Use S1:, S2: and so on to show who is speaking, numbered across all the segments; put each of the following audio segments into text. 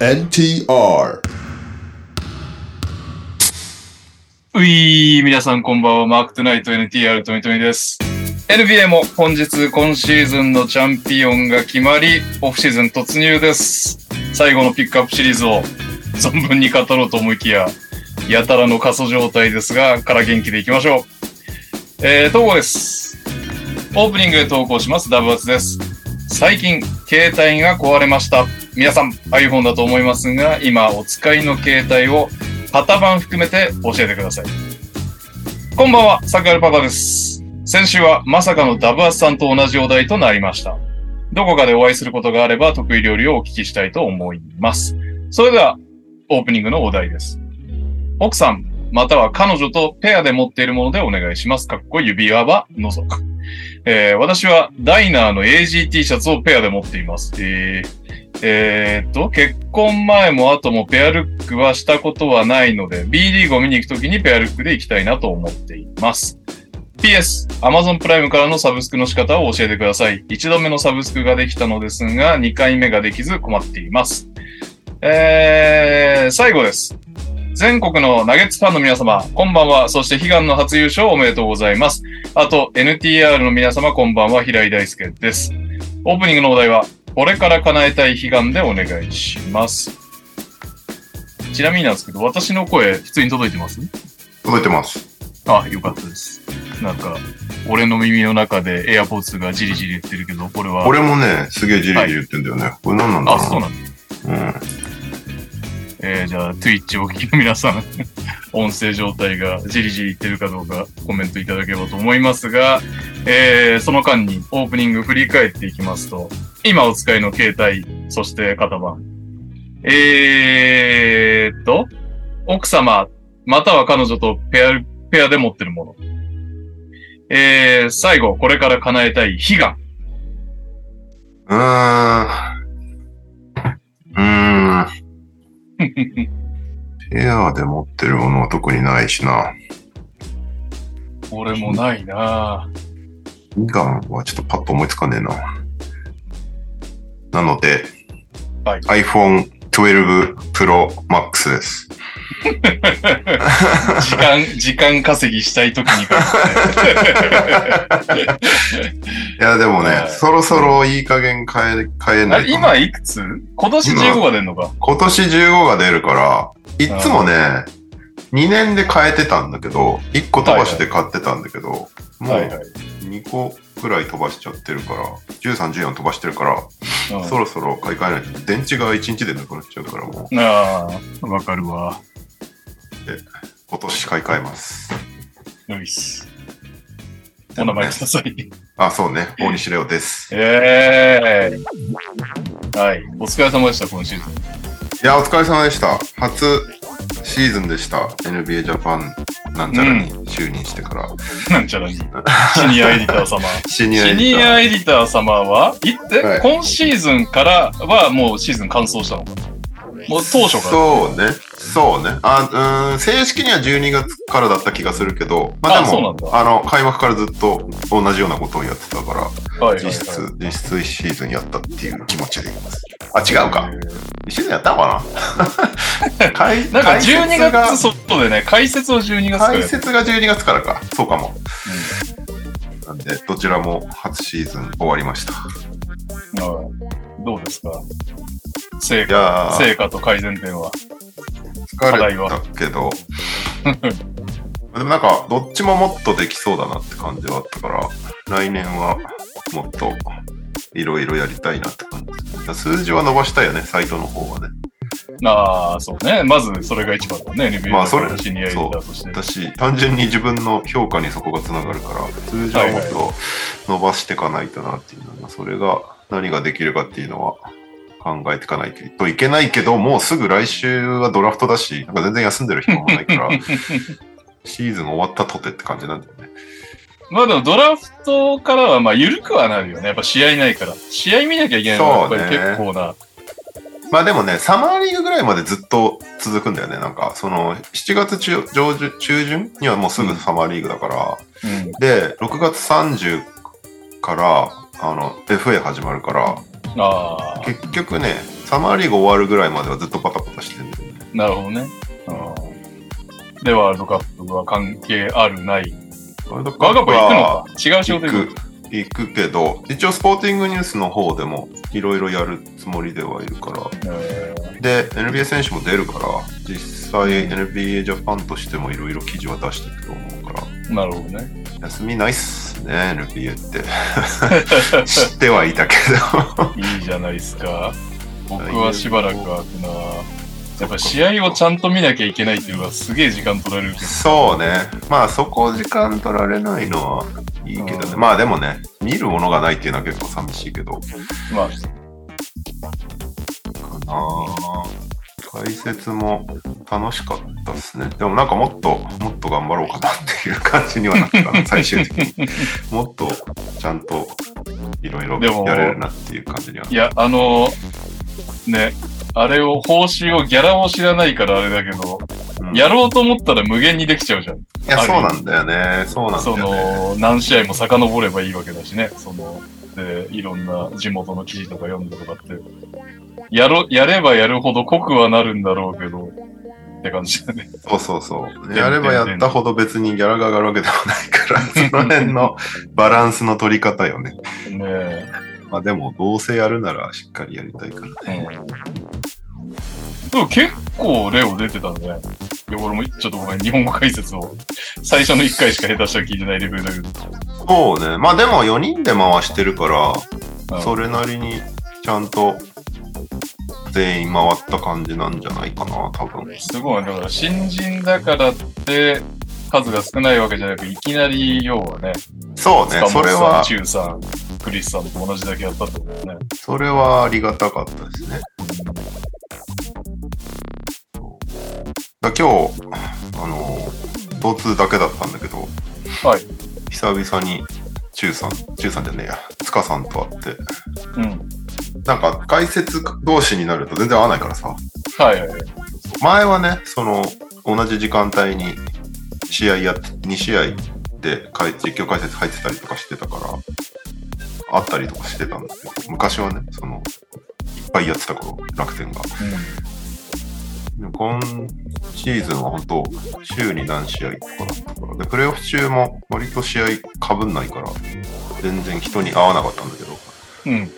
S1: NTR
S2: ういー、皆さんこんばんは、マークトゥナイト NTR トミトミです。NBA も本日、今シーズンのチャンピオンが決まり、オフシーズン突入です。最後のピックアップシリーズを存分に語ろうと思いきや、やたらの過疎状態ですが、から元気でいきましょう。えー、投稿です。オープニングで投稿します、ダブアツです。最近、携帯が壊れました。皆さん、iPhone だと思いますが、今お使いの携帯を型番含めて教えてください。こんばんは、桜井パパです。先週はまさかのダブアスさんと同じお題となりました。どこかでお会いすることがあれば得意料理をお聞きしたいと思います。それでは、オープニングのお題です。奥さん、または彼女とペアで持っているものでお願いします。かっこ指輪は除く。えー私はダイナーの AGT シャツをペアで持っています。えーえーっと、結婚前も後もペアルックはしたことはないので、B リーグを見に行くときにペアルックで行きたいなと思っています。PS、Amazon プライムからのサブスクの仕方を教えてください。1度目のサブスクができたのですが、2回目ができず困っています。えー、最後です。全国のナゲッツファンの皆様、こんばんは。そして悲願の初優勝おめでとうございます。あと、NTR の皆様、こんばんは。平井大輔です。オープニングのお題は、これから叶えたい悲願でお願いします。ちなみになんですけど、私の声、普通に届いてます
S1: 覚えてます。
S2: あ、よかったです。なんか、俺の耳の中で AirPods がじりじり言ってるけど、これは。
S1: 俺もね、すげえジリジリ言ってんだよね。これ何なんだろ
S2: あ、そう
S1: う
S2: なんだ。
S1: な
S2: えー、じゃあ、Twitch をお聞きの皆さん、 音声状態がじりじり言ってるかどうかコメントいただければと思いますが、えー、その間にオープニング振り返っていきますと、今お使いの携帯、そして型番。えーっと、奥様、または彼女とペア、ペアで持ってるもの。えー、最後、これから叶えたい悲願。
S1: うん。うーん。うーん。ペアで持ってるものは特にないしな。
S2: 俺もないなぁ。
S1: ミガンはちょっとパッと思いつかねえな。なので、
S2: はい
S1: iPhone 12 Pro Max です。
S2: 時間、時間稼ぎしたい時に限って。
S1: いや、でもね、
S2: はい
S1: そろそろいい加減変え、変え
S2: あ
S1: ない
S2: れ
S1: と。
S2: 今いくつ今年15が出るのか。
S1: 今年15が出るから、いつもね、2年で変えてたんだけど、1個飛ばして買ってたんだけど、
S2: はい
S1: も
S2: はい。
S1: う2個くらい飛ばしちゃってるから、13、14飛ばしてるから、
S2: うん
S1: そろそろ買い替えないと、電池が1日でなくなっちゃうから、もう
S2: ああ、わかるわ。
S1: 今年買い替えます。
S2: ナイス。お名前ください。
S1: あ、そうね、大西レオです。
S2: ええはい。お疲れ様でした、今シーズン。
S1: いや、お疲れ様でした。初シーズンでした。NBA ジャパンなんちゃらに就任してから。
S2: なんちゃ らに。シニアエディター様。
S1: シニア
S2: シ
S1: エディ
S2: ニ
S1: ター
S2: アエディター様はいって、
S1: はい
S2: 今シーズンからはもうシーズン完走したのかもう当初から。
S1: そうね。そうね。あうーん正式には12月からだった気がするけど、まあ
S2: あ
S1: で
S2: そうな
S1: も
S2: んだ
S1: あの開幕からずっと同じようなことをやってたから、
S2: はいはいはい
S1: 実質、実質1シーズンやったっていう気持ちでいます。あ、違うか。。1シーズンやったのかな 解
S2: なんか
S1: 解説
S2: 12
S1: が
S2: 月、そうでね、解説を12月から
S1: 解
S2: やって
S1: 説が12月からか。そうかも。なんで、どちらも初シーズン終わりました。
S2: うんはいどうですか成
S1: い
S2: 果、
S1: やー、
S2: 成果と改善点は。
S1: 疲
S2: 題
S1: れ
S2: は
S1: たけど、 でもなんか、どっちももっとできそうだなって感じはあったから、来年はもっといろいろやりたいなって感じ。数字は伸ばしたいよね、サイトの方はね。
S2: ああ、そうね。まずそれが一番だね、NBA
S1: まあそれ
S2: のシニアエディターとして。
S1: 私、単純に自分の評価にそこがつながるから、数字はもっと伸ばしていかないとなっていうのが、それが何ができるかっていうのは考えていかないといけないけど、もうすぐ来週はドラフトだし、なんか全然休んでる暇もないから、シーズン終わったとてって感じなんだよね。
S2: まあでもドラフトからはまあ緩くはなるよね。やっぱ試合ないから。試合見なきゃいけないのはやっぱり
S1: そうね
S2: 結構な。
S1: まあでもね、サマーリーグぐらいまでずっと続くんだよね。なんか、その、7月中上旬中旬にはもうすぐサマーリーグだから、
S2: うん
S1: で、6月30から、あの、FA 始まるから、
S2: ああ、
S1: 結局ね、サマーリーグ終わるぐらいまではずっとパタパタしてるんだよね。
S2: なるほどね。で、ワールドカップは関係あるない。
S1: ワールドカ
S2: ワールドカップは
S1: は
S2: 行くのか違う仕
S1: 行
S2: 事行く
S1: く。行くけど、一応スポーティングニュースの方でもいろいろやるつもりではいるから。
S2: え
S1: で、NBA 選手も出るから、実際
S2: うん
S1: NBA ジャパンとしてもいろいろ記事は出していくと思うから、
S2: ーなるほど ね。
S1: 休みないっすね、NBA って。知ってはいたけ ど。
S2: いいじゃないですか。僕はしばらく開くな。やっぱ試合をちゃんと見なきゃいけないっていうのはすげえ時間取られるけど。
S1: そうね。まあそこ時間取られないのはいいけどね。
S2: うん
S1: まあでもね、見るものがないっていうのは結構寂しいけど。
S2: まあ、
S1: かな解説も楽しかったですね。でもなんかもっと、もっと頑張ろうかなっていう感じにはなった な最終的に。もっとちゃんといろいろ
S2: でも。
S1: やれるなっていう感じにはい
S2: や、あのね、あれを、報酬を、ギャラを知らないからあれだけど、
S1: うん
S2: やろうと思ったら無限にできちゃうじゃん。
S1: いや、そうなんだよね。そうなんだ
S2: そ
S1: よね。
S2: の、何試合も遡ればいいわけだしね。その、で、いろんな地元の記事とか読んだとかって。やろ、やればやるほど濃くはなるんだろうけど、って感じだね。
S1: そうそうそう。やればやったほど別にギャラが上がるわけでもないから、その辺のバランスの取り方よね。
S2: ねえ。
S1: まあでも、どうせやるならしっかりやりたいから。
S2: でも結構レオ出てたんで、いや俺もちょっとごめん、日本語解説を最初の1回しか下手したら聞いてないレベルだけど。
S1: そうね。まあでも4人で回してるから、
S2: うん
S1: それなりにちゃんと全員回った感じなんじゃないかな、多分。
S2: すごいね。だから新人だからって数が少ないわけじゃなく、いきなり要はね、
S1: そうね、
S2: 塚
S1: そ
S2: 本
S1: れ
S2: さん、
S1: は、
S2: 中さん、クリスさんと同じだけやったってことね。
S1: それはありがたかったですね。だ今日、あの、同通だけだったんだけど、
S2: はい。
S1: 久々に中さん、中さんじゃねえや、塚さんと会って、
S2: うん。
S1: なんか解説同士になると全然合わないからさ、
S2: はいはいはい。
S1: 前はね、その、同じ時間帯に試合やって、2試合で解実況解説入ってたりとかしてたから、あったりとかしてたんだけど、昔はね、その、いっぱいやってた頃、楽天が。でも今シーズンは本当、週に何試合とかだったから、で、プレーオフ中も割と試合かぶんないから、全然人に合わなかったんだけど、
S2: うん。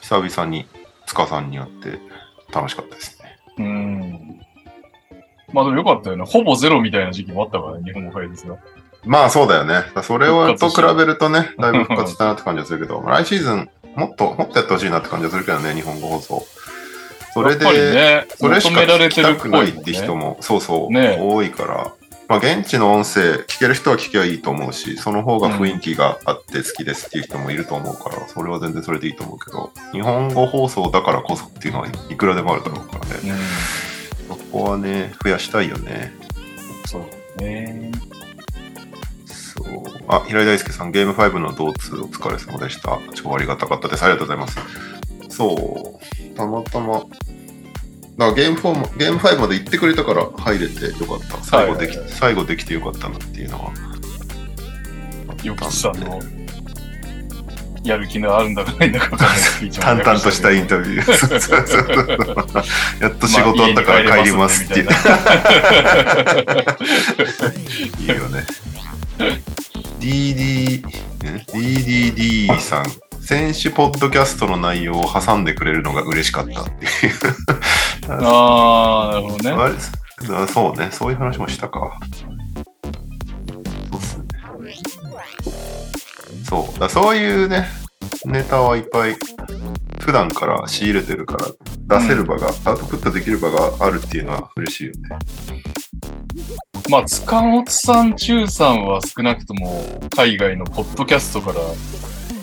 S1: 久々に塚さんに会って楽しかったですね。
S2: うん。うん。まあでもよかったよね。ほぼゼロみたいな時期もあったからね、日本語解説が。
S1: まあそうだよね。それはと
S2: 復活し
S1: 比
S2: た
S1: べるとね、だいぶ復活したなって感じはするけ ど、来シーズンもっと、もっとやってほしいなって感じはするけどね、日本語放送。それで、
S2: やっぱりね、
S1: それし
S2: 求
S1: か
S2: められ
S1: 聞
S2: て
S1: き
S2: る
S1: た
S2: っぽ
S1: く
S2: い、
S1: な
S2: ね。
S1: いって人も、そうそう、
S2: ね
S1: 多いから、まあ現地の音声、聞ける人は聞きゃいいと思うし、その方が雰囲気があって好きですっていう人もいると思うから、それは全然それでいいと思うけど、日本語放送だからこそっていうのはいくらでもあるだろうからね。
S2: うん。
S1: そこはね、増やしたいよね。
S2: そうね。
S1: そう。あ、平井大輔さん、ゲーム5の同通お疲れ様でした。超ありがたかったです。ありがとうございます。そう。たまたま。だからゲーム4も、ゲーム5まで行ってくれたから入れてよかった。最後でき、
S2: はいはいはい
S1: 最後できてよかったなっていうのは。
S2: よきさんの、やる気のあるんだかないんだかわかんないスピーチ も
S1: 淡々としたイン
S2: ビ
S1: タ ビュー。そうそうそうそうやっと仕事あったから帰りますっていう。いいよね。DD、え DDD さん。選手ポッドキャストの内容を挟んでくれるのが嬉しかったっていう。
S2: ああ、なるほどね。
S1: あれあそうね、そういう話もしたか。そうっすね。そう、だそういうね、ネタはいっぱい普段から仕入れてるから、出せる場が、アウトプットできる場があるっていうのは嬉しいよね。
S2: まあ、塚本さん、中さんは少なくとも海外のポッドキャストから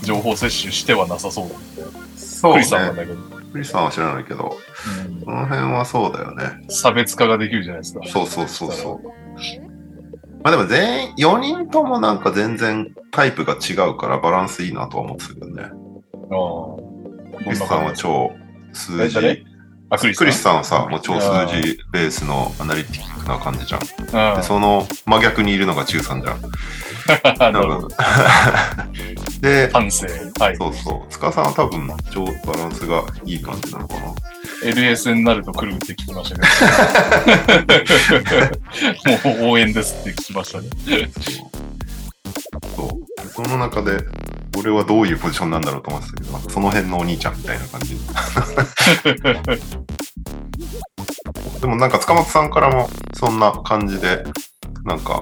S2: 情報摂取してはなさそうだ。
S1: そ
S2: クリさんはだけど、
S1: クリスさんは知らないけど、
S2: うん
S1: この辺はそうだよね。
S2: 差別化ができるじゃないですか。
S1: そうそうそうそう。まあでも全員、4人ともなんか全然タイプが違うからバランスいいなとは思ってたけどね。
S2: ああ。
S1: クリスさんは超数
S2: え
S1: 字。
S2: 誰あ、クリスさ
S1: ク
S2: ん。
S1: リスさんはさ、もう超数字ベースのアナリティックな感じじゃん。で、
S2: うん
S1: その真逆にいるのが中さんじゃん。
S2: なる
S1: 多
S2: ほど。
S1: 分で、
S2: 感性。はい。
S1: そうそう、塚さんは多分、超バランスがいい感じなのかな。
S2: LS になると来るって聞きました けど。もう応援ですって聞きましたね。
S1: そうその中で俺はどういうポジションなんだろうと思ってたけどなんかその辺のお兄ちゃんみたいな感じでもなんか塚本さんからもそんな感じでなんか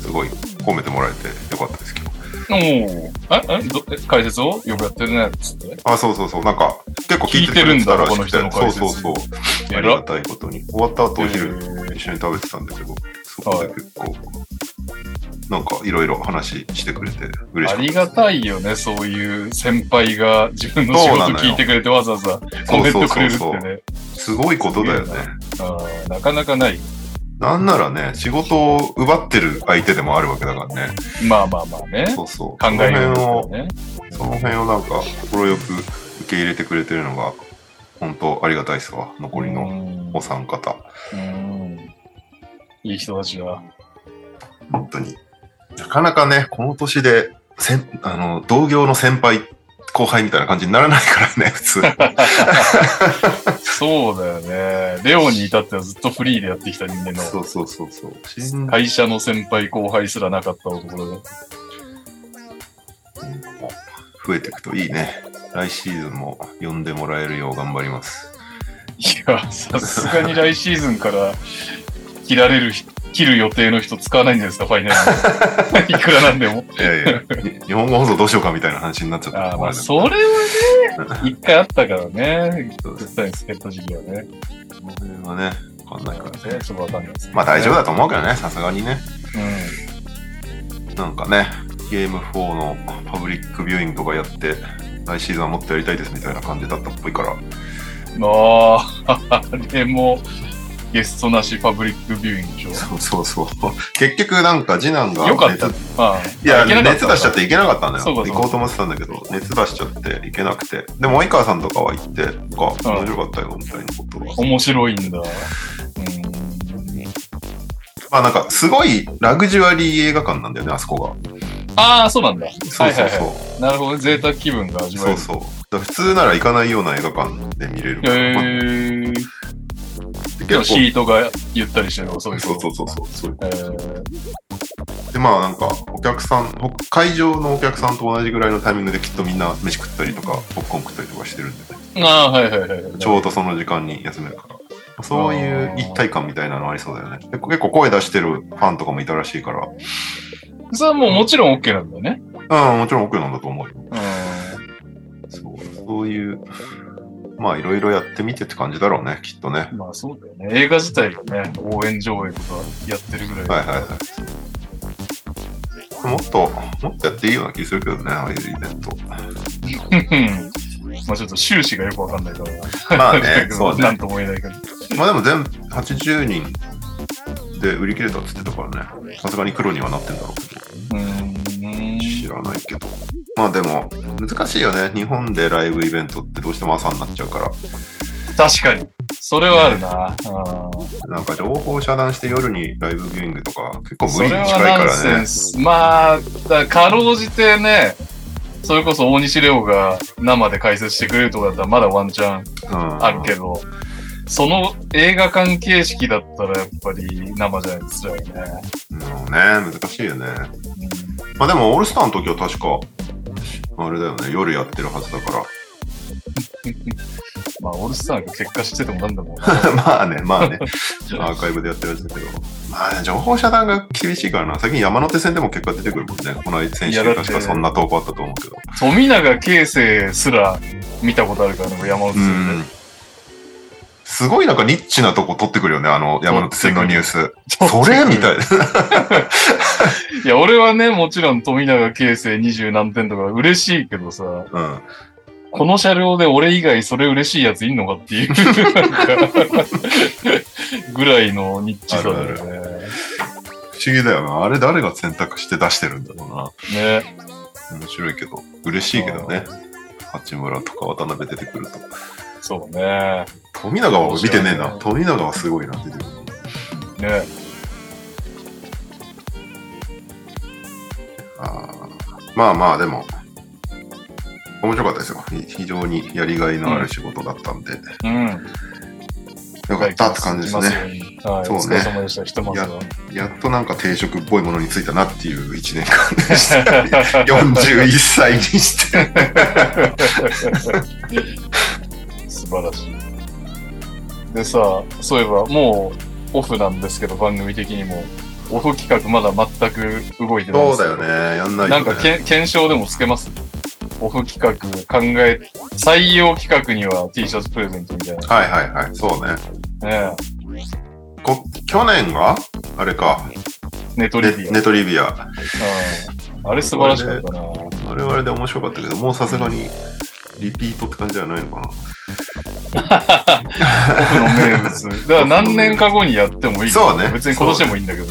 S1: すごい褒めてもらえてよかったですけど
S2: おお。ええどえ解説をよくやってるねっつって。
S1: あそうそうそうなんか結構聞いてくれてたらしくて
S2: 聞いてるんだこの人の解説
S1: そうそうそうあり
S2: えら
S1: が
S2: った
S1: いことに終わった後お昼
S2: え
S1: 一緒に食べてたんだけど、そこで結構、なんかいろいろ話してくれて嬉しか
S2: あ
S1: ったです
S2: りがたいよね、そういう先輩が自分の仕
S1: そうな
S2: 事
S1: のよ
S2: 聞いてくれてわざわざコメントくれるってね。
S1: すごいことだよね
S2: すげ。あーなかなかない。
S1: なんならね、仕事を奪ってる相手でもあるわけだからね。
S2: まあまあまあね。
S1: そうそう。
S2: 考え
S1: その辺
S2: よう
S1: を、
S2: ね。
S1: その辺をなんか、心よく受け入れてくれてるのが、本当ありがたいっすわ。残りの
S2: の
S1: お三方。
S2: うん。いい人たちだ。
S1: 本当に。なかなかね、この年で、せんあの同業の先輩、後輩みたいな感じにならないからね、普通。
S2: そうだよね。レオンに至ってはずっとフリーでやってきた人間の
S1: そうそうそうそう。新
S2: 会社の先輩後輩すらなかった男だね。
S1: も増えていくといいね。来シーズンも呼んでもらえるよう頑張ります。
S2: いや、さすがに来シーズンから切られる人、切る予定の人使わないんじゃないですか、ファイナ ルに。いくらなんでも。
S1: いやいや、に 日本語放送どうしようかみたいな話になっちゃった
S2: あ
S1: と
S2: ー
S1: こ
S2: ま
S1: ろ
S2: あ、
S1: で
S2: それはね、一回あったからね。
S1: そうです
S2: 絶対に助けた時期はね。
S1: これはね、わかんないからね。
S2: ちょっとわかんないですけどね
S1: まあ大丈夫だと思うけどね、さすがにね。
S2: うん。
S1: なんかね、ゲーム4のパブリックビューイングとかやって、来シーズンはもっとやりたいですみたいな感じだったっぽいから、
S2: まあ、あれも、ゲストなしパブリックビューイングでしょ。
S1: そうそうそう。 結局なんか次男が
S2: よかった
S1: 熱。
S2: まあ、
S1: いや、
S2: けなか
S1: 熱出しちゃって行けなかったんだ
S2: そうかそう
S1: よ。
S2: か
S1: 行こうと思ってたんだけど、熱出しちゃって行けなくて。でも、及川さんとかは行って、なんか、面白かったよ、みたいなことが。
S2: 面白いんだ。うん。
S1: まあ、なんか、すごいラグジュアリー映画館なんだよね、あそこが。
S2: ああ、そうなんだ。
S1: そうそう
S2: はいはい
S1: そ
S2: ははい。なるほどね。贅沢気分が
S1: う。
S2: 味わえ
S1: そう
S2: る。
S1: そう。だから普通なら行かないような映画館で見れるから。
S2: へ
S1: まあ
S2: えー。
S1: 結
S2: でも
S1: 構
S2: シートがゆったりしてる。そう
S1: そうそうそうそうそう。
S2: えー
S1: で、まあ、なんか、お客さん、ほ会場のお客さんと同じぐらいのタイミングできっとみんな飯食ったりとか、ポップコーン食ったりとかしてるんで、ね、
S2: ああ、はいはいはいはい。
S1: ちょうどその時間に休めるから。そういう一体感みたいなのありそうだよね。結構結構声出してるファンとかもいたらしいから、
S2: それはもうもちろん OK なんだよね。
S1: うん、もちろん奥なんだと思うよ。
S2: うん。
S1: そうそういう、まあいろいろやってみてって感じだろうね、きっとね。
S2: まあそうだよね。映画自体がね、応援上映とかやってるぐらい。
S1: はいはいはい。もっと、もっとやっていいような気するけどね、ああいうイベ ント。
S2: うん まあちょっと収支がよくわかんないから。、
S1: まあね そう
S2: なん
S1: ね。
S2: とも言えないけど。
S1: まあでも全部80人で売り切れたって言ってたからね、さすがに黒にはなってんだろうけど。
S2: うん。
S1: 知らないけど。まあでも、難しいよね。日本でライブイベントってどうしても朝になっちゃうから。
S2: 確かに。それはあるな。うん
S1: なんか情報を遮断して夜にライブビューイングとか、結構無
S2: そ
S1: 理
S2: れ
S1: に
S2: は
S1: 近いか
S2: ナンセ
S1: ら
S2: ン
S1: ね。
S2: ス。まあ、だかろうじてね、それこそ大西レオが生で解説してくれるとかだったらまだワンチャン
S1: うん
S2: あるけど、その映画館形式だったらやっぱり生じゃないと辛いよね。
S1: うんね、難しいよね。まあでも、オールスターの時は確か、あれだよね、夜やってるはずだか
S2: まあ、オールスターが結果しててもなんでもんな。
S1: ら。 まあね、まあね、アーカイブでやってるやつだけど。まあね、情報遮断が厳しいからな。最近山手線でも結果出てくるもんね。この先週
S2: いやだって
S1: 確かそんな投稿あったと思うけど。
S2: 富永啓生すら見たことあるからね、山手
S1: う
S2: 線で
S1: ん。すごいなんかニッチなとこ取ってくるよね、あの山手線のニュース。それみたいな。
S2: いや、俺はね、もちろん富永啓生二十何点とか嬉しいけどさ、
S1: うん。
S2: この車両で俺以外それ嬉しいやついんのかっていう、なんかぐらいのニッチさだよね。
S1: 不思議だよな。あれ誰が選択して出してるんだろうな。
S2: ね。
S1: 面白いけど、嬉しいけどね。八村とか渡辺出てくると。
S2: そうね。
S1: 富永は俺見てねえな。
S2: 面
S1: 富永はすごいな、出てくる。
S2: ね。
S1: あーまあまあ、でも、面白かったですよ。ひ非常にやりがいのある仕事だったんで、
S2: うん。
S1: よかったって感じですね。
S2: ね。はい。
S1: そうね
S2: お疲れ様でした。ひとまずは。
S1: やっとなんか定食っぽいものについたなっていう1年間でした。41歳に して。
S2: 素晴らしい。でさ、そういえばもうオフなんですけど、番組的にも。オフ企画まだ全く動いてないん
S1: そ
S2: で
S1: う
S2: す
S1: だ
S2: けど
S1: よね。やんない
S2: な
S1: と、
S2: ん
S1: ね。
S2: かけん検証でもつけますオフ企画考え、採用企画には T シャツプレゼントみたい
S1: はいはいはい。そうね。
S2: な。ね
S1: こ去年があれか。
S2: えネトリ
S1: ネ
S2: ビア。
S1: ネトリビア。
S2: うんあれ素晴らしかったな。
S1: あれはあれで面白かったけど、もうさすがにリピートって感じじゃないのかな。
S2: オフの名物。だから何年か後にやってもいい。
S1: そうね
S2: 別に今年でもいいんだけど。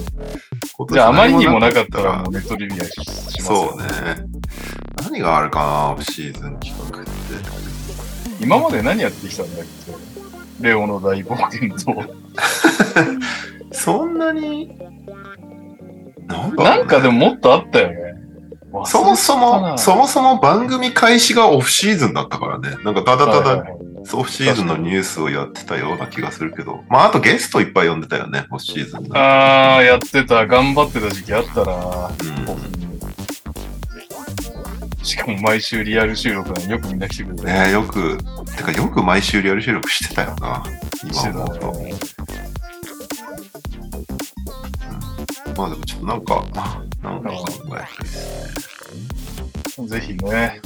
S1: 今年
S2: じゃああまりにもなかっ
S1: 何
S2: たらもうネトリビアししますよ
S1: そうね。何があるかな、オフシーズン企画って。
S2: 今まで何やってきたんだっけレオの大冒険 と。
S1: そんなに。なんだろうね
S2: なんかでももっとあったよね。忘れてたな
S1: そもそも、そもそも番組開始がオフシーズンだったからね。なんかただた
S2: はい
S1: だ
S2: はいはい
S1: オフシーズンのニュースをやってたような気がするけど。まああとゲストいっぱい呼んでたよね、オフシーズンの。
S2: あー、やってた。頑張ってた時期あった
S1: う
S2: な。
S1: ん
S2: しかも毎週リアル収録なのによくみんな来てくれて。
S1: ねえよく、てかよく毎週リアル収録してたよな。
S2: して
S1: 今
S2: た
S1: 思うと。
S2: ね
S1: まあでもちょっとなんか、なんか考えて
S2: ぜひね、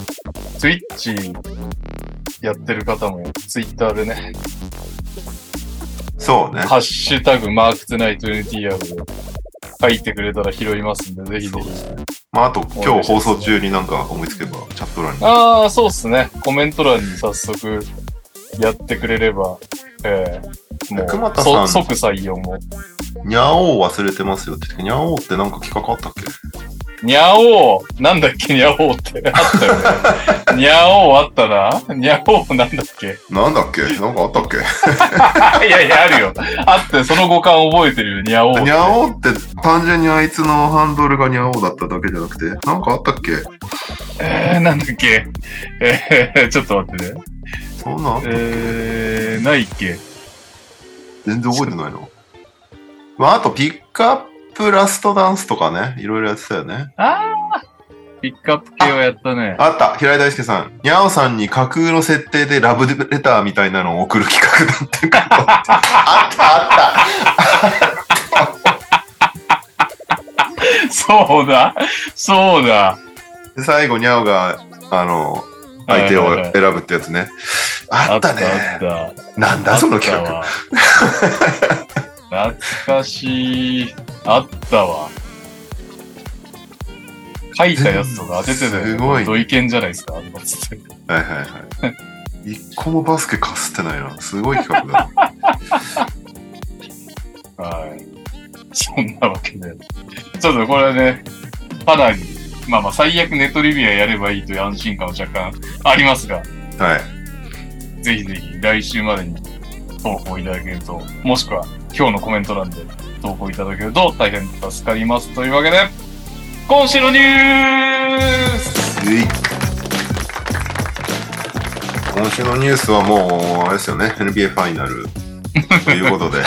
S2: ツイッチやってる方もツイッターでね、
S1: そうね。
S2: ハッシュタグマークツナイト NTR で書いてくれたら拾いますんで、ぜひぜ
S1: そう
S2: ひ
S1: で。すね。まああと今日放送中になんか思いつけばチャット欄に。
S2: ああ、そうっすね。コメント欄に早速やってくれれば、ええも
S1: 熊
S2: う
S1: 田さん
S2: そ即採用も。
S1: にゃおー忘れてますよって言って、にゃおーってなんか企画あったっけ
S2: にゃおーなんだっけにゃおーってあったよね。にゃおーあったな。にゃおーなんだっけ
S1: なんだっけなんかあったっけ
S2: いやいや、あるよ。あって、その五感覚えてるよ、にゃおーっ
S1: に
S2: て。
S1: ゃおって単純にあいつのハンドルがにゃおだっただけじゃなくて、なんかあったっけ
S2: えー、なんだっけえー、ちょっと待ってね。
S1: そんなんあった
S2: えー、ないっけ
S1: 全然覚えてないの。まあ、あとピックアップラストダンスとかね、いろいろやってたよね。
S2: あーピックアップ系をやったね。
S1: あった、平井大輔さん。にゃおさんに架空の設定でラブレターみたいなのを送る企画だってこ と。あったあっ
S2: そうだ。そうだ。
S1: た。で最後、にゃおが、あの、相手
S2: はいはい
S1: を
S2: はい
S1: 選ぶってやつね。あったね。
S2: あった。
S1: なんだその企画。
S2: あったわ懐かしい。あったわ。書いたやつとか当ててたよね。
S1: すごい
S2: ドイケンじゃないですか。あのつって
S1: はいはいはい。一個もバスケかすってないな。すごい企画だ。
S2: はい。そんなわけで。ちょっとこれね、かなり、まあまあ最悪ネットリビアやればいいという安心感は若干ありますが、
S1: はい。
S2: ぜひぜひ来週までに投稿いただけると、もしくは今日のコメント欄で投稿いただけると大変助かります。というわけで、今週のニュース
S1: えい今週のニュースはもう、あれですよね、NBA ファイナルということ で、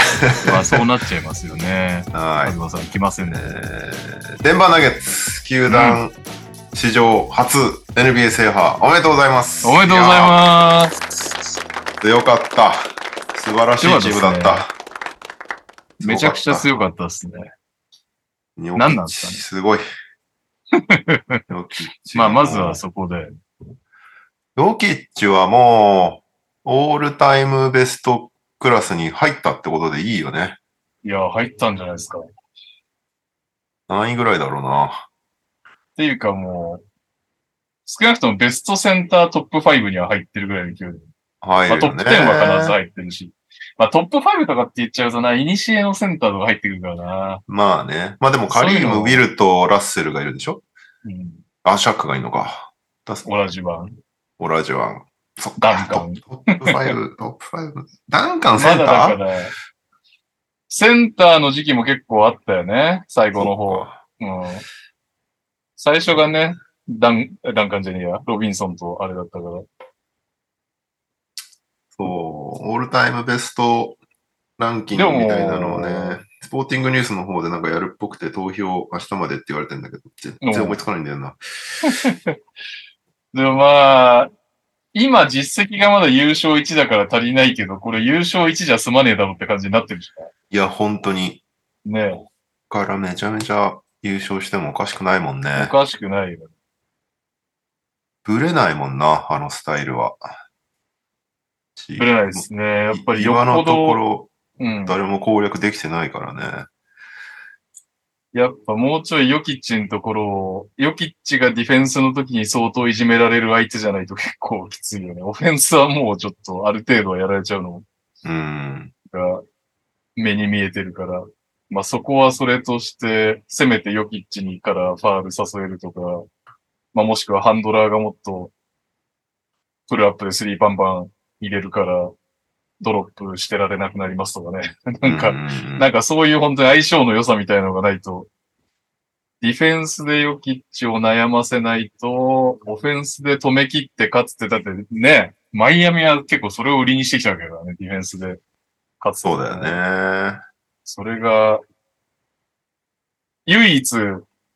S2: まあそうなっちゃいますよね。
S1: はい。
S2: 東さん来ません
S1: え。ーデンバーナゲッツ、球団史上初 NBA 制覇、おめでとうございます。
S2: おめでとうござい
S1: ま
S2: ます。
S1: す。強かった。素晴らしいチームだっ。
S2: 強かっためちゃくちゃ
S1: す
S2: 強かったですね。
S1: ご
S2: 何なんですかね
S1: す ごい。ヨキッチ
S2: まあまずはそこで。
S1: ヨキッチはもう、オールタイムベストクラスに入ったってことでいいよね。
S2: いや、入ったんじゃないですか。っ
S1: 何位ぐらいだろうな。
S2: ていうかもう、少なくともベストセンタートップ5には入ってるぐらいの勢いで。
S1: 入
S2: まあ、
S1: る
S2: ト
S1: よ
S2: ップ
S1: ね。
S2: 10は必ず入ってるし。まあトップ5とかって言っちゃうとな、イニシエのセンターとか入ってくるからな。
S1: まあね。まあでもカリーム、ウィルとラッセルがいるでしょ
S2: うん。
S1: あ、シャックがいるのか。だ
S2: オラジバン。
S1: オラジュワン。そっ
S2: ダ
S1: か
S2: ン。
S1: ト
S2: カ
S1: ッ
S2: ン
S1: プトップ5、トッ プ5。ダンカン
S2: ま
S1: セ
S2: だ
S1: ンタ
S2: だ
S1: ー
S2: から、センターの時期も結構あったよね。最後の方。
S1: そっか
S2: うん最初がね、ダン、ダンカンじゃねえや。ロビンソンとあれだったから。
S1: そう、オールタイムベストランキングみたいなのを
S2: でも
S1: ね、スポーティングニュースの方でなんかやるっぽくて投票明日までって言われてんだけど、全然思いつかないんだよな。
S2: でもまあ、今実績がまだ優勝1だから足りないけど、これ優勝1じゃ済まねえだろって感じになってるじ
S1: いや、本当に。
S2: ゃん。ね
S1: だからめちゃめちゃ優勝してもおかしくないもん
S2: え。お
S1: ね。
S2: かしくないよ。
S1: ぶれないもんな、あのスタイルは。ぶ
S2: ぶれないで。すね。やっぱりよ
S1: 今
S2: っ
S1: の
S2: ぽ
S1: とこ
S2: ど、
S1: ろ
S2: うん。
S1: 誰も攻略できてないからね。
S2: やっぱもうちょいヨキッチのところを、ヨキッチがディフェンスの時に相当いじめられる相手じゃないと結構きついよね。オフェンスはもうちょっとある程度はやられちゃうの
S1: うん。
S2: が目に見えてるから。まあそこはそれとして、せめてヨキッチにからファール誘えるとか、まあもしくはハンドラーがもっとプルアップでスリーバンバン入れるから、ドロップしてられなくなりますとかね。なんか
S1: う、ん
S2: なんかそういう本当に相性の良さみたいなのがないと、ディフェンスでヨキッチを悩ませないと、オフェンスで止め切って勝つって、だってね、マイアミは結構それを売りにしてきたわけだからね、ディフェンスで勝つ。
S1: そうだよ。ね。
S2: それが、唯一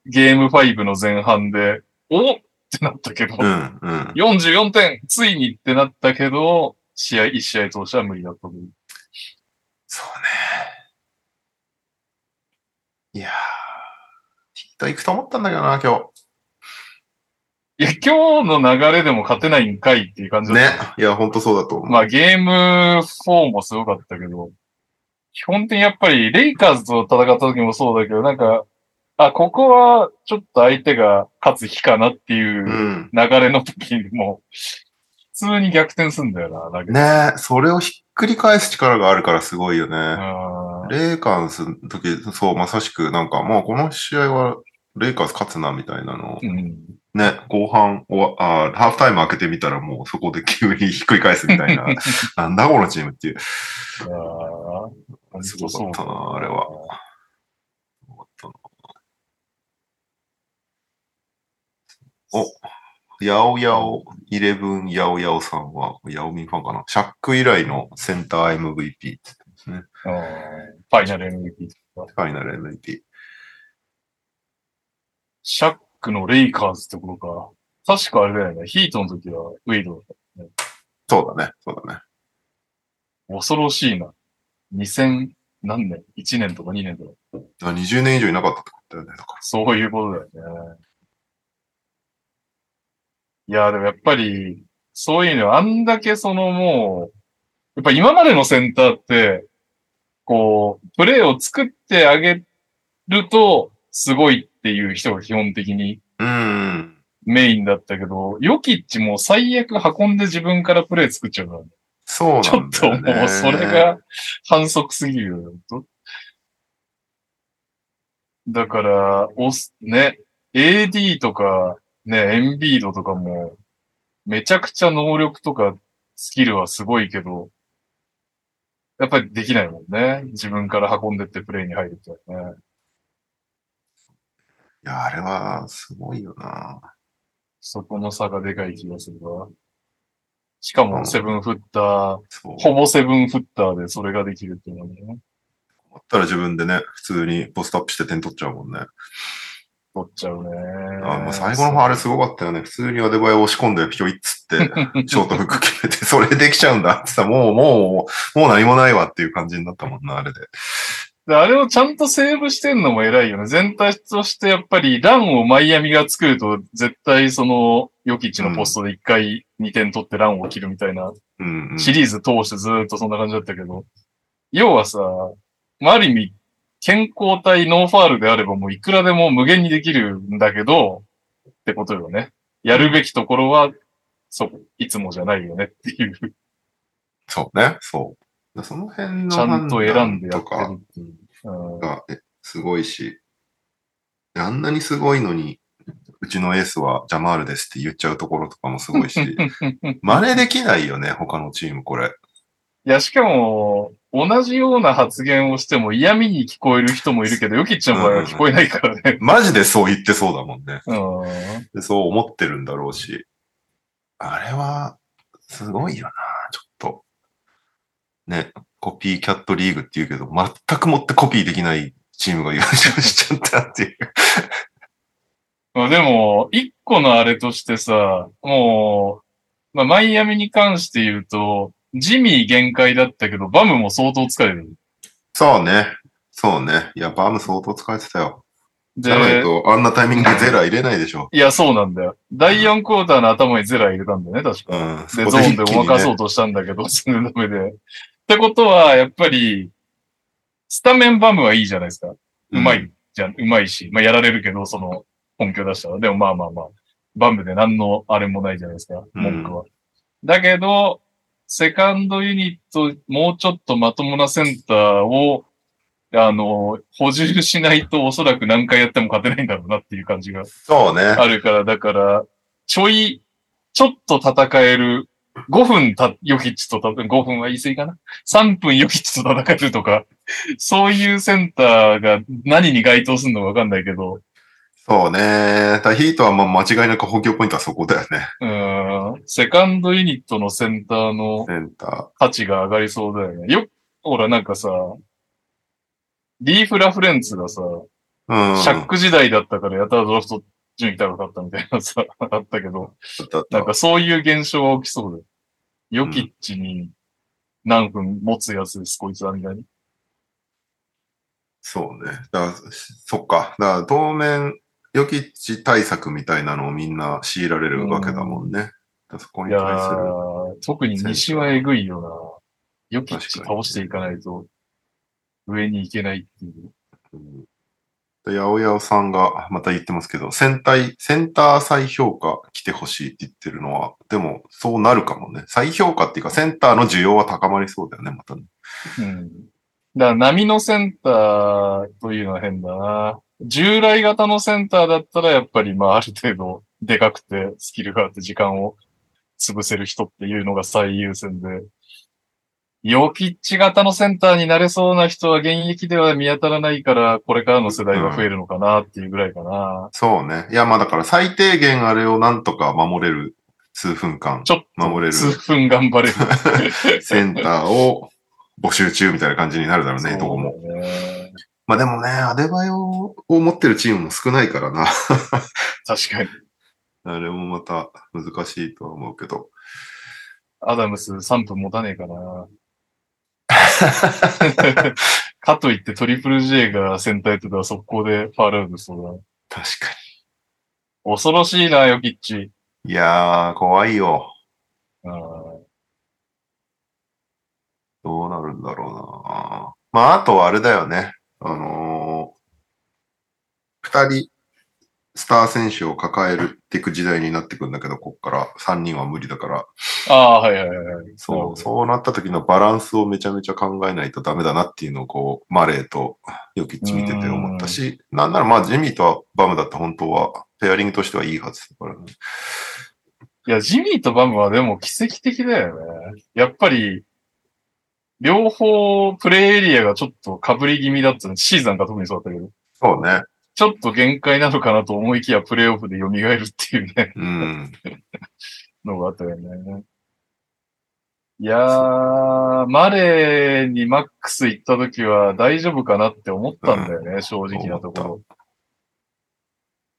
S2: ゲーム5の前半で、おってなったけど、
S1: うん、うん。
S2: 44点、ついにってなったけど、試合、1試合通しては無理だったという
S1: そうね。いやー、ヒート行くと思ったんだけどな、今
S2: いや、今日の流れでも勝てないんかいっていう感じ
S1: 日。
S2: だっ
S1: ね
S2: た。。
S1: いや、ほんとそうだと思う。。
S2: まあゲーム4もすごかったけど、基本的にやっぱりレイカーズと戦った時もそうだけど、なんか、あ、ここはちょっと相手が勝つ日かなっていううん流れの時にも、普通に逆転すんだよな、だけど。
S1: ねそれをひっくり返す力があるからすごいよ
S2: う
S1: ね。
S2: ん
S1: レイカーズの時、そう、まさしく、なんか、もうこの試合は、レイカーズ勝つな、みたいなのを、
S2: うん。
S1: ね、後半おあー、ハーフタイム開けてみたら、もうそこで急にひっくり返すみたい な、なんだこのチームっていう。
S2: あ
S1: すごかったな、あれは。すごかったなお、ヤオヤオイレブンヤオヤオさんは、ヤオミンファンかな。シャック以来のセンター MVP って言ってますね。
S2: うんファイナル MVP とか。
S1: ファイナル MVP。
S2: シャックのレイカーズってことか。確かあれだよね。ヒートの時はウェイドだった
S1: そうだね、そうだね。
S2: 恐ろしいな。2000何年 ?1 年とか2年とか。
S1: だから20年以上いなかったってことだよね、だか
S2: そういうことだよね。いや、でもやっぱり、そういうの、あんだけそのもう、やっぱ今までのセンターって、こう、プレーを作ってあげると、すごいっていう人が基本的に
S1: ら。うん。
S2: メインだったけど、ヨキッチも最悪運んで自分からプレー作っちゃうからね
S1: そうなんだ
S2: ちょ
S1: よ、
S2: っ
S1: ね。
S2: ともうそれが反則すぎるよ。どだから、おす、ね、AD とか、ね、エンビードとかも、めちゃくちゃ能力とかスキルはすごいけど、やっぱりできないもんね。自分から運んでってプレイに入るってね。
S1: いや、あれはすごいよな。
S2: そこの差がでかい気がするわ。しか
S1: う
S2: も、
S1: ん
S2: セブンフッター、
S1: そう。
S2: ほぼセブンフッターでそれができるっていうのはね。
S1: 思ったら自分でね、普通にポストアップして点取っちゃうもんね。
S2: 取っちゃうね。
S1: あもう最後の方あれすごかったよね。普通にアデバイを押し込んで、ひょいっつって、ショートフック決めて、 それできちゃうんだってさ、もう、もう、もう何もないわっていう感じになったもんな、あれで。
S2: で、あれをちゃんとセーブしてんのも偉いよね。全体としてやっぱりランをマイアミが作ると、絶対その、ヨキッチのポストで一回2点取ってランを切るみたいな、
S1: うん、うん。
S2: シリーズ通してずーっとそんな感じだったけど、要はさ、まあある意味、健康体ノーファールであればもういくらでも無限にできるんだけど、ってことよね。やるべきところは、そ、いつもじゃないよねっていう。
S1: そうね、そう。その 辺の
S2: ちゃんと選んでや
S1: と
S2: ってる
S1: か
S2: っていう。うん
S1: がえすごいし、あんなにすごいのに、うちのエースはジャマールです って言っちゃうところとかもすごいし、真似できないよね、他のチームこれ。
S2: いや、しかも、同じような発言をしても嫌味に聞こえる人もいるけど、ヨキッチの場合は聞こえないからね。
S1: マジでそう言って そうだもんね。
S2: うん。
S1: でそう思ってるんだろうし。あれは、すごいよな、ちょっと。ね、コピーキャットリーグって言うけど、全くもってコピーできないチームが優勝しちゃったって いう。
S2: まあでも、一個のあれとしてさ、もう、まあマイアミに関して言うと、ジミー限界だったけど、バムも相当疲れてる。
S1: そうね。そうね。いや、バーム相当疲れてたよ。じゃない
S2: で、
S1: と、あんなタイミングでゼラ入れないでしょ。
S2: いや、そうなんだよ。第4クォーターの頭にゼラ入れたんだよね、確
S1: う
S2: か。
S1: ん。
S2: で、ゾーンでごまかそううとしたんだけど、 そのダメで。ってことは、やっぱり、スタメンバムはいいじゃないですか。うま。いじゃん、うまいし、まあやられるけど、その本拠出したら。でもまあまあまあ、バムで何のあれもないじゃないですか、
S1: うん
S2: 文句は。だけど、セカンドユニット、もうちょっとまともなセンターを、あの、補充しないとおそらく何回やっても勝てないんだろうなっていう感じが
S1: そう ね。
S2: あるから、だから、ちょい、ちょっと戦える、5分た、ヨキッチとた、5分は言い過ぎかな ?3 分ヨキッチと戦えるとか、そういうセンターが何に該当するのかわかんないけど、
S1: そうね。タヒートはまあ間違いなく補強ポイントはそこだよね。
S2: うーん、セカンドユニットのセンターの
S1: センタ
S2: 価値が上がりそうだよね。よ、ほらなんかさ、リーフ・ラフレンツがさ、
S1: ー。うん。
S2: シャック時代だったからやたらドラフト順位高かったみたいなさ、 あったけど、
S1: だった
S2: なんかそういう現象が起きそうだよ。ヨキッチに何分持つやつです、こいつはみたいに。
S1: そうね。だからそっか。だから当面、予期地対策みたいなのをみんな強いられるわけだもんね。だからそこ
S2: い
S1: に
S2: や
S1: 対する。
S2: ー、特に西はえぐいよな。ヨキッチ
S1: 確かに
S2: 倒していかないと上に行けないっていう。
S1: うんで八百屋さんがまた言ってますけど、センター、センター再評価来てほしいって言ってるのは、でもそうなるかもね。再評価っていうか、センターの需要は高まりそうだよね、またね。
S2: うん。だから波のセンターというのは変だな。従来型のセンターだったらやっぱりまあある程度でかくてスキルがあって時間を潰せる人っていうのが最優先で。ヨキッチ型のセンターになれそうな人は現役では見当たらないから、これからの世代は増えるのかなっていうぐらいかな。
S1: そうね。いや、まあだから最低限あれをなんとか守れる数分間、
S2: ちょっ
S1: 守れ
S2: と
S1: る
S2: 数分頑張れる。
S1: センターを募集中みたいな感じになるだろう
S2: そうだ
S1: ね、
S2: よ
S1: どこも。
S2: ね
S1: まあでもね、アデバイオを持ってるチームも少ないから な。
S2: 確かに。
S1: あれもまた難しいとは思うけど。
S2: アダムス3分持たねえかな。かといってトリプル J がセンターやってたら速攻でファールアウトしそう
S1: 確か
S2: だ。恐ろしいな、ヨキッチ。
S1: に。いやー、怖いよ。
S2: うん
S1: どうなるんだろうな。まあ、あとはあれだよね。あのー、二人、スター選手を抱えるっていく時代になってくんだけど、こっから三人は無理だから、
S2: ああ、はいはいはいはい。なる
S1: そ
S2: ほ
S1: う、
S2: ど
S1: そうなった時のバランスをめちゃめちゃ考えないとダメだなっていうのをこう、マレーとヨキッチ見てて思ったし、なんならまあジミーとバムだって本当は、ペアリングとしてはいいはずだからね。
S2: いや、ジミーとバムはでも奇跡的だよね。やっぱり、両方プレイエリアがちょっと被り気味だったね。シーズンが特にそうだったけど。
S1: そうね。
S2: ちょっと限界なのかなと思いきやプレイオフで蘇るっていうね。
S1: うん。
S2: のがあったよね。いやー、マレーにマックス行った時は大丈夫かなって思ったんだよね、正直なところ。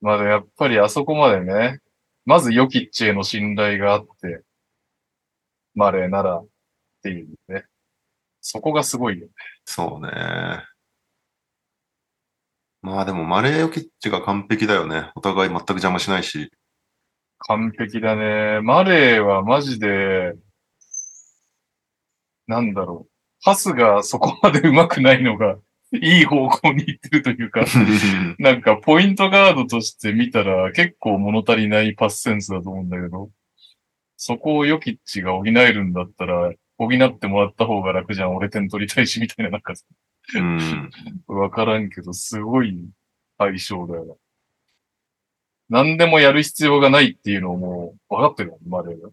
S2: まだやっぱりあそこまでね、まずヨキッチへの信頼があって、マレーならっていうね。そこがすごいよ。
S1: そうね。まあでもマレーヨキッチが完璧だよね。お互い全く邪魔しないし。
S2: 完璧だね。マレーはマジで、なんだろう。パスがそこまで上手くないのが、いい方向に行ってるというか、なんかポイントガードとして見たら結構物足りないパスセンスだと思うんだけど、そこをヨキッチが補えるんだったら、補ってもらった方が楽じゃん。俺点取りたいし、みたいな、なんか、
S1: うん。
S2: わからんけど、すごい相性だよな。何でもやる必要がないっていうのをもう分かってるもん、マレーが。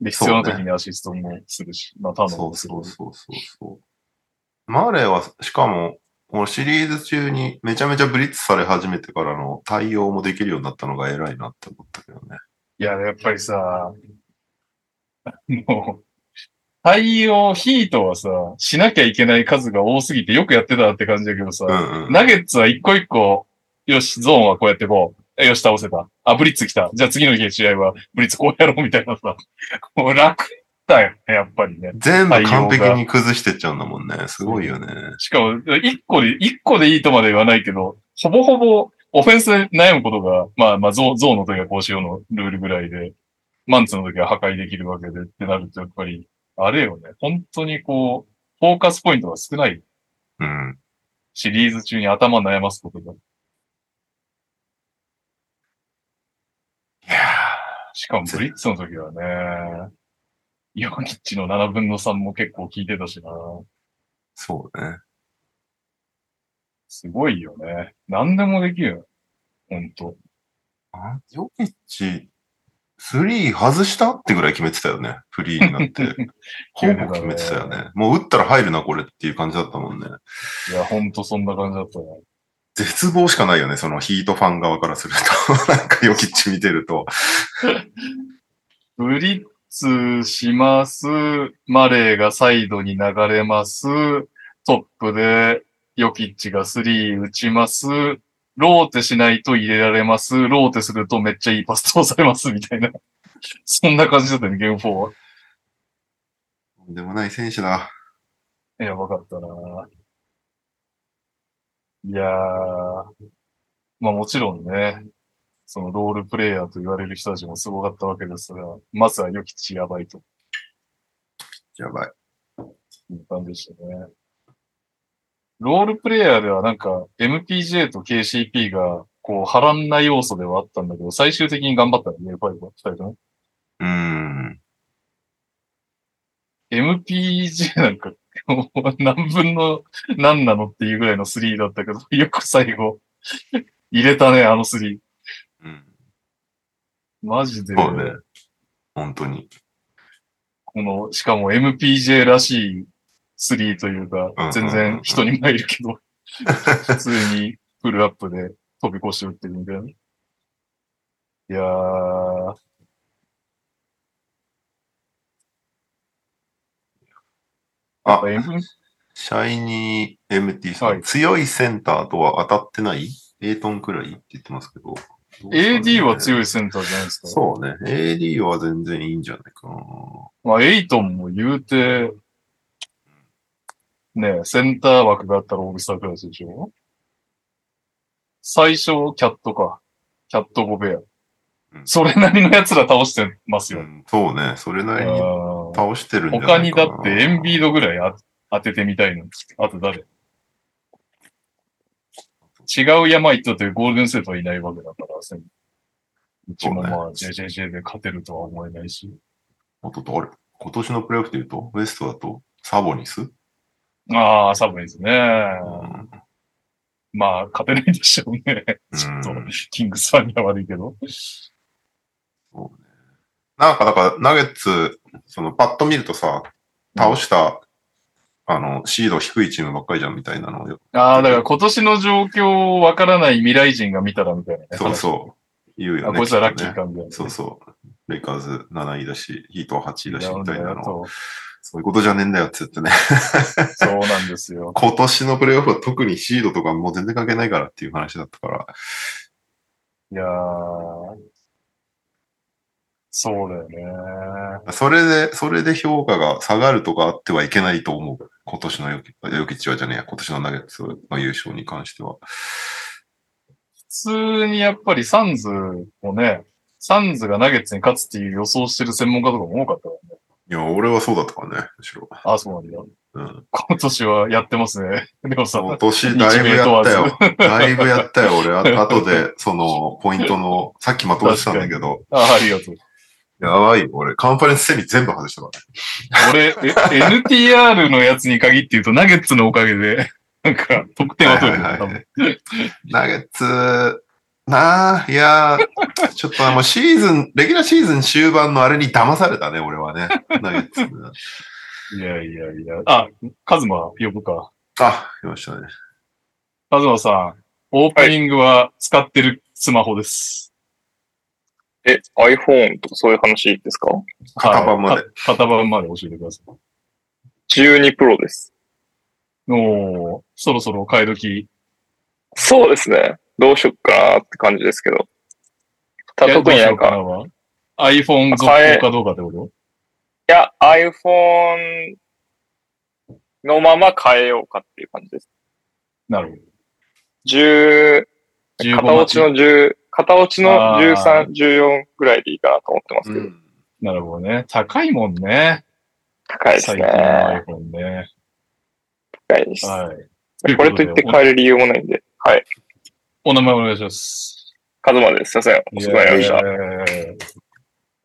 S2: で、必要な時にアシストもするし、まあ、ターン
S1: そ
S2: も
S1: う
S2: す
S1: そ
S2: る
S1: う。そうそうそう。マーレーは、しかも、このシリーズ中にめちゃめちゃブリッツされ始めてからの対応もできるようになったのが偉いなって思ったけどね。
S2: いや、やっぱりさ、もう、対応ヒートはさ、しなきゃいけない数が多すぎてよくやってたって感じだけどさ、
S1: うんうん。
S2: ナゲッツは一個一個、よし、ゾーンはこうやってこう。えよし、倒せた。あ、ブリッツ来た。じゃあ次の日の試合は、ブリッツこうやろうみたいなさ。もう楽だよね、やっぱりね。
S1: 全部完
S2: 対応
S1: 璧
S2: が
S1: に崩してっちゃうんだもんね。すごいよね。
S2: しかも、一個で、一個でいいとまでは言わないけど、ほぼほぼ、オフェンスで悩むことが、まあまあゾーン、ゾーンの時はこうしようのルールぐらいで、マンツーの時は破壊できるわけでってなると、やっぱり、あれよね。本当にこう、フォーカスポイントが少ない
S1: うん。
S2: シリーズ中に頭悩ますことが。
S1: いや
S2: しかもブリッツの時はね、ヨキッチの7分の3も結構効いてたしな。
S1: そうね。
S2: すごいよね。何でもできるよ。ほんと。
S1: あヨキッチ、スリー外したってぐらい決めてたよね。フリーにな って。ほぼ決めてたよね。もう打ったら入るな、これっていう感じだったもんね。
S2: いや、ほんとそんな感じだったね。
S1: 絶望しかないよね、そのヒートファン側からすると。 なんかヨキッチ見てると。
S2: ブリッツします。マレーがサイドに流れます。トップでヨキッチがスリー打ちます。ローテしないと入れられます。ローテするとめっちゃいいパス通されます。みたいな。そんな感じだったね、ゲーム4は。
S1: とんでもない選手だ。
S2: やばかったなぁいやー、まあもちろんね、そのロールプレイヤーと言われる人たちもすごかったわけですが、まずは良きチやばいと
S1: やばい。
S2: いう感じでしたね。ロールプレイヤーではなんか MPJ と KCP がこう波乱な要素ではあったんだけど、最終的に頑張ったね、ファイブは二人とも。
S1: うーん。
S2: MPJ なんか、 もう何分の何なのっていうぐらいの3だったけど、 よく最後、入れたね、あの3。
S1: うん、
S2: マジで、
S1: そうね。本当に。
S2: この、しかも MPJ らしい3というか
S1: うん、
S2: 全然人に参るけ ど、普通にフルアップで飛び越して打ってるみたいな。いやー、
S1: あ、
S2: M-
S1: シャイニー MT さん、
S2: はい
S1: 強いセンターとは当たってないエイトンくらいって言ってますけど。
S2: AD は強
S1: い。
S2: いセンターじゃないですか。
S1: そうね。AD は全然いいんじゃないかな。
S2: まあ、エイトンも言うて、ねえ、センター枠があったらオールスタークラスでしょ最初、キャットか。キャットゴベア。
S1: うん
S2: それなりの奴ら倒してます
S1: う
S2: よ。
S1: ん、そうね。それなりに
S2: あー
S1: 倒してるんじゃないかな
S2: 他。にだってエンビードぐらいあ当ててみたいの。あと誰違う山行ったというゴールデンセットはいないわけだから、せんうちもまあ JJJ で勝てるとは思えないし。
S1: あと誰今年のプレイオフで言うと、ウエストだとサボニス、うん、
S2: ああ、サブですね。
S1: うん
S2: まあ、勝てないでしょうね。ちょっと、キングスファンには悪いけど。
S1: なんか、だから、ナゲッツ、その、パッと見るとさ、倒した、あの、シード低いチームばっかりじゃんみたいなのをよ、
S2: ああ、だから今年の状況をわからない未来人が見たらみたいなね。
S1: そうそう、言う
S2: あ、
S1: よね。
S2: こいつはラッ
S1: きっと
S2: キ
S1: ね
S2: ーかみたいなね。
S1: そうそう。レイカーズ7位だし、ヒートは8位だし、
S2: な
S1: み
S2: ん
S1: た
S2: だ
S1: いな
S2: よ
S1: の。
S2: と。
S1: そういうことじゃねえんだよって言ってね。
S2: そうなんですよ。
S1: 今年のプレイオフは特にシードとかもう全然関係ないからっていう話だったから。
S2: いやー。そうだよね。
S1: それで、それで評価が下がるとかあってはいけないと思う。今年のヨキヨキッチはじゃねえや、今年のナゲッツの優勝に関しては。
S2: 普通にやっぱりサンズをね、サンズがナゲッツに勝つっていう予想してる専門家とかも多かったからね。
S1: いや、俺はそうだったからね、むしろ。
S2: ああ、そうなんだ。
S1: うん。
S2: 今年はやってますね。 でもさ、
S1: 今年だいぶやったよ。だいぶやったよ、俺は。後で、その、ポイントの、さっきまとめてたんだけど、
S2: ああ、ありがとう。
S1: やばいよ、俺。カンファレンスセミ全部外したからね。
S2: 俺、え NTR のやつに限って言うと、ナゲッツのおかげで、なんか、得点は取れて
S1: はい
S2: る。
S1: はいは
S2: 多分
S1: ナゲッツ、なあ、いやー、ちょっとあのシーズン、レギュラーシーズン終盤のあれに騙されたね、俺はね。ナゲッツ
S2: いやいやいや。あ、カズマ呼ぶか。
S1: あ、来ましたね。
S2: カズマさん、オープニングは使ってるスマホです。
S3: え、iPhone とかそういう話ですか
S2: はい
S1: 片番まで
S2: か片番まで教えてください。
S3: ?12 Pro です。
S2: おー、そろそろ買い時。
S3: そうですね。どうしよっかなって感じですけど。た特になんか、
S2: は iPhone 続
S3: 買え
S2: 行かどうかってこと
S3: いや、iPhone のまま変えようかっていう感じです。
S2: なるほど。
S3: 10、
S2: 15
S3: 片落ちの10、片落ちの
S2: あー
S3: 13、14ぐらいでいいかなと思ってます
S1: う
S3: けど。
S1: ん。
S2: なるほどね。高いもんね。
S3: 高いです
S2: 最近の
S3: ね。
S2: iPhone ね。
S3: 高いです。
S2: はい。
S3: これといって
S2: いうこで
S3: 変える理由もないんで。はい。
S2: おお名前お願いします。
S3: カズマです。すいません。遅くなりました。お
S2: いやいやいやいや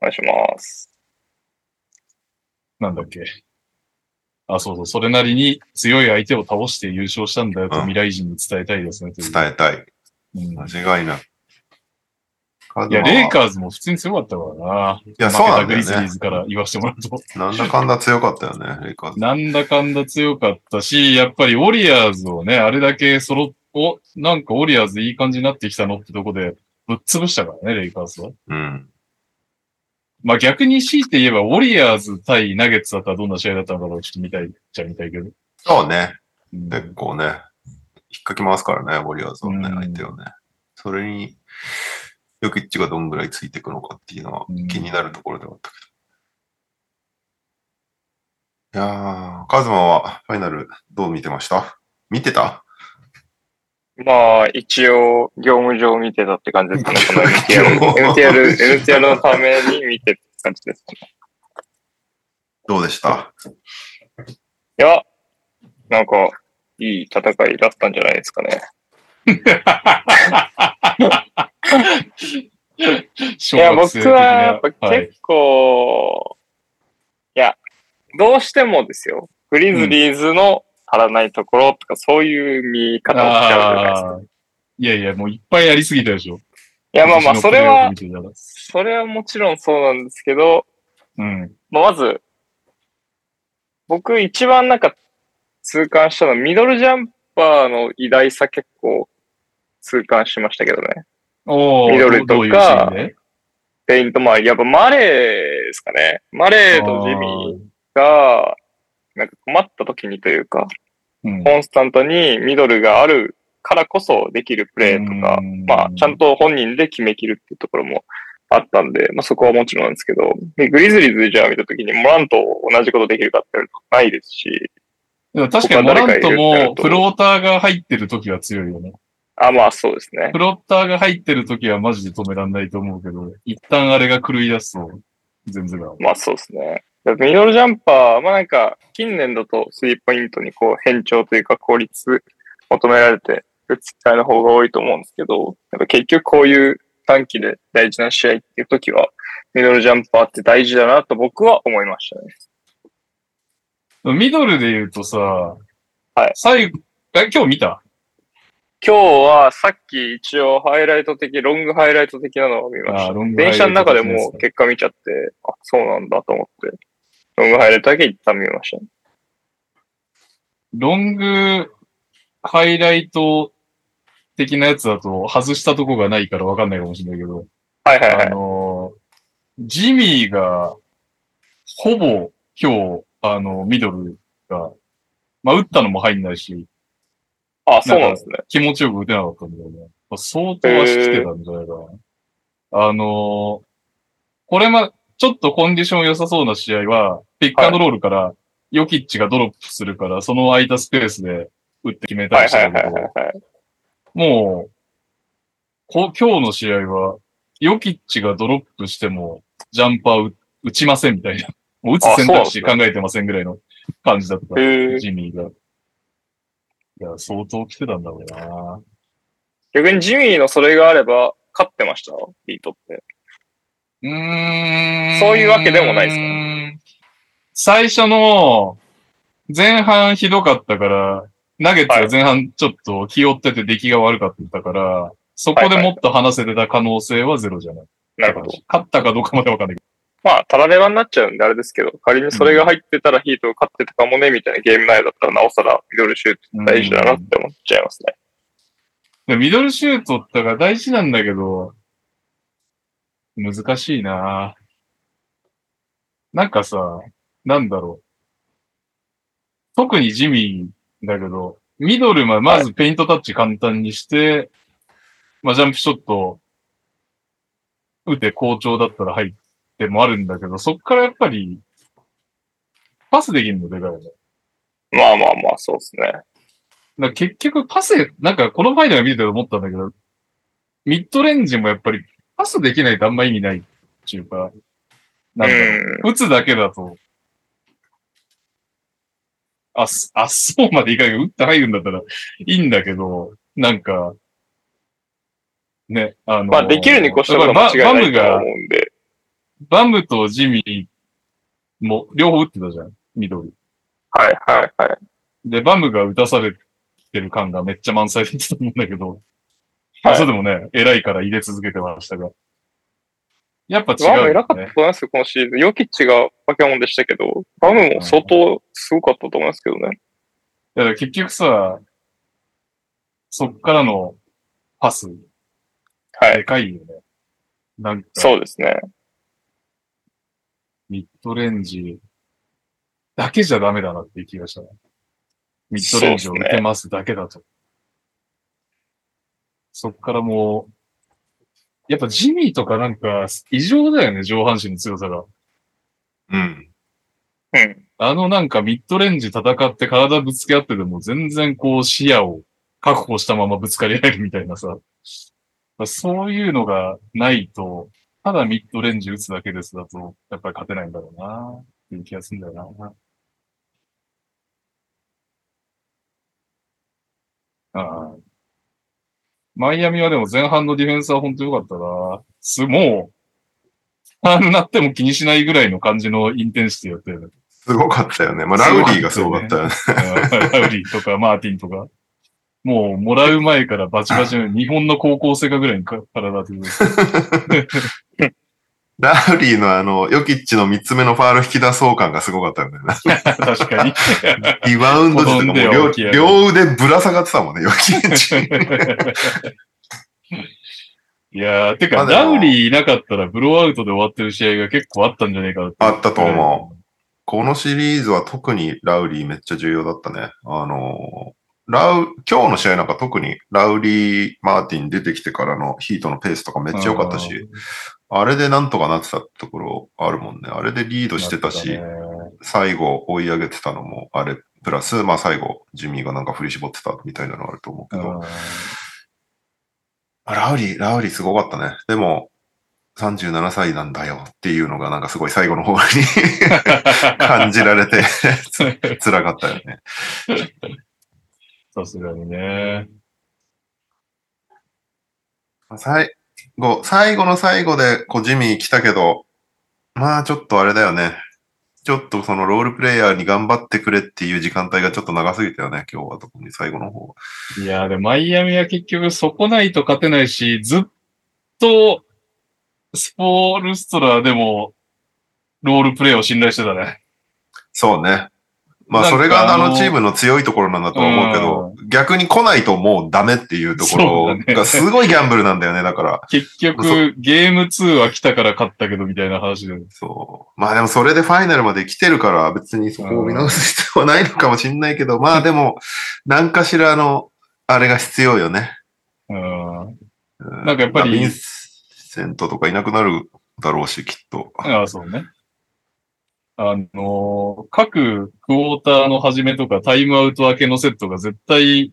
S3: 願いします。
S2: なんだっけ。あ、そうそう。それなりに強い相手を倒して優勝したんだよと
S1: うん
S2: 未来人に伝えたいですね。とい
S1: 伝
S2: う
S1: えたい。
S2: うん
S1: 間違いない。
S2: いや、
S1: カズマは
S2: レイカーズも普通に強かったからな。
S1: いや、そうなん
S2: 負けたグ
S1: だ
S2: リズリ
S1: よ
S2: ー
S1: ね。
S2: ズから言わせてもらうと。
S1: なんだかんだ強かったよね、レイカーズ。
S2: なんだかんだ強かったし、やっぱりウォリアーズをね、あれだけ揃っ、お、なんかウォリアーズいい感じになってきたのってとこでぶっ潰したからね、レイカーズは。
S1: うん。
S2: まあ逆に強いて言えば、ウォリアーズ対ナゲッツだったらどんな試合だったのかちょっと見たいっちゃ見たいけど。
S1: そうね。
S2: うん
S1: 結構ね、引っかき回すからね、ウォリアーズはね、
S2: うん
S1: 相手をね。それに、ヨキッチがどんぐらいついていくのかっていうのは
S2: うん
S1: 気になるところではあったけど。いやー、カズマはファイナルどう見てました見てた
S3: まあ、一応、業務上見てたって感じですかね。
S1: 業
S3: この
S1: 務
S3: NTR、NTR、NTR のために見てって感じです。
S1: どうでした
S3: いや、なんか、いい戦いだったんじゃないですかね。い
S2: 小
S3: や、
S2: 学
S3: 僕
S2: 生的な
S3: はやっぱ
S2: はい
S3: 結構、い、や、どうしてもですよ。グリズリーズの足らないところとか、そういう見方をしちゃうじゃないですか。
S2: あーいやいや、もういっぱいやりすぎたでしょ。い
S3: いや、まあまあ、それは、それはもちろんそうなんですけど、
S2: うん。
S3: まあ、まず、僕一番なんか痛感したのは、ミドルジャンパーの偉大さ結構痛感しましたけどね。
S2: おー
S3: ミドルとか
S2: どういうシーンで
S3: ペイントまあやっぱマレーですかね。マレーとジミーが、なんか困った時にというか、
S2: うん
S3: コンスタントにミドルがあるからこそできるプレーとか、
S2: うん
S3: まあ、ちゃんと本人で決めきるっていうところもあったんで、まあ、そこはもちろんなんですけど、でグリズリーズじゃあ見たときに、モランと同じことできるかって言われるとないですし、
S2: でも確かにモ
S3: 他
S2: ラ
S3: 誰か
S2: ン
S3: いる
S2: トも
S3: ってなると
S2: フローターが入ってる時は強いよね。
S3: あ、まあそうですね
S2: フ。ローターが入ってる時はマジで止めらんないと思うけど、一旦あれが狂い出すと、全然だ。
S3: まあそうですね。だからミドルジャンパー、まあなんか、近年だとスリーポイントにこう変調というか効率求められてる機会の方が多いと思うんですけど、やっぱ結局こういう短期で大事な試合っていう時は、ミドルジャンパーって大事だなと僕は思いましたね。
S2: ミドルで言うとさ、はい最後、え今日見た
S3: 今日はさっき一応ハイライト的、ロングハイライト的なのを見まし
S2: あー
S3: た。
S2: ロングハイライ
S3: 電
S2: ト
S3: 車の中でもう結果見ちゃって、あ、そうなんだと思って、ロングハイライトだけ一旦見ましたね。
S2: ロングハイライト的なやつだと外したとこがないからわかんないかもしれないけど、
S3: はいはいは
S2: あ
S3: い。
S2: のー、ジミーが、ほぼ今日、あの、ミドルが、まあ、打ったのも入んないし、
S3: あ、そうなんですね。
S2: 気持ちよく打てなかったんだよね。まあ相当足きてたんじゃないかな。あのーこれま、ちょっとコンディション良さそうな試合は、ピックアンドロールから、ヨキッチがドロップするから、その空いたスペースで打って決めた
S3: はい
S2: りし
S3: は
S2: た
S3: いは
S2: け
S3: いは
S2: ど、
S3: いはい。
S2: もう、こ今日の試合は、ヨキッチがドロップしても、ジャンパー打打ちませんみたいな。 もう打つ選択肢
S3: あそ
S2: 考えてませんぐらいの感じだった。
S3: へー
S2: ジミーが。いや、相当来てたんだろうな。
S3: 逆にジミーのそれがあれば、勝ってましたビートって。
S2: うーん
S3: そういうわけでもないですか
S2: 最初の、前半ひどかったから、ナゲッツが前半ちょっと気負ってて出来が悪かったから、そこでもっと話せてた可能性はゼロじゃない。
S3: なるほど。
S2: 勝ったかどうかまでわかんないけ
S3: まあ、たらればになっちゃうんであれですけど、仮にそれが入ってたらヒートが勝ってたかもね、みたいなゲーム内だったら、なおさらミドルシュート
S2: ど。
S3: 大事だなって思っちゃいますね。
S2: うんミドルシュートってだから大事なんだけど、難しいななんかさ、なんだろう。特にジミーだけど、ミドルま、まずペイントタッチ簡単にして、まあ、ジャンプショット、打て好調だったら入ってもあるんだけど、そっからやっぱり、パスできるのでかいよね。
S3: まあまあまあ、そうですね。
S2: だから結局パス、なんかこのファイナル見てて思ったんだけど、ミッドレンジもやっぱりパスできないとあんま意味ないっていうか、なんだろ
S3: うん。
S2: う、打つだけだと、あ、すあ、そうまでいかないけど、打って入るんだったらいいんだけど、なんか、ね、あの、
S3: まあ、できるに越したことは間違いないと思うんで、
S2: バムとジミーも両方打ってたじゃん、緑。
S3: はいはいはい。
S2: で、バムが打たされてる感がめっちゃ満載でたと思うんだけど、
S3: はい
S2: それでもね、偉いから入れ続けてましたが。やっぱ違う
S3: バ
S2: よ
S3: ム
S2: ね、
S3: 偉かったと思いますよ、このシリーズ。ヨキッチがバケモンでしたけど、バムも相当すごかったと思いますけどね。
S2: いやだから結局さ、そっからのパス、
S3: は
S2: で
S3: い。
S2: かいよね。なんか、
S3: そうですね。
S2: ミッドレンジだけじゃダメだなっていう気がしたね。ミッドレンジを打てますだけだと。そっからもう、やっぱジミーとかなんか異常だよね、上半身の強さが。
S1: うん。
S3: うん。
S2: あのなんかミッドレンジ戦って体ぶつけ合ってでも全然こう視野を確保したままぶつかり合えるみたいなさ。まあそういうのがないと、ただミッドレンジ打つだけですだと、やっぱり勝てないんだろうなっていう気がするんだよな。ああマイアミはでも前半のディフェンスは本当良かったな。す、もう、あんなっても気にしないぐらいの感じのインテンシティやったよね。
S1: すごかったよね。まあ、ラウリーがすごかったよね。
S2: ラウリーとかマーティンとか、もうもらう前からバチバチの日本の高校生かぐらいに体当ててる。
S1: ラウリーのあの、ヨキッチの3つ目のファール引き出そう感がすごか ったよね。
S2: 確かに。
S1: リバウンド時とかも
S2: 転んで
S1: 両
S2: 起き上がる
S1: 両腕ぶら下がってたもんね、ヨキッチ。
S2: いやー、て
S1: まあ
S2: か、
S1: でも
S2: ラウリーいなかったらブローアウトで終わってる試合が結構あったんじゃないかなって
S1: あったと思このシリーズは特にラウリーめっちゃ重要だったね。あのー、ラウ、今日の試合なんか特にラウリー・マーティン出てきてからのヒートのペースとかめっちゃ良かったし、あれでなんとかなってたところあるもんね。あれでリードしてたし、
S2: なってたね
S1: 最後追い上げてたのもあれ、プラス、まあ最後、ジミーがなんか振り絞ってたみたいなのあると思うけど、
S2: うん
S1: ラウリー、ラウリーすごかったね。でも、37歳なんだよっていうのがなんかすごい最後の方に 感じられて 辛かったよね。
S2: さすがにね。
S1: 最後、最後の最後でこうジミー来たけど、まあちょっとあれだよね。ちょっとそのロールプレイヤーに頑張ってくれっていう時間帯がちょっと長すぎたよね、今日は特に最後の方。
S2: いやー、でもマイアミは結局そこないと勝てないし、ずっと、スポールストラでも、ロールプレイを信頼してたね。
S1: そうね。まあ
S2: なんか
S1: それがあ
S2: あ
S1: の
S2: の
S1: チームの強いところなんだとは思うけど、逆に来ないともうダメっていうとこ
S2: そうだ
S1: ろ
S2: ね
S1: がすごいギャンブルなんだよね、だから。
S2: 結局、ゲーム2は来たから勝ったけど、みたいな話で。
S1: そう。まあでもそれでファイナルまで来てるから別にそこを見直す必要はないのかもしんないけど、まあでも、何かしらの、あれが必要よね。
S2: うん。
S1: うん
S2: なんかやっぱり
S1: まあビンセントとかいなくなるだろうし、きっと。
S2: ああ、そうね。あのー各クォーターの始めとかタイムアウト明けのセットが絶対、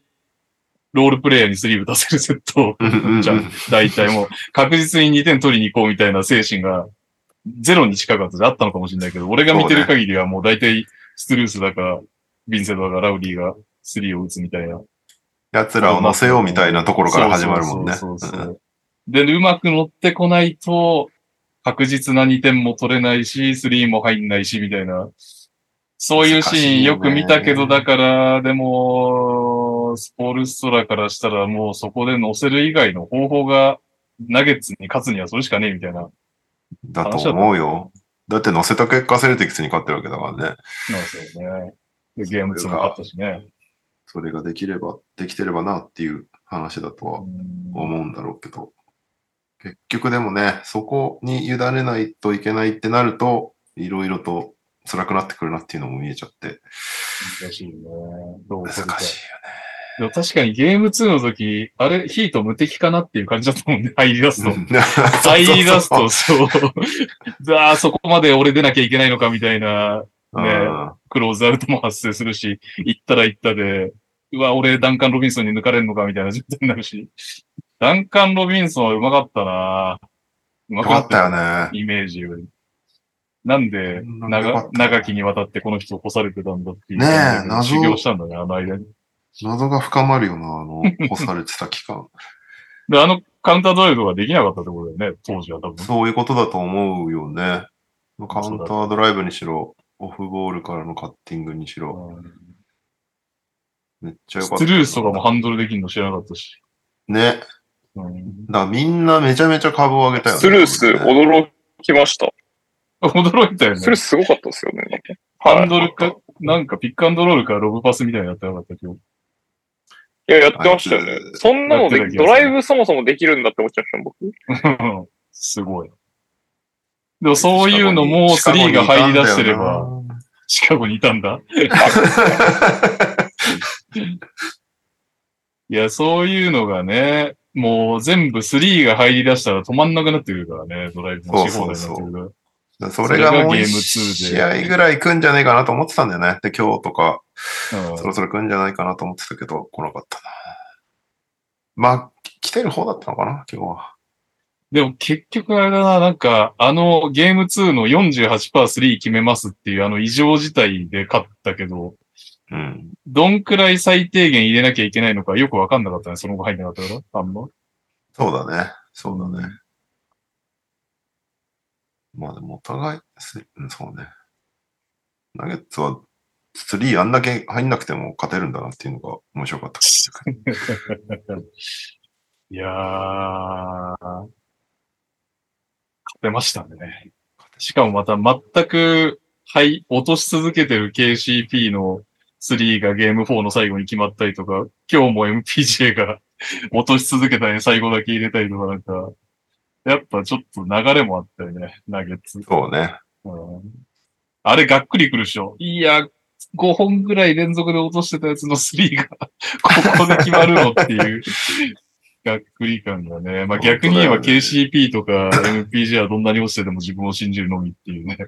S2: ロールプレイヤーにスリーブ出せるセット
S1: うんうんうん
S2: じゃん。大体もう、確実に2点取りに行こうみたいな精神が、ゼロに近かったじゃあったのかもしれないけど、俺が見てる限りはもう大体、ストゥルースだか、ヴィンセントだか、ラウリーがスリーを打つみたいな。
S1: 奴らを乗せようみたいなところから始まるもんね。
S2: そうそうそう
S1: う
S2: そ
S1: ん
S2: うで、うまく乗ってこないと、確実な2点も取れないし、3も入んないし、みたいな。そういうシーンよく見た
S1: 難
S2: けど、
S1: しいよね
S2: だから、でも、の、スポールストラからしたらもうそこで乗せる以外の方法が、ナゲッツに勝つにはそれしかねえみたいな。なん
S1: だと思うよ。だって乗せた結果、セルティックスに勝ってるわけだからね。
S2: ですよね。でゲーム2も勝ったしね。
S1: それができれば、できてればなっていう話だとは思うんだろうけど。結局でもね、そこに委ねないといけないってなると、いろいろと辛くなってくるなっていうのも見えちゃって、
S2: 難しいね。どう
S1: 難しい
S2: す
S1: よ
S2: る
S1: ね
S2: か。でも確かにゲーム2の時、あれ、ヒート無敵かなっていう感じだったもんね、入り出すと。入り出すと、そう。ああ、そこまで俺出なきゃいけないのかみたいな、
S1: うん
S2: ねクローズアウトも発生するし、行ったら行ったで、うわ、俺、ダンカン・ロビンソンに抜かれるのかみたいな状態になるし。ダンカン・ロビンソンはうまかったなうま
S1: よかったよね。
S2: ね。イメージより。なんで、
S1: うんよか
S2: 長
S1: っ、た
S2: 長きにわたってこの人を干されてたんだっていう。
S1: ねえ謎
S2: 修行したんだね、あの間に。
S1: 謎が深まるよな、あ の、干されてた期間。
S2: で、あのカウンタードライブができなかったってことだよね、当時は多分。
S1: そういうことだと思うよね。カウンタードライブにしろ、オフボールからのカッティングにしろ、めっちゃよかった。
S2: スルースとかもハンドルできるの知らなかったし。
S1: ね。
S2: うん
S1: だからみんなめちゃめちゃ株を上げたよね。
S3: スルース、
S1: ね
S3: 驚きました。
S2: 驚いたよね
S3: ス。ルースすごかったですよね。
S2: ハンドル
S3: はい
S2: か、なんかピックアンドロールかロブパスみたいなのやってなかったけど。
S3: いや、やってましたよね
S1: あい。つ
S3: そんなの
S2: や
S3: で
S2: って、た気が
S3: ド
S2: する
S3: ライブそもそもできるんだって思っちゃいました、僕。
S2: すごい。でもそういうのも
S1: シカゴに
S2: 3が入り出してれば、。シカゴにいたんだ。いや、そういうのがね、もう全部3が入り出したら止まんなくなってくるからね、ドライブのし放題になってくる
S1: シカゴにいた
S2: から。
S1: んだよ なそれがも
S2: それが
S1: う
S2: ゲーム
S1: 一
S2: 2で
S1: 試合ぐらい来んじゃねえかなと思ってたんだよね。で、今日とか、
S2: うん
S1: そろそろ来んじゃないかなと思ってたけど、来なかったな。まあ、来てる方だったのかな、今日は。
S2: でも結局あれだな、なんか、あのゲーム2の 48%3 決めますっていうあの異常事態で勝ったけど、
S1: うん。
S2: どんくらい最低限入れなきゃいけないのかよくわかんなかったね。その後入んなかったから、あんま。
S1: そうだね。そうだね。まあでもお互い、すうんそうね。ナゲッツは3あんだけ入んなくても勝てるんだなっていうのが面白かった。
S2: いやー、勝てましたね。しかもまた全く、はい、落とし続けてる KCP の3がゲーム4の最後に決まったりとか、今日も MPJ が 落とし続けたね、最後だけ入れたりとかなんか、やっぱちょっと流れもあったよね、ナゲッツ。
S1: そうね。
S2: うんあれがっくりくるでしょ。いや、5本ぐらい連続で落としてたやつの3が、 ここで決まるのっていう、 がっくり感がね。ま
S1: 本
S2: あ
S1: 当だよね
S2: 逆に言えば KCP とか MPG はどんなに落ちてても自分を信じるのみっていうね。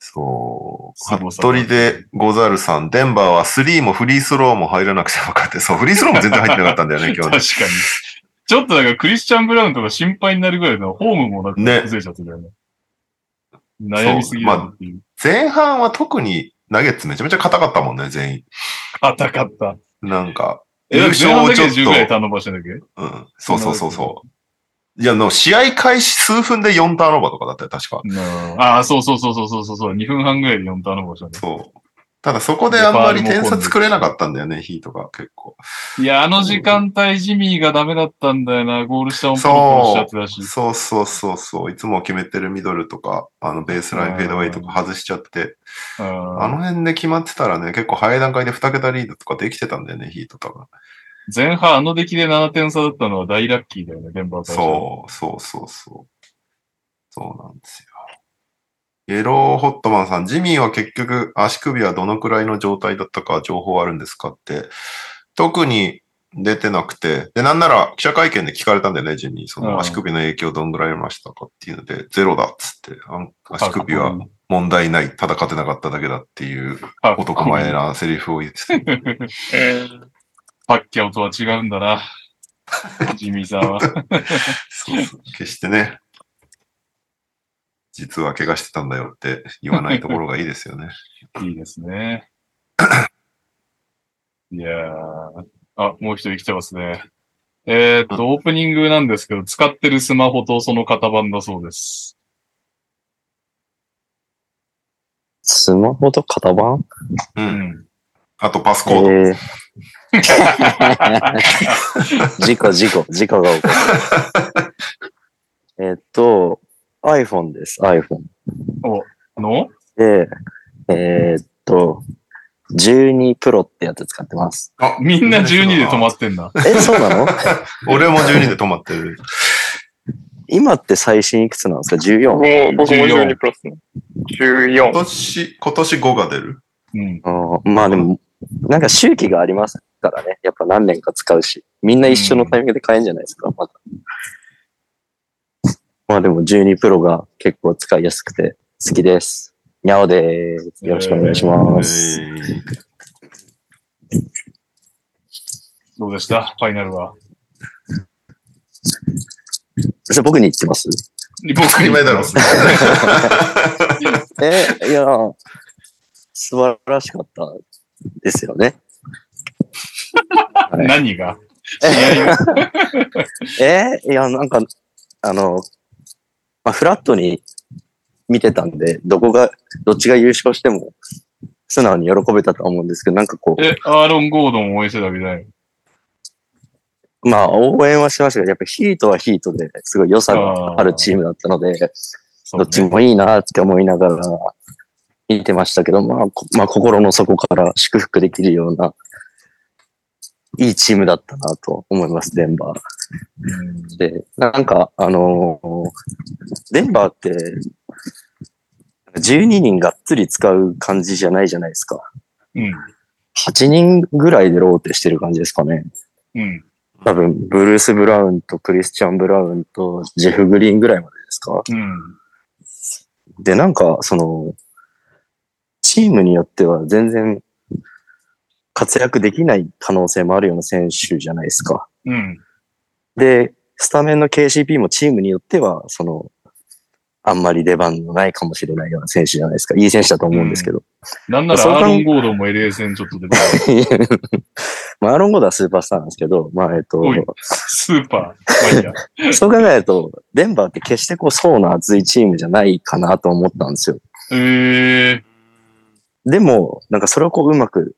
S1: そう。
S2: すごさ
S1: 服部でござるさん、デンバーは3もフリースローも入らなくちゃ分かって、そう、フリースローも全然入ってなかったんだよ ね、今
S2: 確かに
S1: 日。。
S2: ちょっとなんかクリスチャン・ブラウンとか心配になるぐらいのホームもなんか
S1: ね
S2: 崩れちゃってたよね。悩みすぎるなっていう。
S1: 前半は特にナゲッツめちゃめちゃ硬かったもんね、全員。
S2: 硬かった。
S1: なんか、
S2: え、
S1: 優
S2: だって前
S1: 勝
S2: 半
S1: を
S2: だ
S1: ち
S2: け
S1: ょっ
S2: で10ぐらいタ
S1: と、
S2: ーンオーバーしてんだっけ
S1: うん、そうそうそうそう。いや、の、試合開始数分で4ターンオーバーとかだったよ、確か。
S2: ああ、そうそうそうそうそうそうそう、2分半ぐらいで4ターンオーバーしたね。
S1: そう。ただそこであんまり点差作れなかったんだよね、ヒートが結構。
S2: いや、あの時間帯、ジミーがダメだったんだよな。ゴール下をポロポロしちゃってたし。
S1: そうそうそうそう。いつも決めてるミドルとか、あのベースラインフェードウェイとか外しちゃって、
S2: うん
S1: あの辺で決まってたらね、結構早い段階で2桁リードとかできてたんだよね、ヒート多分。
S2: 前半あの出来で7点差だったのは大ラッキーだよね、デンバーからしたら。
S1: そう、そうそうそう。そうなんですよ。イエローホットマンさん、ジミーは結局足首はどのくらいの状態だったか情報あるんですかって、特に出てなくて、で、なんなら記者会見で聞かれたんだよね、ジミー。そ
S2: うん
S1: の足首の影響どんぐらいありましたかっていうので、ゼロだっつって、あん足首
S2: う
S1: は
S2: ん
S1: 問題ない、ただ勝てなかっただけだっていう
S2: あ
S1: 男前なセリフを言ってて、
S2: パッキャオとは違うんだ な。ジミーさんは。
S1: そう そう決してね、実は怪我してたんだよって言わないところがいいですよ ね。
S2: いいですね。いやー。あ、もう一人来てますね。えーっと、オープニングなんですけど、使ってるスマホとその型番だそうです。
S4: スマホと型番
S1: う。
S2: うんん。
S1: あとパス
S4: え
S1: コード。
S4: ー 事故、事故、事故が起こる。えっと、iPhone です、iPhone。
S2: の
S4: で、えーっと、12 Pro ってやつ使ってます。
S1: あ
S2: みんな12で止まってんだ。
S4: え、そうなの
S1: 俺も12で止まってる。
S4: 今って最新いくつなんですか ?14?
S3: もう僕も
S2: 14
S3: 12プラスね。14
S1: 今。年、今年5が出る。
S2: うん。
S4: あーまあでも、なんか周期がありますからね。やっぱ何年か使うし。みんな一緒のタイミングで買えんじゃないですか、まだ。まあでも12プロが結構使いやすくて好きです。にゃおでーす。よろしくお願いします。
S1: えー
S2: どうでしたファイナルは。
S4: それ僕に言ってます
S2: 僕
S1: 当たり前だろ。
S4: え、いや、素晴らしかったですよね。
S2: 何が
S4: えーいや、なんか、あの、まあ、フラットに見てたんで、どこが、どっちが優勝しても、素直に喜べたとは思うんですけど、なんかこ
S2: え、アーロン・ゴードンを応援してたみたい。
S4: う、まあ、応援はしましたけど、やっぱヒートはヒートですごい良さがあるチームだったので、
S2: そ
S4: ど
S2: う
S4: っちもいいなって思いながら見てましたけど、まあ、こまあ、心の底から祝福できるような、いいチームだったなと思います、デンバー。
S2: うん
S4: で、なんか、あのーデンバーって、12人がっつり使う感じじゃないじゃないですか。
S2: うん。
S4: 8人ぐらいでローテしてる感じですかね。
S2: うん。
S4: 多分、ブルース・ブラウンとクリスチャン・ブラウンとジェフ・グリーンぐらいまでですか。
S2: うん。
S4: で、なんか、その、チームによっては全然活躍できない可能性もあるような選手じゃないですか。
S2: うん。
S4: で、スタメンの KCP もチームによっては、その、あんまり出番のないかもしれないような選手じゃないですか。いい選手だと思うんですけど。
S2: なんなら
S4: そう考え
S2: アーロン・ゴードンも LA 戦ちょっと出て る
S4: まあ、アーロン・ゴードはスーパースターなんですけど、まあ、えっと、
S2: おいスーパー。まあいいや
S4: そう考えると、デンバーって決してこう、層の厚いチームじゃないかなと思ったんですよ。
S2: え
S4: でも、なんかそれをこう、うまく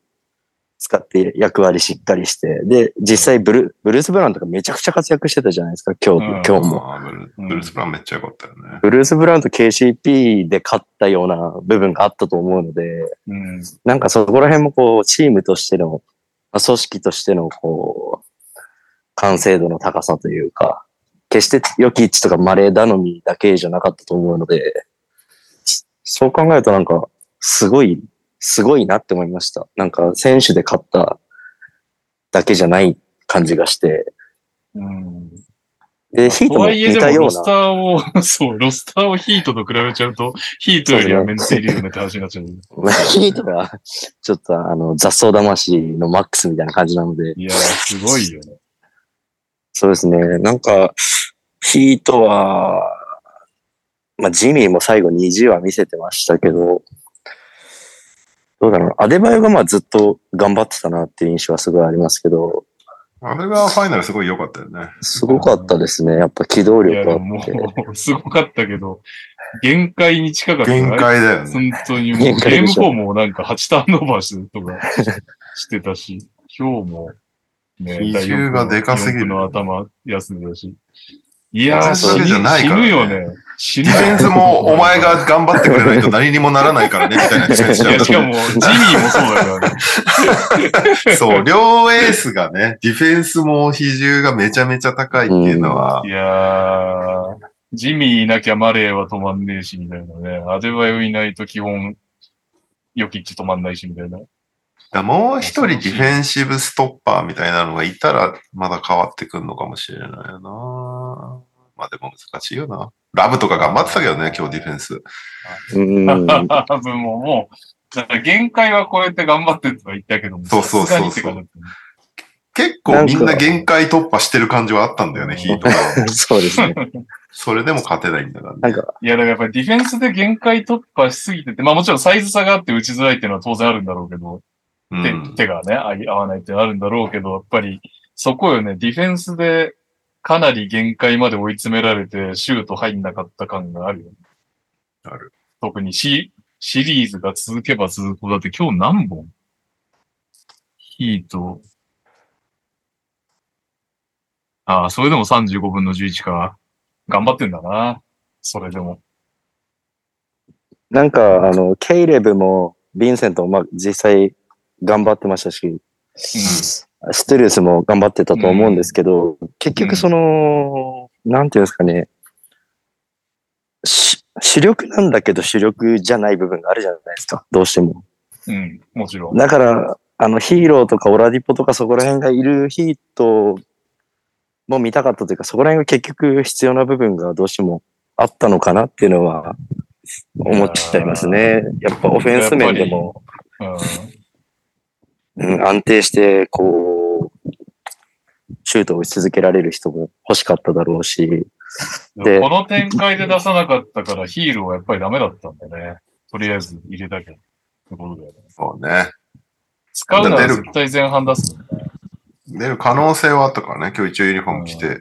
S4: 使って役割しっかりして、で、実際ブル、ブルース・ブラウンとかめちゃくちゃ活躍してたじゃないですか、今日、
S2: うん
S4: 今日も。
S1: あーブルブルース・プランめっちゃ良かったよね。
S4: ブルース・ブラウンと KCP で勝ったような部分があったと思うので、
S2: ー。うん。
S4: なんかそこら辺もこう、チームとしての、まあ組織としてのこう、完成度の高さというか、決して良き位置とかマレー頼みだけじゃなかったと思うので、そう考えるとなんか、すごい、すごいなって思いました。なんか選手で勝っただけじゃない感じがして、
S2: うん
S4: で、ヒー
S2: と
S4: トも
S2: はいえ、
S4: 似
S2: で
S4: た
S2: も
S4: よ
S2: ロ
S4: う
S2: ス
S4: な
S2: タ。ーを、 そう、ロスターをヒートと比べちゃうと、ヒートよりはメンツいるよねって話になっちゃう。
S4: ヒートが、ちょっとあの、雑草魂のマックスみたいな感じなので、
S2: いやー、すごいよね。
S4: そうですね。なんか、ヒートは、まあ、ジミーも最後20は見せてましたけど、どうだろう。アデバイオがまあずっと頑張ってたなっていう印象はすごいありますけど、
S1: あれがファイナルすごい良かったよね。
S4: すごかったですね。やっぱ機動
S2: いや、
S4: 力
S2: で
S4: は
S2: ももう、すごかったけど、限界に近かった。
S1: 限界だよね。
S2: 本当にもう、ゲ
S4: 限界
S2: ーム
S4: でしょ
S2: 4もなんか8ターンオーバーしてると かしてたし、今日も、ね
S1: 比重がでかすぎる
S2: 第四区の頭休んでたし。いやー、
S1: 私
S2: 死
S1: だけじゃないから
S2: ぬ
S1: ね
S2: よね。死ぬ
S1: ディ
S2: よ
S1: フ
S2: ね
S1: ェンスもお前が頑張ってくれないと何にもならないからね、みたい なディフェンス
S2: い
S1: だ
S2: や、
S1: っ
S2: しかも、ジミーもそうだからね。、
S1: た。そう、両エースがね、ディフェンスも比重がめちゃめちゃ高いっていうのはい
S2: やー、ジミーいなきゃマレーは止まんねえし、みたいなね。アデバイオいないと基本、ヨキッチ止まんないし、みたいな。
S1: だもう一人ディフェンシブストッパーみたいなのがいたら、まだ変わってくるのかもしれないよな。まあでも難しいよな。ラブとか頑張ってたけどね、今日ディフェンス。
S4: うん。
S2: 多分もう、もう、だから限界は超えて頑張ってとは言ったけども、
S1: そうそうそうそう
S2: さすがにって感じだったね
S1: 結構みんな限界突破してる感じはあったんだよね、ヒートが。
S4: そうですね。
S1: それでも勝てないんだからね。
S4: なんか、
S2: いや、だからやっぱりディフェンスで限界突破しすぎてて、まあもちろんサイズ差があって打ちづらいっていうのは当然あるんだろうけど、
S1: うん
S2: 手手がね、合い合わないってあるんだろうけど、やっぱりそこよね、ディフェンスでかなり限界まで追い詰められてシュート入んなかった感があるよね。
S1: ある。
S2: 特にシシリーズが続けば続くほどだって今日何本ヒート、ああ、それでも35分の11か。頑張ってんだな。それでも。
S4: なんか、あの、ケイレブも、ヴィンセントも、まあ、実際頑張ってましたし、ストゥルースも頑張ってたと思うんですけど、結局その、なんていうんですかね、し主力なんだけど主力じゃない部分があるじゃないですか、どうしても。
S2: うん、もちろん。
S4: だから、あの、ヒーローとかオラディポとかそこら辺がいるヒートも見たかったというか、そこら辺が結局必要な部分がどうしてもあったのかなっていうのは思っちゃいますね。やっぱオフェンス面でも。
S2: うん、
S4: うん、安定して、こう、シュートを打ち続けられる人も欲しかっただろうし、で
S2: この展開で出さなかったからヒールはやっぱりダメだったんだね。とりあえず入れたけど。ってことだよね。
S1: そうね。
S2: 使うなら絶対前半出すもんね。
S1: 出る可能性はあったからね。今日一応ユニフォーム着て、
S2: ね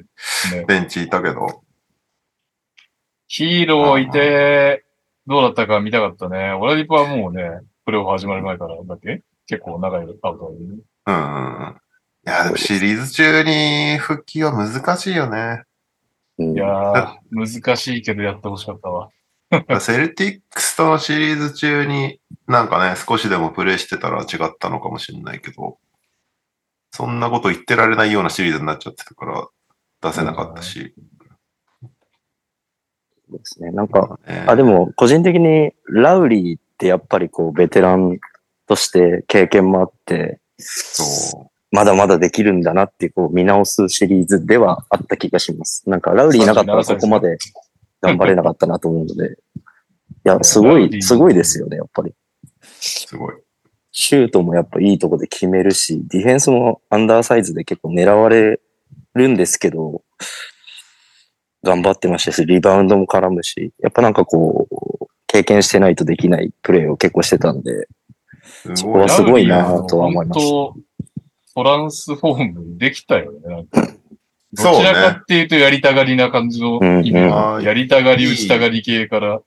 S1: ベンチいたけど。
S2: ヒーローいて、どうだったか見たかったね。オラディプはもうね、プレーオフ始まる前からだっけ結構長いアウトだよね
S1: うんうんうん。いや、でもシリーズ中に復帰は難しいよね。
S4: うん
S2: いやー、難しいけどやってほしかったわ。
S1: セルティックスとのシリーズ中になんかね、少しでもプレイしてたら違ったのかもしれないけど、そんなこと言ってられないようなシリーズになっちゃってたから出せなかったし。
S4: そうですね。なんか、
S1: ね
S4: あ、でも、個人的に、ラウリーってやっぱりこう、ベテランとして経験もあって、
S1: そ
S4: まだまだできるんだなって、こう、見直すシリーズではあった気がします。なんか、ラウリーなかったら
S2: 37歳
S4: ここまで頑張れなかったなと思うので、いや、すご
S2: ラウリ
S4: い、
S2: ー
S4: すごいですよね、やっぱり。
S1: う、すごい。
S4: シュートもやっぱいいとこで決めるし、ディフェンスもアンダーサイズで結構狙われるんですけど、頑張ってましたし、リバウンドも絡むし、やっぱなんかこう、経験してないとできないプレーを結構してたんで、
S1: す
S4: う
S1: ごい
S4: わ
S1: な。
S4: そすごいなとは思いました
S2: 本当トランスフォームできたよね。なんか
S1: そう
S2: どちらか
S1: ね。
S2: っていうとやりたがりな感じのイメージ
S1: うんうん
S2: やりたがり、打ちたがり系から、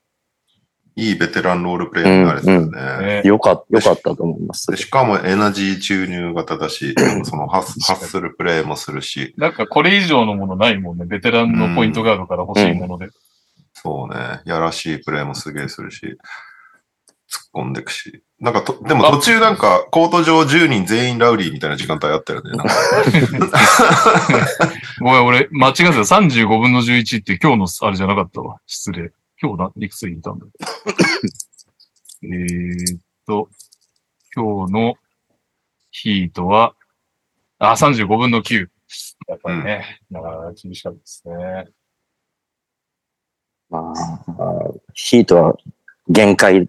S1: いいベテランロールプレイヤーになれてたよね。
S2: ね。
S4: よかった、よかったと思います
S1: で。しかもエナジー注入型だし、なんかその発発するプレイもするし、
S2: なんかこれ以上のものないもんね。ベテランのポイントガードから欲しいもので。
S1: そうね、やらしいプレイもすげえするし、突っ込んでくし。なんかと、でも
S2: あ
S1: 途中なんか、コート上10人全員ラウリーみたいな時間帯あったよね。なんか
S2: ごめん、俺、間違ってた。35分の11って今日のあれじゃなかったわ。失礼。今日何、いくついたんだえーっと、今日のヒートは、あ、35分の9。やっぱりね、あー厳しかったですね。
S4: まあ、ヒートは限界、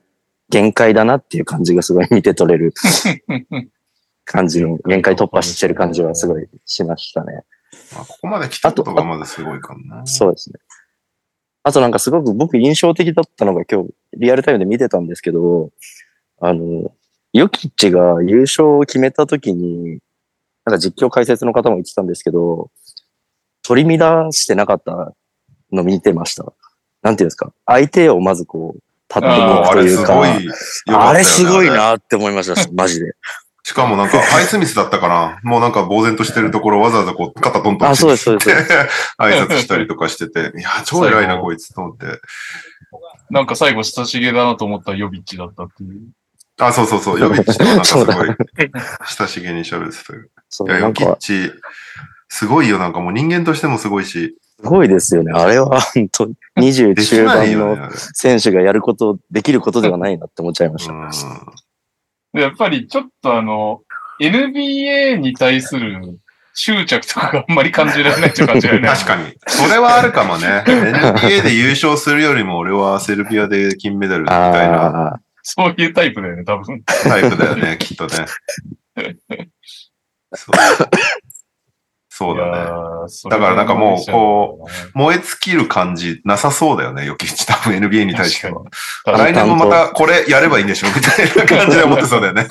S4: 限界だなっていう感じがすごい見て取れる感じの、限界突破してる感じはすごいしましたね。
S1: まあここまで来たことがまずすごいかな。
S4: そうですね。あとなんかすごく僕印象的だったのが今日リアルタイムで見てたんですけど、あの、ヨキッチが優勝を決めた時に、なんか実況解説の方も言ってたんですけど、取り乱してなかったの見てました。なんていうんですか。相手をまずこう、立って
S1: もう
S4: いく
S1: あ
S4: と
S1: れ
S4: い
S1: す
S4: う
S1: ごい
S4: か、あ
S1: 良かっ
S4: れ
S1: たよね
S4: すごい。なって思いました、マジで。
S1: しかもなんか、ハイスミスだったかな。もうなんか、呆然としてるところわざわざこう、肩トントン
S4: あ、そう
S1: して
S4: です、そうです。
S1: 挨拶したりとかしてて、いや、超偉いな、こいつと思って。
S2: なんか最後、親しげだなと思ったらヨビッチだったっていう。
S1: あ、そうそうそう、ヨビッ チとなんかすごい、親しげに喋ってたよ。
S4: そう
S1: いや、
S4: な
S1: ヨ
S4: ん
S1: キッ
S4: か、
S1: チ、すごいよ、なんかもう人間としてもすごいし。
S4: すごいですよね。あれは本当に、20
S1: でき
S4: 中
S1: ない
S4: 盤
S1: よ
S4: の
S1: ね、あれ。
S4: 選手がやること、できることではないなって思っちゃいました。
S1: う
S2: でやっぱりちょっとあの、NBA に対する執着とかがあんまり感じられないっていう感じだよ
S1: ん
S2: ね。
S1: 確かに。それはあるかもね。NBA で優勝するよりも、俺はセルビアで金メダルみたいな
S4: ああ、
S2: そういうタイプだよね、多分。
S1: タイプだよ ね、きっとね。そうそう
S2: いや
S1: だね。
S2: ーそれ
S1: だか
S2: は
S1: らなんかもうこ
S2: う、
S1: 燃え尽きる感じなさそうだよね、ヨキッチ。多分 NBA に対しては。
S2: 確か
S1: 来
S2: に。
S1: 年もまたこれやればいいんでしょみたいな感じで思ってそうだよね。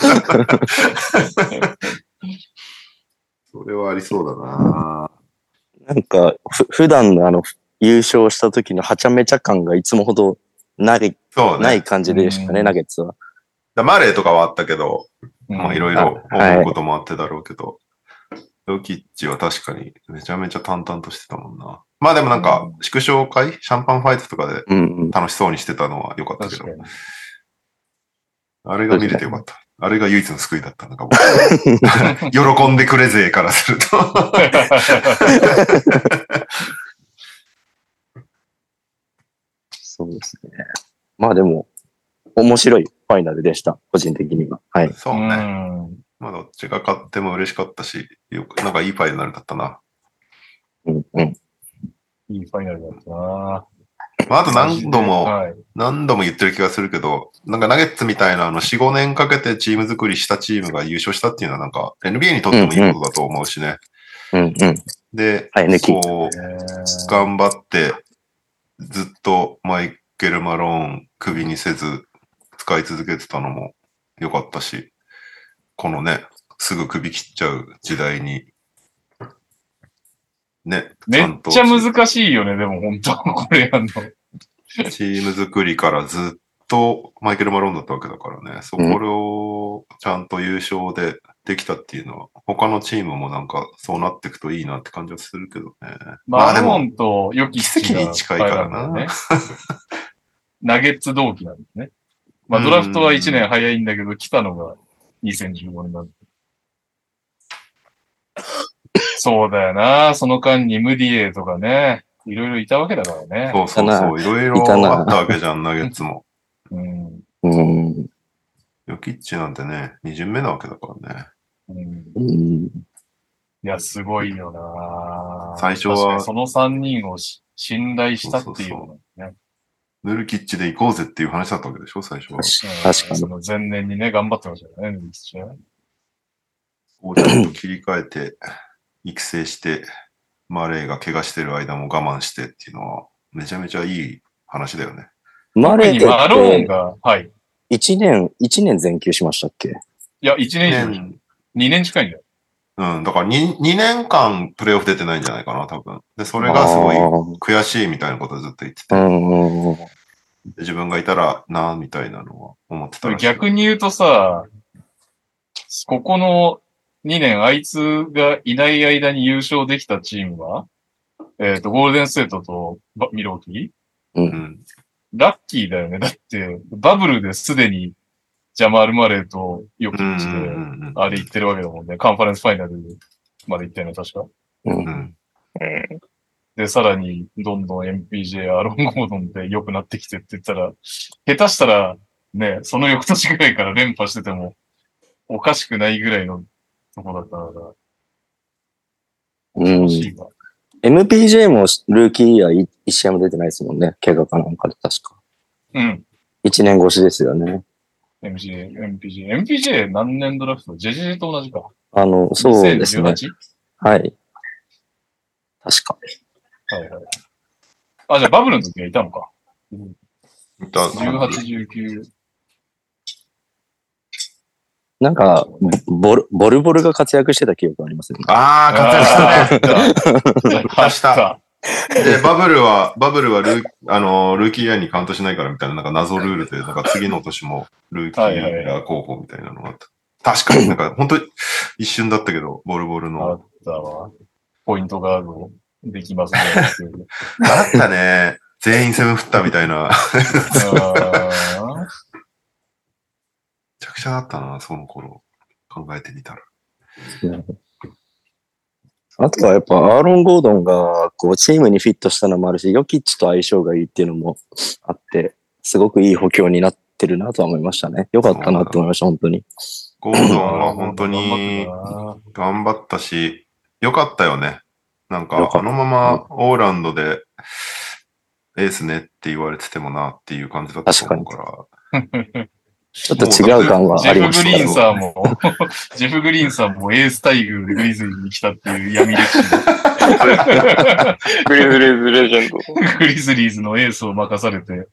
S1: それはありそうだな
S4: なんか、ふ、普段のあの、優勝した時のはちゃめちゃ感がいつもほどない、
S1: そうね。
S4: ない感じでした
S2: う
S4: ね、
S2: ん
S4: ナゲッツは。
S1: だマレーとかはあったけど、
S2: うん
S1: まあいろいろ思うこともあってだろうけど、ヨキッチは確かにめちゃめちゃ淡々としてたもんな。まあでもなんか、縮小会シャンパンファイトとかで
S4: うんうん。
S1: 楽しそうにしてたのは良かったけ
S2: 確
S1: ど
S2: か、に。
S1: あれが見れてよかった。あれが唯一の救いだったのか、僕は喜んでくれ勢からすると。
S4: そうですね。まあでも、面白いファイナルでした。個人的には。はい。
S1: そうね。まあどっちが勝っても嬉しかったし、よく、なんかいいファイナルだったな。
S4: うんうん。
S2: うん。いいファイナルだったな
S1: まああと何度も、
S2: はい。
S1: 何度も言ってる気がするけど、なんかナゲッツみたいなあの4、5年かけてチーム作りしたチームが優勝したっていうのはなんか NBA にとってもいいことだと思うしね。
S4: うんうん。
S1: で、
S4: はい抜き
S1: こう、頑張って、ずっとマイケル・マローン首にせず使い続けてたのも良かったし、このね、すぐ首切っちゃう時代に、ね、
S2: めっちゃ難しいよね、でも本当これやんの。
S1: チーム作りからずっとマイケル・マローンだったわけだからね、そこをちゃんと優勝でできたっていうのは、他のチームもなんかそうなっていくといいなって感じはするけどね。まあ
S2: マ
S1: で
S2: ロ
S1: も
S2: ーンと良き
S1: 奇跡に近いからな
S2: ね。ナゲッツ同期なんですね。まあドラフトは1年早いんだけど、来たのが2015年だったそうだよな。その間にムディエとかね、いろいろいたわけだからね。
S1: そうそうそう、いろい
S4: いた
S1: ろ
S4: な
S1: あったわけじゃん、ナゲッツも。
S2: うん
S4: うん。
S1: ヨキッチなんてね、2巡目なわけだからね。
S2: うん
S4: うん。
S2: いや、すごいよな
S1: 最初は
S2: 確かにその3人をし信頼したっていうのもね。
S1: ヌルキッチで行こうぜっていう話だったわけでしょ、最初は。
S4: 確かに
S2: うんその前年にね、頑張ってましたよね、ミキちゃん
S1: こうちゃんと切り替えて、育成して、マレーが怪我してる間も我慢してっていうのは、めちゃめちゃいい話だよね。
S4: マレ
S2: 特
S4: ー
S2: に
S4: テ
S2: マローン
S4: って、
S2: が、はい。
S4: 一年、一年全休しましたっけ
S2: いや、1年以上、
S1: ね
S2: 2年近いんだよ。
S1: うん、だから 2, 2年間プレイオフ出てないんじゃないかな、多分。で、それがすごい
S4: あー
S1: 悔しいみたいなことをずっと言って
S4: う
S1: て、
S4: んうんうん。
S1: 自分がいたらなぁみたいなのは思ってたらしい。
S2: 逆に言うとさ、ここの2年、あいつがいない間に優勝できたチームは、えっ、と、ゴールデンステートとバミローキー
S1: うん。
S2: ラッキーだよね。だって、バブルですでにジャマール・マレーとよく
S1: うんうん
S2: チ
S1: う
S2: で、
S1: んうん。
S2: あれ行ってるわけだもんね。カンファレンスファイナルまで行ったよね、確か。
S4: うん
S1: うん。
S3: うん。
S2: で、さらに、どんどん MPJ、アロン・ゴードンで良くなってきてって言ったら、下手したら、ね、その翌年ぐらいから連覇してても、おかしくないぐらいのとこだったか
S4: う
S2: ら、
S4: ん
S2: 欲しいわ。
S4: MPJ もルーキーイヤーい一試合も出てないですもんね。怪我かなんかで確か。
S2: うん。
S4: 一年越しですよね。
S2: MJ、MPJ。MPJ 何年ドラフトジェジェジェと同じか。
S4: あの、そうですね。
S2: 2018?
S4: はい。確か。
S2: はいはい。あ、じゃあバブルの時はいたのか。
S1: いた
S2: 18、19。
S4: なんか、ボボル、ボルボルが活躍してた記憶ありますね。
S1: ああ、活躍したね。
S2: ね。
S1: たで、バブルは、バブルはルーあのルーキーイヤーにカウントしないからみたいな、なんか謎ルールで、なんか次の年もルーキーイヤー候補みたいなのがあった。確かになんか、本当に一瞬だったけど、ボルボル
S2: あ
S1: の。
S2: ったわ。ポイントガードできますね。
S1: あったね。全員セブン振ったみたいな。め
S2: あ
S1: ちゃくちゃだったな、その頃。考えてみたら。
S4: あとはやっぱ、アーロン・ゴードンが、こう、チームにフィットしたのもあるし、ヨキッチと相性がいいっていうのもあって、すごくいい補強になってるなとは思いましたね。よかったなって思いました、本当に。
S1: ゴード
S2: ー
S1: ンは本当に頑張ったし、よかったよね。なん
S4: よ
S1: か、
S4: か
S1: あ
S4: った
S1: のままオーランドで、エースねって言われててもなっていう感じだったと思うから。
S4: ちょっと違う感は
S2: ジ
S4: あり
S2: ェ
S4: ま
S2: フ・
S4: し
S2: グ
S4: た
S2: リー
S4: け
S2: ン
S4: ど。
S2: さんも、 ジェフ・グリーンさんもエース待遇でグリズリーに来たっていう闇歴史。
S3: グリズリーズレジ ェンド。
S2: グリズリーズのエースを任されて、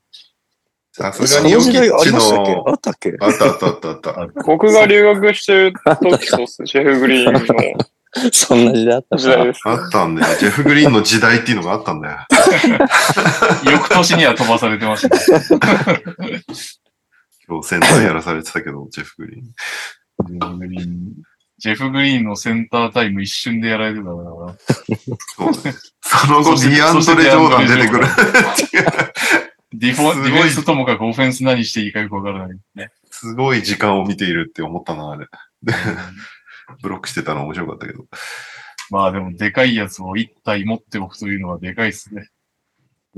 S1: さす
S4: そ
S1: がにヨ
S4: の
S1: キ
S4: 時代
S1: ッ
S4: あ
S1: チ
S4: りましたっけ
S1: の
S4: あったっけ
S1: あったあったあったあった。
S3: 僕が留学してる時そうっす。ジェフ・グリーンの
S4: そんな時代あった
S3: 時代です。
S1: あったんだよ。ジェフ・グリーンの時代っていうのがあったんだよ。
S2: 翌年には飛ばされてましたね。
S1: 今日、センターやらされてたけど、ジェフ・グリーン。
S2: ジェフ・グリーンジェフ・グリーンのセンタータイム一瞬でやられてたからな。
S1: そうね。その後、
S2: そして
S1: ディアンドレ・ジョーダン出てくる。
S2: ディフォ
S1: す
S2: デ
S1: ごい
S2: ィフェンスともかくオフェンス何していいかよくわからない。ね。
S1: すごい時間を見ているって思ったな、あれ。でブロックしてたの面白かったけど。
S2: まあでも、でかいやつを一体持っておくというのはでかいっすね。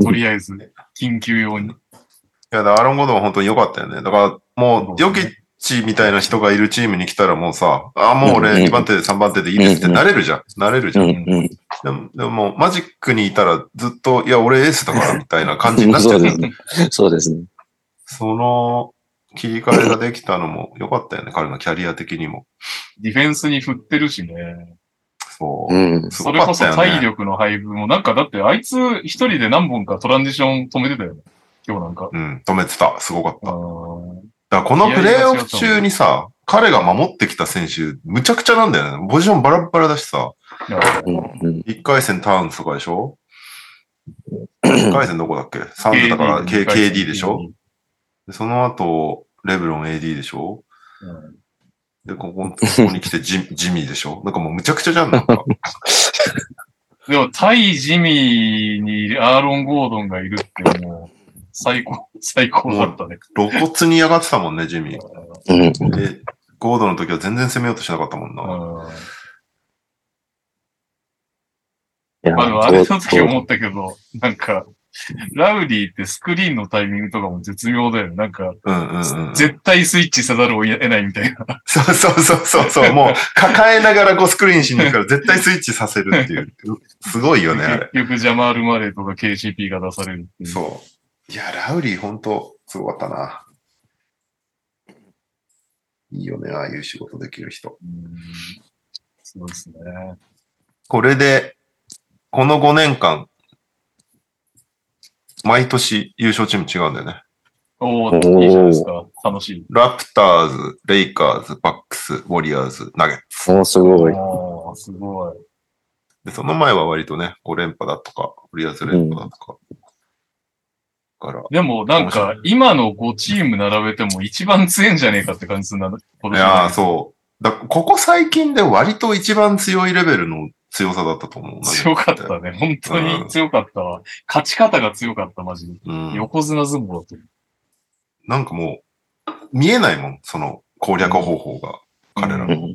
S2: とりあえず、緊急用に。
S1: いや、だからアーロン・ゴードンは本当に良かったよね。だから、もう、ヨキッチみたいな人がいるチームに来たらもうさ、あ、もう
S4: うん
S1: 俺
S4: うん
S1: 2番手で3番手でいいですって
S4: うんうん
S1: なれるじゃん。なれるじゃ。
S4: うんんうん。
S1: でも、でももうマジックにいたらずっと、いや、俺エースだからみたいな感じになっちゃう
S4: そう。ですね。そうですね。
S1: その切り替えができたのも良かったよね。彼のキャリア的にも。
S2: ディフェンスに振ってるしね。
S1: そうう。
S4: ん。
S1: す
S2: そ
S1: ご
S2: れ
S1: か
S2: こ
S1: っ
S2: そ
S1: たよね
S2: 体力の配分も、なんかだってあいつ一人で何本かトランジション止めてたよね。今日なんか。
S1: うん、止めてた。すごかった。
S2: あー
S1: だからこのプレーオフ中にさ、彼が守ってきた選手、むちゃくちゃなんだよね。ポジションバラッバラだしさ、
S2: いや
S4: うんうん。
S1: 1回戦ターンズとかでしょ ?1 回戦どこだっけ ?3 だから、K- KD でしょでその後、レブロン AD でしょ
S2: うん
S1: で、ここここに来てジジミーでしょなんかもうむちゃくちゃじゃん。なんか
S2: でも、対ジミーにアーロン・ゴードンがいるってもう、最高、 最高だったね。
S1: 露骨に嫌がってたもんね、ジミ
S4: うん。
S1: ー。で、ゴードの時は全然攻めようとしなかったもんな。
S2: うん
S4: いや
S2: まあでもあれの時
S4: そう
S2: 思ったけど、なんか、ラウリーってスクリーンのタイミングとかも絶妙だよね。なんか、
S1: うんうんうん。
S2: 絶対スイッチせざるを得ないみたいな。
S1: そうそうそうそうそう、もう抱えながらこうスクリーンしに行くから絶対スイッチさせるっていう。すごいよね、あれ
S2: 結。局、ジャマール・マレーとか KCP が出されるっていう。
S1: そう。いや、ラウリー本当すごかったな。いいよね、ああいう仕事できる人。
S2: うんそうですね。
S1: これで、この5年間、毎年優勝チーム違うんだよね。
S2: お
S4: お
S2: ー、
S4: ー
S2: いいじゃないですか。楽しい。
S1: ラプターズ、レイカーズ、バックス、ウォリアーズ、ナゲッツ。
S4: おーすごい。
S2: おー、すごい。
S1: で、その前は割とね、5連覇だとか、ウォリアーズ連覇だとか。から、
S2: でも、なんか、今の5チーム並べても一番強いんじゃねえかって感じするな。い
S1: いやー、そう。だここ最近で割と一番強いレベルの強さだったと思う。
S2: 強かったね。本当に強かったわ。勝ち方が強かった、マジで。
S1: うん。
S2: 横綱相撲だと。
S1: なんかもう、見えないもん、その攻略方法が、彼ら
S2: う
S1: の。
S4: ん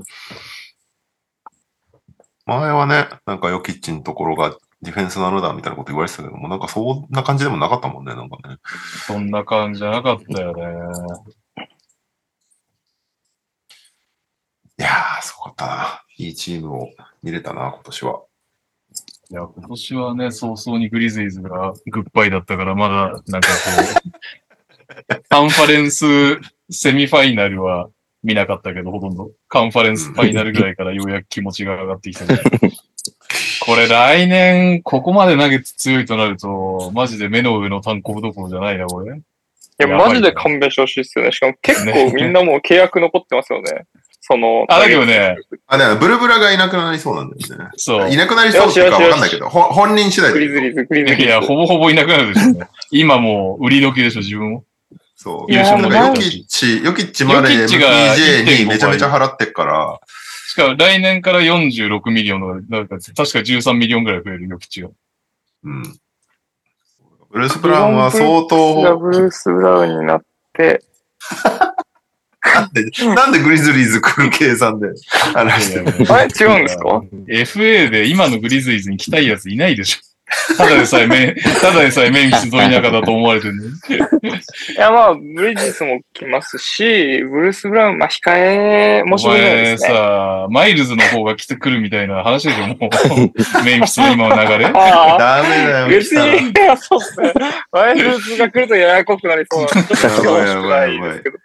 S1: 前はね、なんかヨキッチのところがディフェンスなのだみたいなこと言われてたけども、なんかそんな感じでもなかったもんね、なんかね。
S2: そんな感じじゃなかったよね。
S1: いやー、すごかったな。いいチームを見れたな、今年は。
S2: いや、今年はね、早々にグリズイズがグッバイだったから、まだ、なんか こう、カンファレンスセミファイナルは見なかったけど、ほとんど。カンファレンスファイナルぐらいからようやく気持ちが上がってきたね。これ来年、ここまで投げて強いとなると、マジで目の上の単行どころじゃないな、これ。
S3: い や、
S2: やばいね
S3: マジで勘弁してほしいですよね。しかも結構みんなもう契約残ってますよね。その、
S2: あ、だけどね、
S1: あ、だからブルブラがいなくなりそうなんだよね。
S2: そう。
S1: いなくなりそうっていうかわかんないけど、ほ本人次第
S3: グリズ
S1: で。
S3: リーズ、グリズ
S2: い
S3: リー
S2: や、
S3: ズ。
S2: ほぼほぼいなくなるでしょ、ね。今もう売り時でしょ、自分も。
S1: そう。
S2: いや
S1: なんか
S2: も
S1: ヨ
S2: う
S1: キッチ、ヨキッチまで
S2: ヨキッチが
S1: MPJ にめちゃめちゃ払ってっから、
S2: しかも来年から46ミリオンの、なんか確か13ミリオンぐらい増えるよ、吉が。
S1: うん。ブルース・ブラウンは相
S3: ダ
S1: 当、
S3: ブルース・ブラウンになって、
S1: なんで、なんでグリズリーズ来る計算で話してるの
S3: あれ違うんですか
S2: ?FA で今のグリズイズに来たいやついないでしょ。ただでさえメン、ただでさえメンフィスど田舎だと思われてるのに。
S3: いや、まあ、ブリジスも来ますし、ブルース・ブラウン、まあ、控え、もし
S2: お
S3: もない
S2: 前
S3: ですね。
S2: さ、マイルズの方が来てくるみたいな話でしょ、もう。 メンフィスの今の流れ。
S3: ああ、
S1: ダメだよ、
S3: 別
S1: 来たら。
S3: に、いや、そうっすね。ワイルズが来るとややこくなりそうなんで、ちょっと楽しくないで すけど。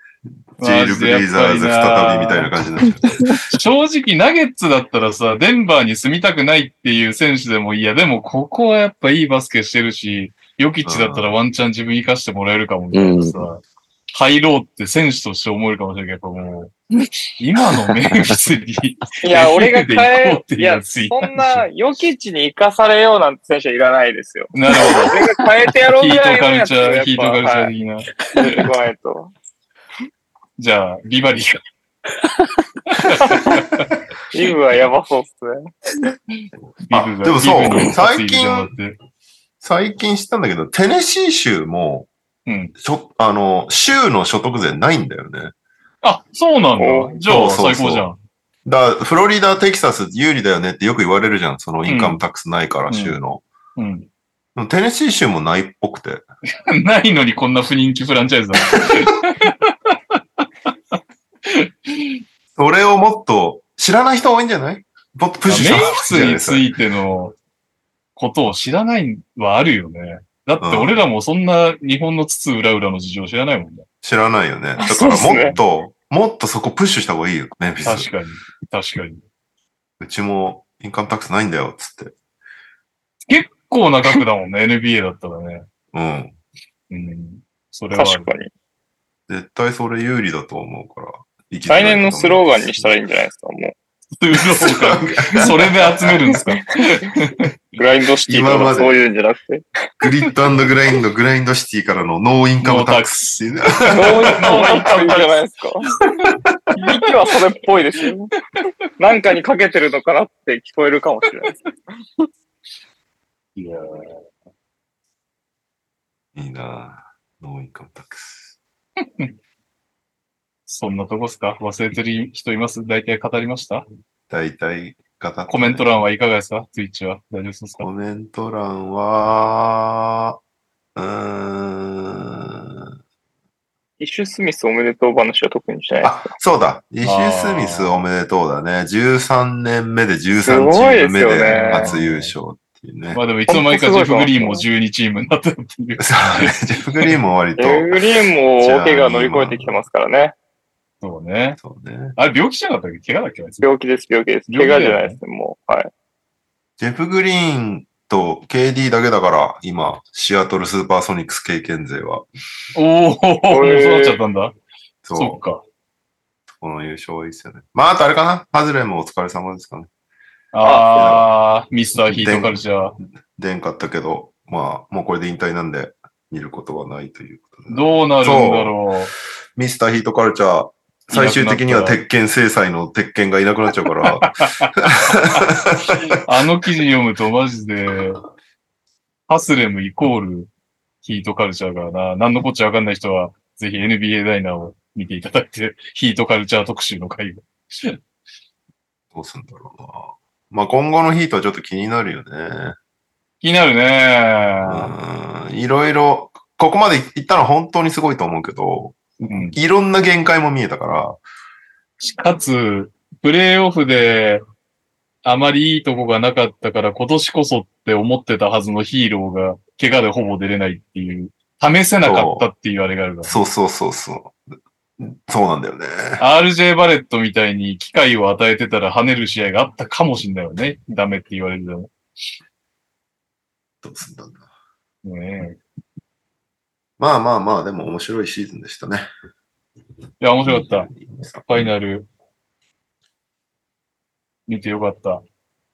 S1: ジール・ブレイザーズ再びみたいな感じになっちゃう。
S2: 正直、ナゲッツだったらさ、デンバーに住みたくないっていう選手でもいいや、でもここはやっぱいいバスケしてるし、ヨキッチだったらワンチャン自分生かしてもらえるかもみたいなさ、入ろうって選手として思えるかもしれないけど、やっ ぱもう、今のメンフィスに
S3: いや、俺が
S2: FA で行こ
S3: 変
S2: うって
S3: え、
S2: い
S3: いう
S2: や
S3: や、
S2: つい
S3: そんな、ヨキッチに生かされようなんて選手はいらないで すよ。
S2: なるほ
S3: 俺が変えてやろう
S2: ど。ヒ
S3: ぐら
S2: ー
S3: い
S2: ト
S3: の
S2: カ
S3: や
S2: ル
S3: つ
S2: チ
S3: を
S2: ャ
S3: や
S2: ー、
S3: っぱ
S2: ヒートカルチャー的な。
S3: はい出てこないと。
S2: じゃあ、ビバリーが
S3: リブはやばそうっ すね。
S1: あ
S2: ビブが
S1: でもそう
S2: ビブの担いでもらって
S1: 最近知ったんだけど、テネシー州も、
S2: うん
S1: しょあの、州の所得税ないんだよね。
S2: あ、そうなん
S3: お
S2: だ。じゃあ、
S1: そうそうそう
S2: 最高じゃん。
S1: だからフロリダ、テキサス有利だよねってよく言われるじゃん。そのインカムタックスないから、
S2: うん
S1: 州の。
S2: うん。
S1: でもテネシー州もないっぽくて。
S2: ないのにこんな不人気フランチャイズだ。
S1: それをもっと知らない人多いんじゃないもっとプッシュした
S2: メ
S1: 方がいいん
S2: イク
S1: じ
S2: ス
S1: ゃない
S2: に
S1: です
S2: つ
S1: か。
S2: いてのことを知らないはあるよね。だって俺らもそんな日本の津々浦々の事情知らないもんね。
S1: 知らないよね。だか
S3: そうっ
S1: ら
S3: すね
S1: もっと、もっとそこプッシュした方がいいよ、メンフィス
S2: 確。かに。確かに。
S1: うちもインカムタックスないんだよ、つって。
S2: 結構な額だもん ね、NBA だったらね。
S1: うん。
S2: うん。それはある。
S3: 確かに。
S1: 絶対それ有利だと思うから。
S3: 来年のスローガンにしたらいいんじゃ
S1: ない
S3: ないですか、もう。
S2: というのがそれで集めるん ですか
S3: グラインドシティと
S1: 今ま
S3: か
S1: で
S3: そういうんじゃなくて。
S1: グリッドグラインド、グラインドシティからのノーインカムタックスっていうね。
S3: そういうのじゃないですか。響きはそれっぽいですよ。なんかにかけてるのかなって聞こえるかもしれないです。
S2: いやー
S1: いいなぁノーインカムタックス。
S2: そんなとこっすか忘れてる人います大体語りました
S1: 大体、型。
S2: コメント。欄はいかがですか ?Twitch は。大丈夫そうですか
S1: コメント欄は、うーん。
S3: イッシュスミスおめでとう話は特にしない。
S1: あ、そうだ。イシュスミスおめでとうだね。13年目で13チーム目
S3: すごいですよ
S1: で
S3: ね
S1: 初優勝っていうね。
S2: まあでもいつの間にかジェフ・グリーンも12チームになったっていう。
S1: そうね。ジェフ・グリーンも割と
S3: ジ。ェフグリーンも大怪我を乗り越えてきてますからね。
S2: そうね。
S1: そうね。
S2: あれ、病気じゃなかったっけ怪我だっけあいつ
S3: 病気です、病気です。怪我じゃないですね、もう。はい。
S1: ジェフ・グリーンと KD だけだから、今、シアトル・スーパーソニックス経験勢は。
S2: おお、も
S3: こ
S2: う
S3: れ
S2: そうなっちゃったんだ。
S1: そう。
S2: そっか。
S1: この優勝はいいですよね。まあ、あとあれかな。ハズレもお疲れ様ですかね。
S2: あー、ミスターヒートカルチャー。
S1: 出んかったけど、まあ、もうこれで引退なんで、見ることはないということで。
S2: どうなるんだろ
S1: ミスターヒートカルチャー、最終的には鉄拳制裁の鉄拳がいなくなっちゃう から、
S2: う。あの記事読むとマジで、ハスレムイコールヒートカルチャーがな、何のこっちゃわかんない人は、ぜひ NBA ダイナーを見ていただいて、ヒートカルチャー特集の回を。
S1: どうすんだろうな。まあ、今後のヒートはちょっと気になるよね。
S2: 気になるね。
S1: うん、いろいろ、ここまで行ったのは本当にすごいと思うけど、
S2: うん
S1: いろんな限界も見えたから、
S2: かつ、プレイオフで、あまりいいとこがなかったから、今年こそって思ってたはずのヒーローが、怪我でほぼ出れないっていう、試せなかったっていうあれがあるから。
S1: そうそうそうそう。そうなんだよね。
S2: RJ バレットみたいに機会を与えてたら跳ねる試合があったかもしんないよね。ダメって言われるでも。
S1: どうすんだろうな
S2: ね
S1: まあまあまあ、でも面白いシーズンでしたね。
S2: えいや、面白かった。
S1: た
S2: ファイナル。見てよかった。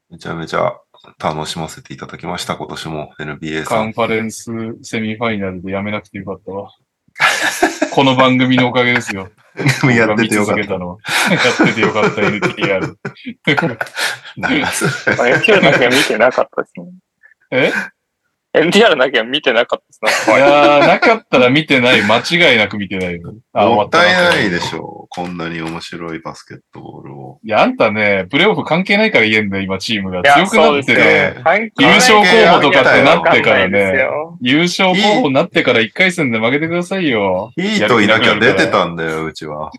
S1: めちゃめちゃ楽しませていただきました、今年も NBA
S2: カ
S1: さ
S2: ン
S1: ん。
S2: ファレンスセミファイナルでやめなくてよかったわ。この番組のおかげですよ。
S1: やっててよかっ
S2: 見続け
S1: た。
S2: のはやっててよかった NTR。
S1: なんかそれ
S3: まあ NTR だけは見てなかったですね。
S2: え
S3: NTR だけは見てなかったです
S2: い
S3: ね。
S2: やー、なかったら見てない。間違いなく見てないよ。あ、
S1: も
S2: 終わ
S1: っ
S2: った。
S1: たいないいでしょう。こんなに面白いバスケットボールを。
S2: いや、あんたね、プレイオフ関係ないから言えんだよ、今チームが。
S3: いや
S2: 強くなって
S3: そうです
S2: ね。
S3: よ関係
S2: 優
S3: ない
S2: 勝候補とかってなってから
S3: 関係ないです
S2: ね。
S3: よ
S2: 優勝候補になってから1回戦で負けてください よ。
S1: ヒートいなきゃ出てたんだよ、うちは。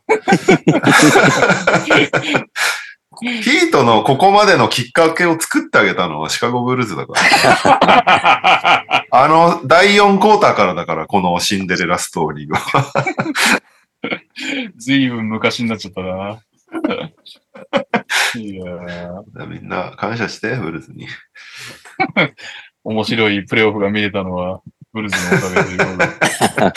S1: ヒートのここまでのきっかけを作ってあげたのはシカゴブルーズだから。あの、第4クォーターからだから、このシンデレラストーリーは。
S2: ずいぶん昔になっちゃった な。いやー
S1: みんな感謝して、ブルーズに。
S2: 面白いプレイオフが見れたのは、ブルーズのおかげということで。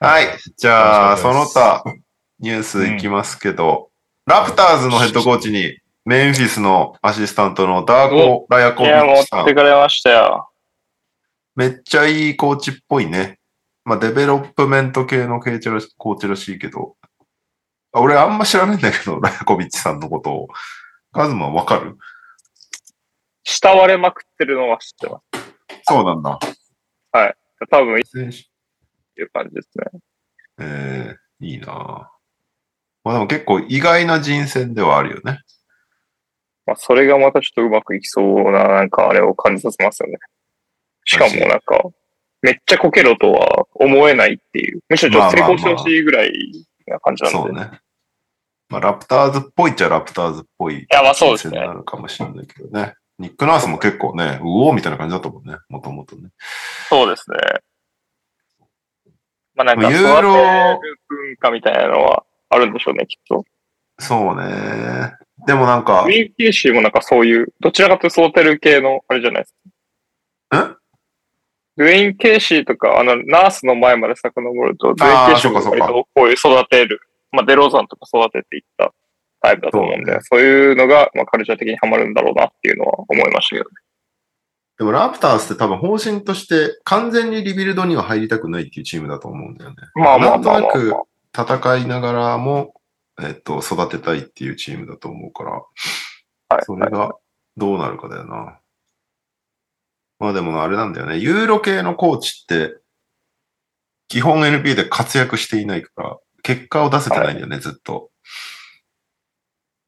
S1: はい。じゃあ、
S2: 楽し
S1: そ
S2: か
S1: の
S2: ったです
S1: 他、ニュースいきますけど、ラプターズのヘッドコーチに、メンフィスのアシスタントのダーコ・ラヤコ
S3: い
S1: ビ
S3: や、
S1: ッ
S3: 持
S1: チさ
S3: って
S1: ん。
S3: かれましたよ。
S1: めっちゃいいコーチっぽいね。まあ、デベロップメント系のコーチらしコーチらしいけど、あ俺あんま知らないんだけど、 ラヤコビッチさんのことを。カズマわかる
S3: 慕われまくってるのは知ってます。
S1: そうなんだ。
S3: 多分いいっ
S1: 選手
S3: ていう感じですね。
S1: えー、いいなぁまあでも結構意外な人選ではあるよね。
S3: まあ、それがまたちょっとうまくいきそうな、なんかあれを感じさせますよね。しかもなんか、めっちゃこけろとは思えないっていう。むしろ女性交渉しいぐらいな感じなんで。
S1: そうね。まあラプターズっぽいっちゃラプターズっぽい
S3: いや、まあそうです
S1: に
S3: ね
S1: な。るかもしれないけどね。ニック・ナースも結構ね、うおーみたいな感じだったもんね、もともとね。
S3: そうですね。まあなん
S1: ま
S3: か、
S1: あ
S3: 育
S1: ユ
S3: て
S1: ーロ
S3: る文化みたいなのはあるんでしょうね、きっと。
S1: そうね。でもなんか
S3: ウ、ィーキーシーもなんかそういう、どちらかというと育てる系の、あれじゃないですか。
S1: ん
S3: ドゥエイン・ケイシーとか、あの、ナースの前まで遡ると、ドゥエイン・ケイシーも
S1: そうかそう
S3: 割
S1: か
S3: とこういう育てる、まあ、デローザンとか育てていったタイプだと思うん
S1: そう
S3: で
S1: ね、
S3: そういうのが、まあ、カルチャー的にはまるんだろうなっていうのは思いましたけどね。
S1: でもラプターズって多分方針として完全にリビルドには入りたくないっていうチームだと思うんだよね。
S3: まあまあ
S1: なんと
S3: まあま
S1: な
S3: あ
S1: く戦いながらも、えっと、育てたいっていうチームだと思うから、
S3: はい。
S1: それがどうなるかだよな。まあでもあれなんだよね。ユーロ系のコーチって、基本 NP で活躍していないから、結果を出せてないんだよね、ずっと。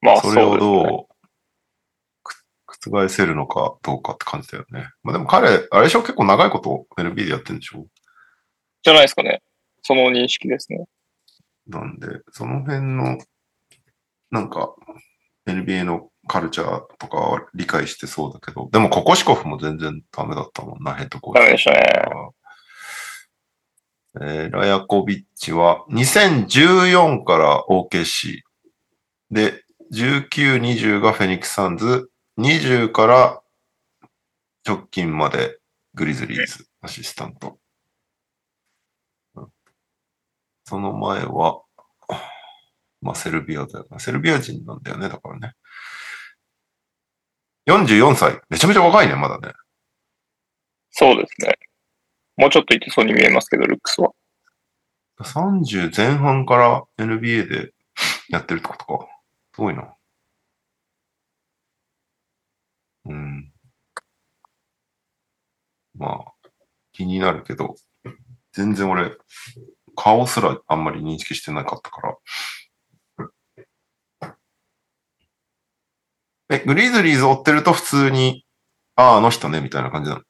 S3: まあ、そう
S1: そ
S3: で
S1: れ
S3: す
S1: を
S3: ね。
S1: どうく覆せるのかどうかって感じだよね。まあでも彼、あれでしょ結構長いこと NB でやってるんでしょ
S3: じゃないですかね。その認識ですね。
S1: なんで、その辺の、なんか、NBA のカルチャーとかは理解してそうだけど、でもココシコフも全然ダメだったもんな、ヘッドコーチ。
S3: ダメでしたね。
S1: えーラヤコビッチは2014から OKC。で、19、20がフェニックスサンズ。20から直近までグリズリーズアシスタント。その前は、まあセルビアだよな。セルビア人なんだよね、だからね。44歳。めちゃめちゃ若いね、まだね。
S3: そうですね。もうちょっといけそうに見えますけど、ルックスは。
S1: 30前半から NBA でやってるってことか。すごいな。うん。まあ、気になるけど、全然俺、顔すらあんまり認識してなかったから。え、グリズリーズ追ってると普通に、ああ、あの人ね、みたいな感じなの。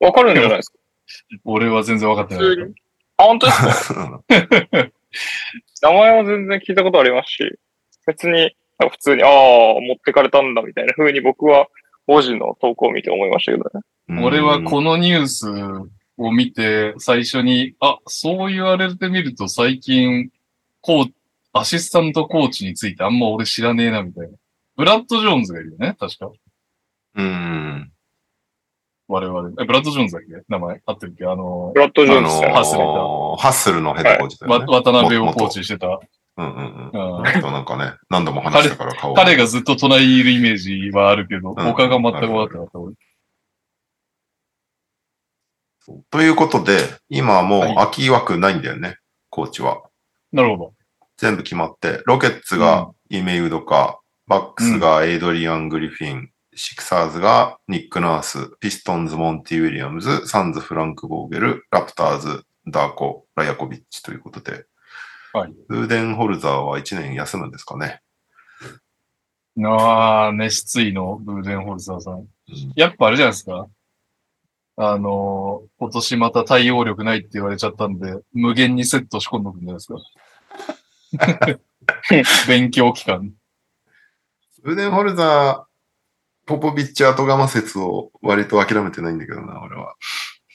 S3: わかるんじゃないですか
S2: 俺は全然分かって
S3: 普
S2: な
S3: 通
S2: い。
S3: に。あ、本当ですか名前も全然聞いたことありますし、別に、なんか普通に、ああ、持ってかれたんだみたいな風に僕は、文字の投稿を見て思いましたけどね。
S2: 俺は
S1: うん
S2: このニュースを見て、最初に、あ、そう言われてみると最近、こう、アシスタントコーチについてあんま俺知らねえな、みたいな。ブラッド・ジョーンズがいるよね、確か。
S1: うん。
S2: 我々。え、ブラッド・ジョーンズだっけ名前合ってるっけあの、
S3: ブラッド・ジョーン
S1: あ
S3: ズです
S1: のー
S3: ね。
S2: ハッスルだ
S1: ハッスルのヘッドコーチだよ
S2: わ
S1: ね。
S2: 渡辺をコーチしてた。
S1: うんうん
S2: う
S1: うんん。えっとなんかね、何度も話したから顔
S2: 彼がずっと隣にいるイメージはあるけど、他が全く分かってなかった。俺
S1: ということで、今はもう
S2: はい
S1: 空き枠ないんだよね、コーチは。
S2: なるほど。
S1: 全部決まって、ロケッツがイメウドか、バックスがエイドリアン・グリフィン、シクサーズがニック・ナース、ピストンズ・モンティ・ウィリアムズ、サンズ・フランク・ボーゲル、ラプターズ、ダーコ、ラヤコビッチということで、
S2: はい。
S1: ウーデン・ホルザーは1年休むんですかね。
S2: ああ、ね、失意のブーデンホルサーさん
S1: ん。
S2: やっぱあれじゃないですか。あのー、今年また対応力ないって言われちゃったんで、無限にセット仕込んどくんじゃないですか。 勉強期間。
S1: ウーデン・ホルザー、ポポビッチ・後釜説を割と諦めてないんだけどな、俺は。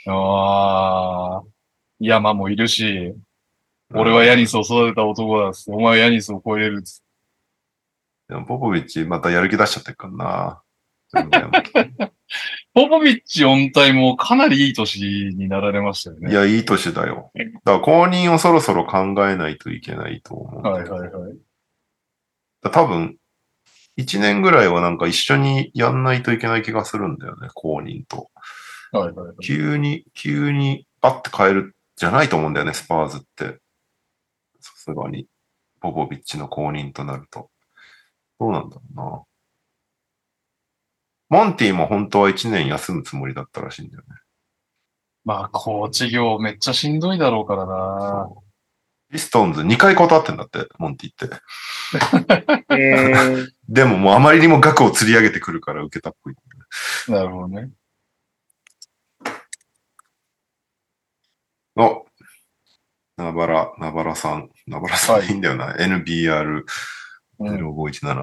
S2: ああ、山もいるし、俺はヤニスを育てた男だっす。お前はヤニスを超えれるっつ。
S1: でもポポビッチ、またやる気出しちゃってるからな。
S2: ポポビッチ音体もかなりいい年になられましたよ
S1: い
S2: ね。
S1: や、いい年だよ。だから公認をそろそろ考えないといけないと思う。
S2: はいはいは
S1: だ
S2: い。
S1: から多分、一年ぐらいはなんか一緒にやんないといけない気がするんだよね、公認と。
S2: はいはいはい。
S1: 急に、急に、バッて変えるじゃないと思うんだよね、スパーズって。さすがに。ポポビッチの公認となると。どうなんだろうな。モンティも本当は1年休むつもりだったらしいんだよね。
S2: まあ、コーチ業めっちゃしんどいだろうからな。
S1: そうピストンズ2回断ってんだって、モンティって。
S3: うん。
S1: でももうあまりにも額を釣り上げてくるから受けたっぽい。
S2: なるほどね。
S1: おナバラ、ナバラさん。ナバラさん、
S2: はい
S1: い、いんだよな。NBR0517、
S2: う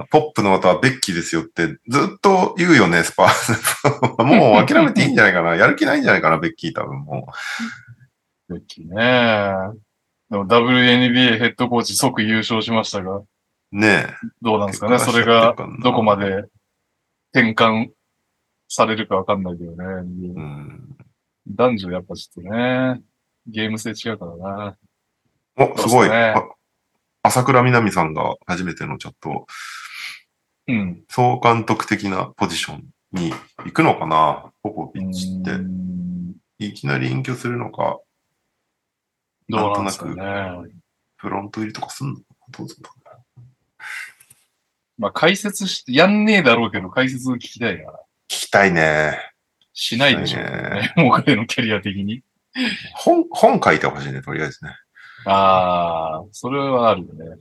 S2: ん
S1: ポップの綿はベッキーですよってずっと言うよね、スパ ー。もう諦めていいんじゃないかな。やる気ないんじゃないかな、ベッキー多分もう。
S2: ベッキーね。でも WNBA ヘッドコーチ即優勝しましたが、
S1: ねえ。
S2: どうなんですかね。
S1: 結
S2: そ
S1: 果出しち
S2: れ
S1: ゃ
S2: が
S1: ってるからな
S2: どこまで転換されるかわかんないけどね。
S1: うん、
S2: 男女やっぱちょっとね、ゲーム性違うからな。
S1: お、すご
S2: そう
S1: い。
S2: ですね
S1: あ朝倉みなみさんが初めてのちょっと
S2: うん。
S1: 総監督的なポジションに行くのかな、ポポビッチ
S2: う
S1: っ
S2: ん
S1: て。いきなり隠居するのか、
S2: どうなんですかね。
S1: なんフロント入りとかすんのかどうすんのか
S2: まあ解説して、やんねえだろうけど解説聞きたいから。
S1: 聞きたいね。
S2: しないでしょうね。 もう彼のキャリア的に。
S1: 本、本書いてほしいね、とりあえずね。
S2: ああ、それはあるよね。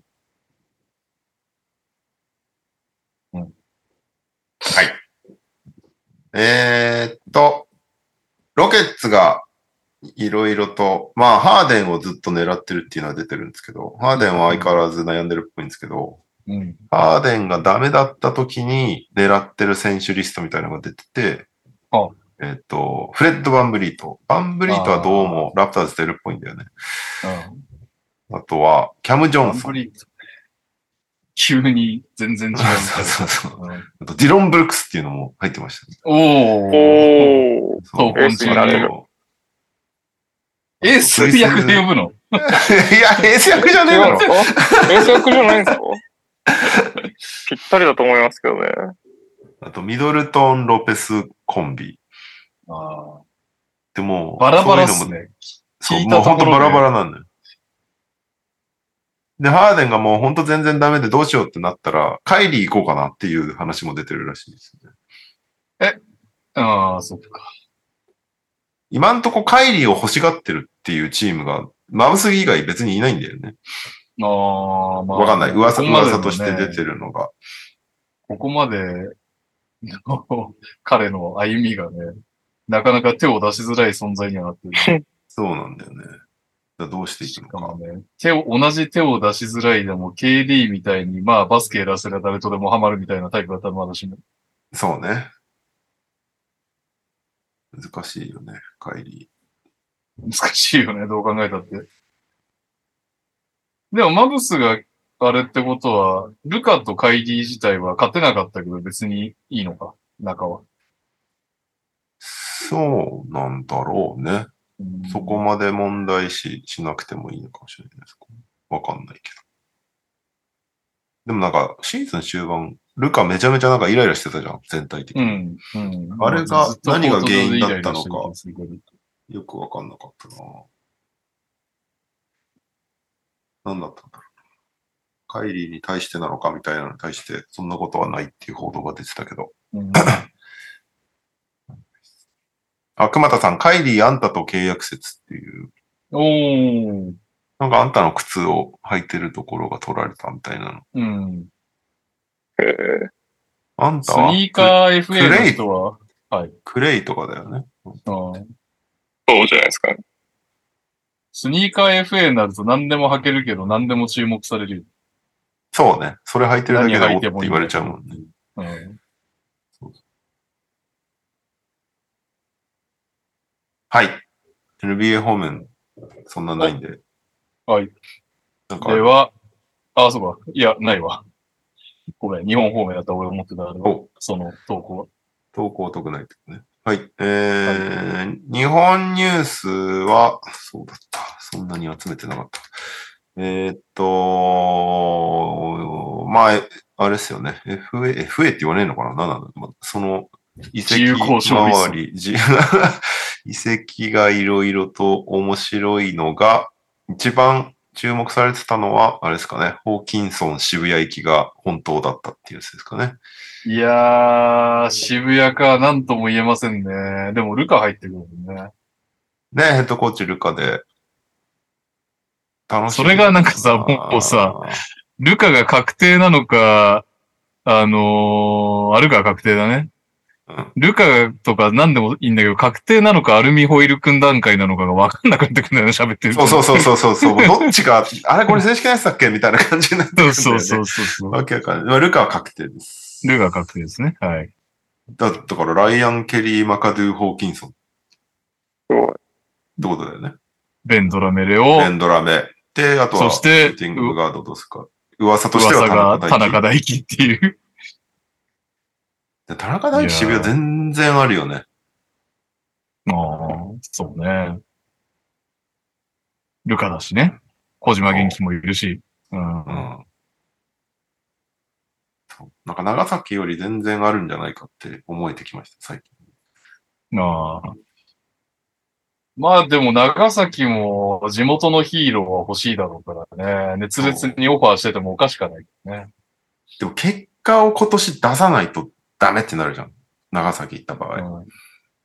S1: えーっと、ロケッツがいろいろと、まあ、ハーデンをずっと狙ってるっていうのは出てるんですけど、ハーデンは相変わらず悩んでるっぽいんですけど、
S2: うん。
S1: ハーデンがダメだった時に狙ってる選手リストみたいなのが出てて
S2: あ、
S1: えーっと、フレッド・バンブリート。バンブリートはどうもラプターズ出るっぽいんだよね。
S2: うん。
S1: あとは、キャム・ジョ
S2: あ
S1: ン
S2: ん
S1: ソ
S2: ま
S1: ン。
S2: り、急に全然違うみたいな。
S1: そうそうそう。
S2: うん
S1: あと、ディロン・ブルックスっていうのも入ってましたね。
S2: おー。
S3: おー。
S1: そう
S2: そう
S3: エースになれる
S2: エース役で呼ぶの
S1: いや、平成役じゃねえだろ。
S3: 衛生役じゃないんですかぴったりだと思いますけどね。
S1: あと、ミドルトン・ロペスコンビ。
S2: あ
S1: でも
S2: ー、バラバラっ
S1: そうい
S2: す
S1: うのも
S2: ね。
S1: そう
S2: 聞い
S1: もう
S2: たと
S1: 本
S2: こ
S1: 当
S2: ろ
S1: バ
S2: で
S1: ラバラなんだよ。で、ハーデンがもう本当全然ダメでどうしようってなったら、カイリー行こうかなっていう話も出てるらしいですね。
S2: ああ、そっか。
S1: 今んとこカイリーを欲しがってるっていうチームが、マブスギ以外別にいないんだよね。
S2: ああ、まあ。
S1: わかんない。噂、
S2: ここまで
S1: 噂
S2: のね
S1: として出てるのが。
S2: ここまで の彼の歩みがね、なかなか手を出しづらい存在にはなってる。
S1: そうなんだよね。だからどうしてい
S2: し
S1: くの
S2: か
S1: か。
S2: もね、手を、同じ手を出しづらいでも、KD みたいに、まあ、バスケやらせりゃ誰とでもハマるみたいなタイプだったらまだしも。
S1: そうね。難しいよね、カイリー。
S2: 難しいよね、どう考えたって。でも、マブスが、あれってことは、ルカとカイリー自体は勝てなかったけど、別にいいのか、中は。
S1: そうなんだろうね。
S2: うん
S1: そこまで問題視しなくてもいいのかもしれないです。わかんないけど。でもなんか、シーズン終盤、ルカめちゃめちゃなんかイライラしてたじゃん、全体的
S2: う
S1: に。
S2: ん。うん。
S1: あれが
S2: ずっとコート上
S1: 何
S2: で
S1: が原因だったのか
S2: イライラしてる気がするけど
S1: よくわかんなかったな何だったんだろう。カイリーに対してなのかみたいなのに対して、そんなことはないっていう報道が出てたけど。
S2: うん
S1: あ、熊田さん、カイリーあんたと契約説っていう
S2: おー。
S1: なんかあんたの靴を履いてるところが取られたみたいなの。
S2: うん。
S3: えー
S1: あん
S2: ス
S1: たは
S2: ニーカー
S1: レイ
S2: FA の人は、
S1: ククレイとかだよね。
S2: うん
S3: そうじゃないですかね。
S2: スニーカー FA になると何でも履けるけど何でも注目されるよ。
S1: そうね。それ履いてるだけで
S2: 何
S1: おっ
S2: 履い
S1: て
S2: てもいい
S1: 言われちゃうもんね。
S2: うん。
S1: はい。NBA 方面、そんなないんで。
S2: はい。
S1: なんかあ
S2: で
S1: る、
S2: は、あ、そうか。いや、ないわ。ごめん、日本方面だった俺思ってたあれは
S1: お
S2: その投稿は。
S1: 投稿得ないってことね。はい。えー日本ニュースは、そうだった。そんなに集めてなかった。えーっと、まあ、えあれですよね。FA、FA って言わねえのかな何なんだろうまあその、遺跡
S2: 自由交渉リスト
S1: 周り、 自遺跡がいろいろと面白いのが、一番注目されてたのは、あれですかね、ホーキンソン渋谷行きが本当だったっていうやつですかね。
S2: いやー、渋谷か、なんとも言えませんね。でも、ルカ入ってくるもんね。
S1: ね、ヘッドコーチルカで。楽しみ
S2: それがなんかさもっとさ、ルカが確定なのか、あのー、アルカが確定だね。
S1: うん
S2: ルカとか何でもいいんだけど、確定なのかアルミホイル君段階なのかが分かんなくなってくるんだよね、喋ってると
S1: そうそうそうそうそうそう。 どっちか、あれこれ正式なやつだっけみたいな感じになってくるんだよ、ね。
S2: そうそうそうそう。
S1: わけわかんないまあル カは確定です。
S2: ルカが確定ですね。はい。
S1: だだから、ライアン・ケリー・マカドゥ・ホーキンソンっ
S3: すごい。
S1: てことだよね。
S2: ベンドラメレを、
S1: エンドラメ。で、あとは、
S2: そして
S1: シューティングガードどうするか。噂として
S2: 噂
S1: は
S2: が田
S1: 田中
S2: 中
S1: 大輝。
S2: 大輝っていう。
S1: 田中大輝渋谷全然あるよね。
S2: ああ、そうね。ルカだしね。小島元気もいるし。うん
S1: う。ん。そうなんか長崎より全然あるんじゃないかって思えてきました、最近。
S2: ああ。まあでも長崎も地元のヒーローは欲しいだろうからね。熱烈にオファーしててもおかしくはないけどね。
S1: でも結果を今年出さないとダメってなるじゃん。長崎行った場合。
S2: うん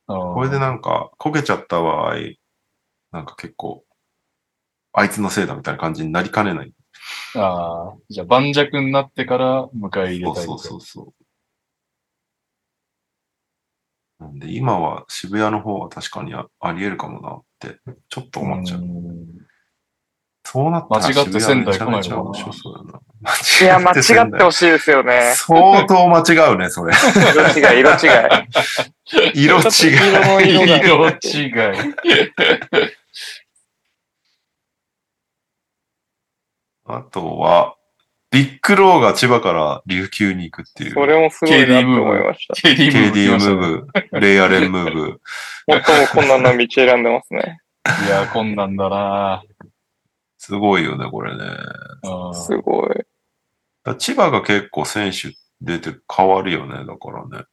S2: ああ
S1: これでなんか、こけちゃった場合、なんか結構、あいつのせいだみたいな感じになりかねない。
S2: ああ。じゃあ盤石になってから迎え入れ
S1: そう
S2: たい
S1: そうそうそう。なんで今は渋谷の方は確かにああり得るかもなって、ちょっと思っちゃう。
S2: ん
S1: そうなったら
S2: 間違って仙台来
S1: 渋
S2: ないのかな
S1: 谷めちゃめちゃ面白そうだな。
S3: いや、間違
S1: 仙
S3: って
S1: 台
S3: ほしいですよね。
S1: 相当間違うね、そ れ。
S3: 色違い、色違い。
S1: 色違い。
S3: 色 の色
S2: 色
S3: が
S2: 違い。
S1: あとは、ビッグローが千葉から琉球に行くっていう。
S3: それもすごいなって思いました。
S2: KD ムーブ来
S1: KD ム
S2: ました
S1: ー
S2: ね
S1: ブ、レイアレンムーブ。
S3: もっとも困難な道選んでますね。
S2: いや、こんなんだな
S1: すごいよね、これね。
S2: ああ
S3: すごい。
S1: 千葉が結構選手出て変わるよね、だからね。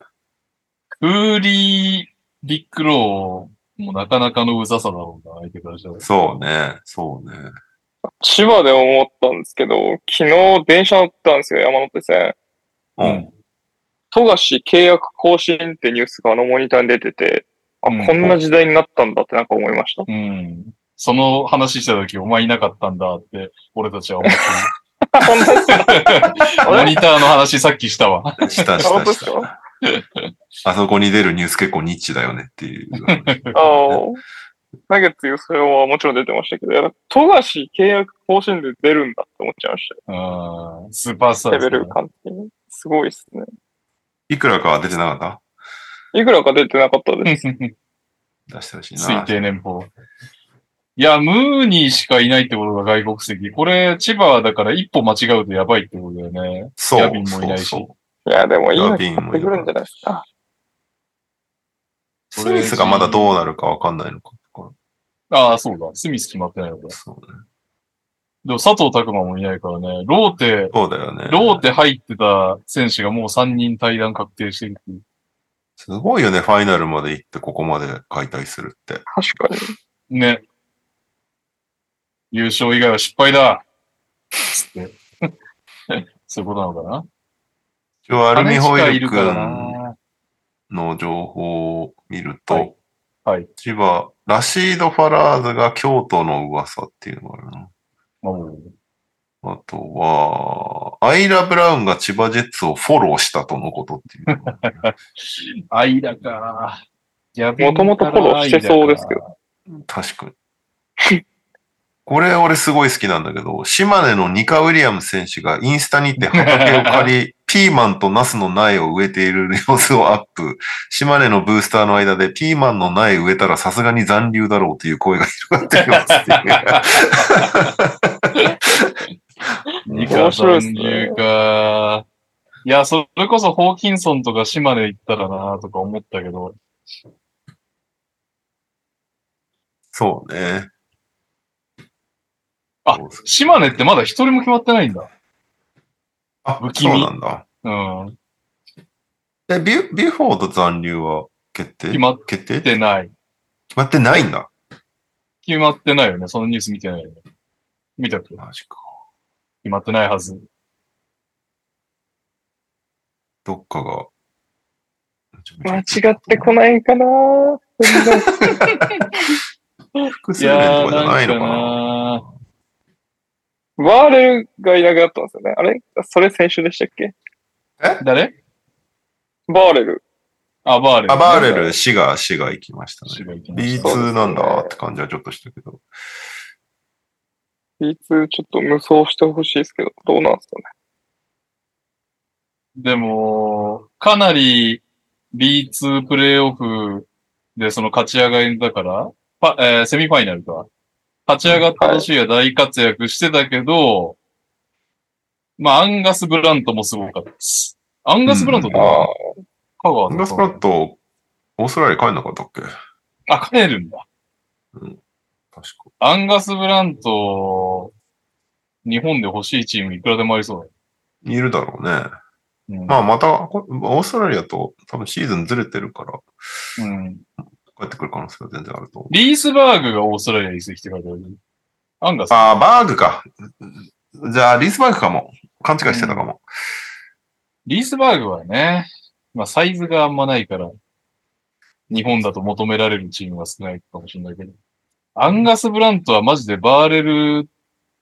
S2: クーリー、ビッグローもなかなかのうざさだろうな、相手からしたら。
S1: そうね、そうね。
S3: 千葉で思ったんですけど、昨日電車乗ったんですよ、山手線。
S1: うん。
S3: 富樫契約更新ってニュースがあのモニターに出てて、あ、
S2: うん
S3: こんな時代になったんだってなんか思いました。
S2: うん。その話した時、お前いなかったんだって、俺たちは思って
S3: 本 当ですか
S2: る。モニターの話さっきしたわ。
S1: した
S3: 本
S1: した
S3: 当です
S1: した。
S3: か
S1: あそこに出るニュース結構ニッチだよねっていう。
S3: ああ。ナゲッツ優勝はもちろん出てましたけど、やっぱ富樫契約更新で出るんだって思っちゃいましたよ
S2: うんスーパースター
S3: レ
S2: です
S3: ベ
S2: ね
S3: ル感的に。すごいっすね。
S1: いくらかは出てなかっ
S3: いくらか出てなかったです。
S1: た出してほしい
S2: 推
S1: な。
S2: 定年俸。いや、ムーニーしかいないってことが外国籍。これ、千葉だから一歩間違うとやばいってことだよね。
S1: そ
S2: ヤ
S1: う
S2: ビン、もい
S1: そ
S2: な
S1: う
S2: いし
S1: そ
S3: いや、でもいい
S1: ラ
S3: の買
S1: ビ
S3: っ
S1: ン
S3: て
S1: も
S3: く
S1: いなかった
S3: るんじゃないですか。
S1: う。スミスがまだどうなるかわかんないのか。
S2: ああ、そうだ。スミス決まってないのか。
S1: そうね
S2: でも佐藤拓馬もいないからね。ローテ、
S1: そうだよ ね。
S2: ローテ入ってた選手がもう3人対談確定してるっていう
S1: すごいよね、ファイナルまで行ってここまで解体するって。
S3: 確かに。
S2: ね。優勝以外は失敗だ。つって。 そういうことなのかな
S1: 一応アルミホイ
S2: 金
S1: ル
S2: 近いるから
S1: 君
S2: な
S1: の情報を見ると、
S2: はいはい。
S1: 千葉、ラシード・ファラーズが京都の噂っていうのがあるな。
S2: まあもう
S1: あとは、アイラ・ブラウンが千葉ジェッツをフォローしたとのことっていう。
S2: アイラか。
S3: もともとフォローしてそうですけど。
S1: 確かに。これ俺すごい好きなんだけど、島根のニカ・ウィリアム選手がインスタにて畑を借 り、ピーマンとナスの苗を植えている様子をアップ。島根のブースターの間でピーマンの苗植えたらさすがに残留だろうという声が広がっています って
S2: ニカ
S3: 面白いっす
S2: 残
S3: ね
S2: 留か。いや、それこそホーキンソンとか島根行ったらなとか思ったけど、
S1: そうね。
S2: あ島根ってまだ一人も決まってないんだ。
S1: あ
S2: 不気
S1: そう
S2: 味
S1: なんだ。
S2: うん。
S1: で、ビュビュフォード残留は決定
S2: 決まっ
S1: 決定
S2: て
S1: 決
S2: ない。
S1: まってないんだ。
S2: 決まってないよね。そのニュース見てないよね。見たっけ
S1: マジか。
S2: 決まってないはず。
S1: どっかが。
S3: 間違ってこないかな
S1: 複数年
S2: いや
S1: とか
S2: ー、
S1: じゃ
S2: な
S1: ない
S2: んか
S1: のかな。
S2: な
S3: バーレルがいなくなったんですよね。あれそれ先週でしたっけ
S2: 誰
S3: バーレル。
S2: あ、バーレル。
S1: あ、バーレル、シガ、シガ行きましたね。
S2: 渋いけど。
S1: B2 なんだって感じはちょっとしたけど。
S3: B2 ちょっと無双してほしいですけど、どうなんですかね。
S2: でも、かなり B2 プレイオフでその勝ち上がりだから、パえーセミファイナルか。勝ち上がった年は大活躍してたけど、まあ、アンガス・ブラントもすごかったです。アンガス・ブラントって
S1: うん
S3: ああ、
S2: 香川
S1: アン
S2: の
S1: ガスプラット、オーストラリア帰んなかったっけ確
S2: あ、帰るんだ。
S1: か。
S2: アンガス・ブラント、日本で欲しいチームいくらでもありそう
S1: いるだろうね。
S2: だよ。うん
S1: まあまた、こオーストラリアと多分シーズンずれてるから、
S2: うん
S1: 帰ってくる可能性は全然あると思う。
S2: リースバーグがオーストラリア移籍してからだよねアンガス。
S1: ああ、バーグか。じゃあ、リースバーグかも。勘違いしてたかも。
S2: リースバーグはね、まあサイズがあんまないから、日本だと求められるチームが少ないかもしれないけど、アンガス・ブラントはマジでバーレル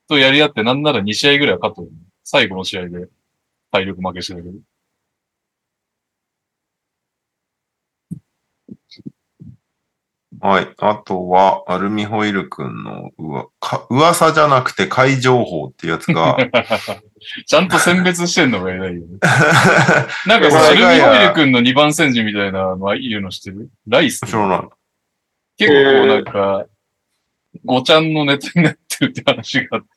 S2: とやり合ってなんなら2試合ぐらいは勝ったよね最後の試合で体力負けしてたけど。
S1: はい。あとは、アルミホイル君のうわか噂じゃなくて怪情報っていうやつ が、
S2: ちゃんと選別してんのが偉いよね。なんか
S1: こ
S2: さ、ル
S1: れ
S2: ミ
S1: が
S2: ホイル君の2番戦時みたいなのはいるのしてるライス
S1: 知らない。
S2: 結構なんか、ごちゃんのネタになってるって話があって。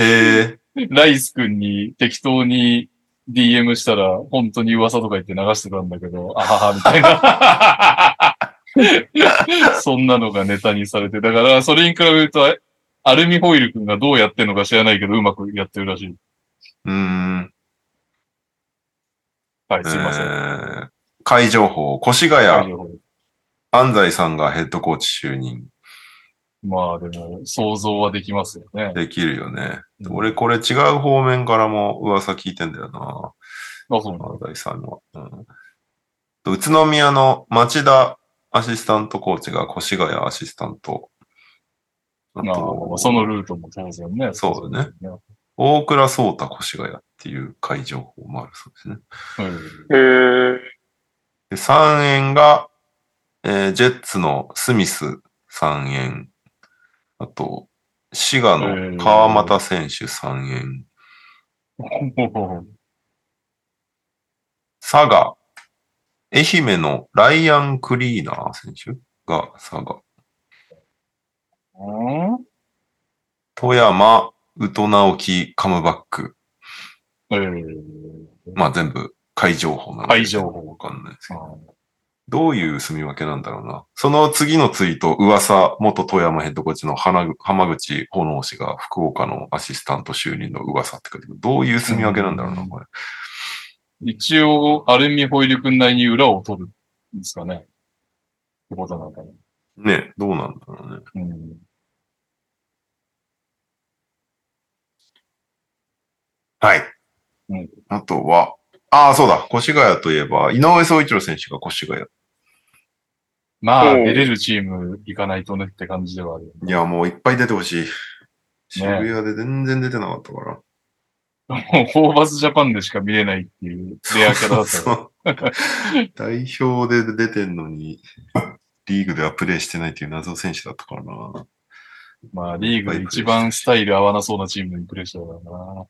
S1: え
S2: ライス君に適当に DM したら、本当に噂とか言って流してたんだけど、あはは、みたいな。そんなのがネタにされて、だから、それに比べると、あアルミホイル君がどうやってるのか知らないけど、うまくやってるらしい。
S1: ー、うーん。
S2: はい、
S1: え
S2: すいません。
S1: ー、怪情報、越
S2: はい
S1: 谷、安西さんがヘッドコーチ就任
S2: まあ、でも、想像はできますよね。
S1: できるよね。
S2: うん
S1: 俺、これ違う方面からも噂聞いてんだよな。
S2: あ、そうなんだ。
S1: 安西さんのは。うんと宇都宮の町田アシスタントコーチが越谷アシスタント。あ
S2: まあま
S1: と
S2: あ、、そのルートも当然ね。
S1: そうだね
S2: ね。
S1: 大倉壮太越谷っていう会情報もあるそうですね。
S2: うん
S3: へー
S1: で、3円が、えージェッツのスミス3円。あと、滋賀の川又選手3円。佐賀、愛媛のライアン・クリーナー選手が佐賀。
S2: うん
S1: 富山、宇都直樹、カムバック。
S2: えー
S1: まあ全部、会情報なので。
S2: 会情報
S1: わかんないですけ
S2: ま
S1: ど。
S2: あ
S1: どういう住み分けなんだろうな。その次のツイート、噂、元富山ヘッドコーチの花ぐ浜口炎氏が福岡のアシスタント就任の噂って書いてある。どういう住み分けなんだろうな、これ。
S2: 一応、アルミホイル君内に裏を取るんですかね。ってことなのかな。
S1: ね、どうなんだろうね。
S2: うん。
S1: はい。
S2: うん
S1: あとは、ああ、そうだ。越谷といえば、井上総一郎選手が越谷。
S2: まあ、
S3: おう
S2: 出れるチーム行かないとねって感じではあるよ
S1: いや、もういっぱい出てほしい。渋谷で全然出てなかったから。
S2: ね。もう、ホーバスジャパンでしか見れないっていう、レアキャラだっ た
S1: そうそう 代表で出てんのに、リーグではプレーしてないっていう謎選手だったからな。
S2: まあ、リーグで一番スタイル合わなそうなチームにプレーしたからな。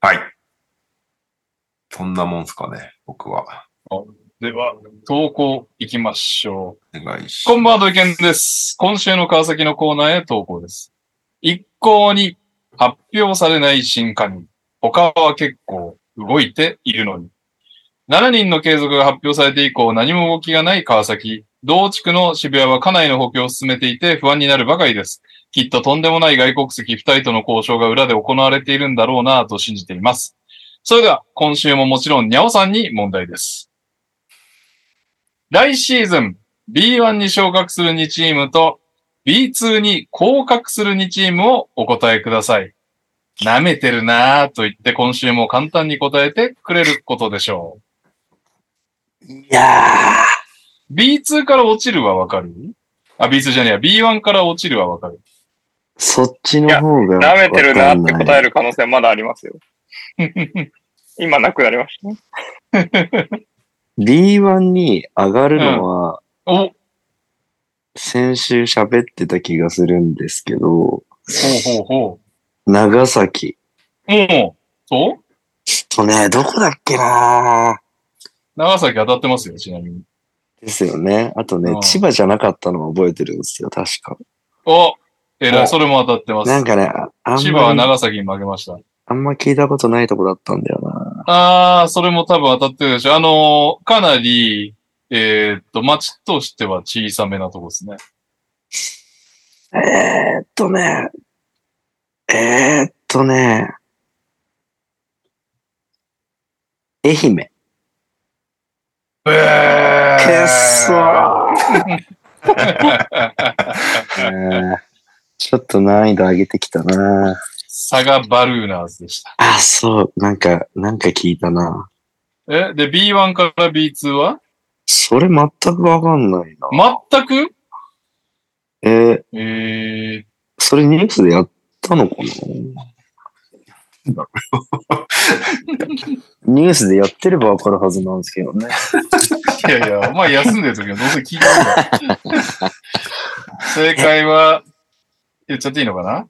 S1: はい。そんなもんすかね、僕は。
S2: では、投稿行きましょう。
S1: お願いし
S2: こんばんは、土井健です。今週の川崎のコーナーへ投稿です。一向に発表されない新加入。他は結構動いているのに。7人の継続が発表されて以降何も動きがない川崎。同地区の渋谷は家内の補強を進めていて不安になるばかりです。きっととんでもない外国籍2人との交渉が裏で行われているんだろうなぁと信じています。それでは今週ももちろんにゃおさんに問題です。来シーズン、B1 に昇格する2チームと B2 に降格する2チームをお答えください。舐めてるなぁと言って今週も簡単に答えてくれることでしょ
S4: いや
S2: う。B2 から落ちるはわかるあ、B2 じゃねえや。B1 から落ちるはわかる。
S4: ー、そっちの方が。
S3: 舐めてるなって答え
S4: る。
S3: る可能性はまだありますよ。 今なくなりましたね。
S4: B1 に上がるのは、
S2: お、ほう
S4: 先週喋ってた気がするんですけど、
S2: ほうほ
S4: 長崎。
S2: う。もう、そう
S4: とね、どこだっけな
S2: 長崎当たってますよ、ちなみに。
S4: ですよね。あとね、
S2: うん
S4: 千葉じゃなかったのは覚えてるんですよ、確か。
S2: おえら
S3: お
S2: い、それも当たってま
S4: なん
S2: す。
S4: かね、ああん
S2: 千葉は
S4: まり
S2: 長崎に負けました。
S4: あんま聞いたことないとこだったんだよな。
S2: あー、それも多分当たってるでしょ。あのーかなり、えーっと、町としては小さめなとこですね。
S4: えー、っとね、えー、っとね、愛媛。
S2: え
S4: くっそ ー、えーちょっと難易度上げてきたな
S2: 佐賀バルーナーズでした。
S4: あ、そう、なんか、なんか聞いたな
S2: え、で、B1 から B2 は
S4: それ全くわかんないな。
S2: 全く
S4: えー、
S2: えー、
S4: それニュースでやったのかなニュースでやってればわかるはずなんですけどね。
S2: いやいや、お前休んでる時はどうせ聞いてるから。正解は、言っちゃっていいのかな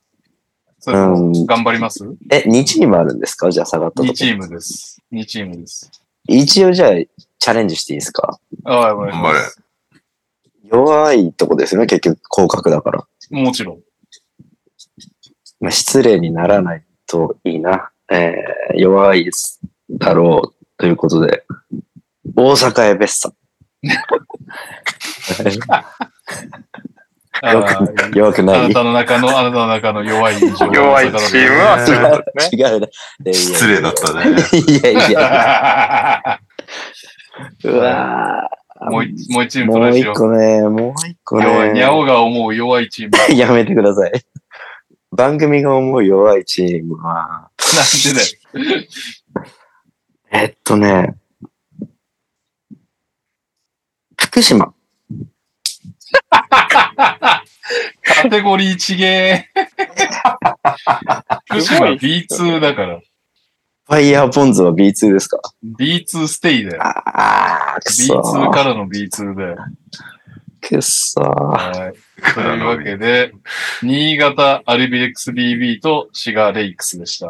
S2: それとも
S4: うん
S2: 頑張ります
S4: え、2チームあるんですかじゃあ下がったとこ
S2: ?2 チームです。2チームです。
S4: 一応じゃあチャレンジしていいですか
S2: ああ、お願いし
S1: 頑
S2: ま
S1: 張れ。
S2: す。
S4: 弱いとこですよね、結局、広角だから。
S2: もちろん。
S4: まあ、失礼にならないといいな。えー、弱いだろうということで、大阪エベッサ。
S2: あ
S4: よ
S2: あ
S4: く、 弱くな
S2: あ
S4: い
S2: な。たの中の、あなたの中の弱い印象
S3: 弱いチームは
S4: 違
S3: そういうこ
S4: う
S3: とです、
S4: 違うな。
S1: 失
S4: 失
S1: 礼だったね。
S4: いやいや、 うわ ー
S2: もう一もう一チームト
S4: も
S2: ライ
S4: う
S2: し
S4: 一
S2: よう。
S4: 個ね、もう一個
S2: 弱いにゃ
S4: ね。
S2: おが思う弱いチーム。
S4: やめてください。番組が思う弱いチームは、
S2: なんでだよ。
S4: えっとね、福島。
S2: カテゴリーちげえ。福島 B2 だから。
S4: ファイヤーポンズは B2 ですか
S2: B2 ステイだよ。
S4: あー、くそ
S2: B2
S4: ー。
S2: からの B2 だよ。
S4: くそー。
S2: はい。というわけで、新潟アルビレックス BB とシガレイクスでした。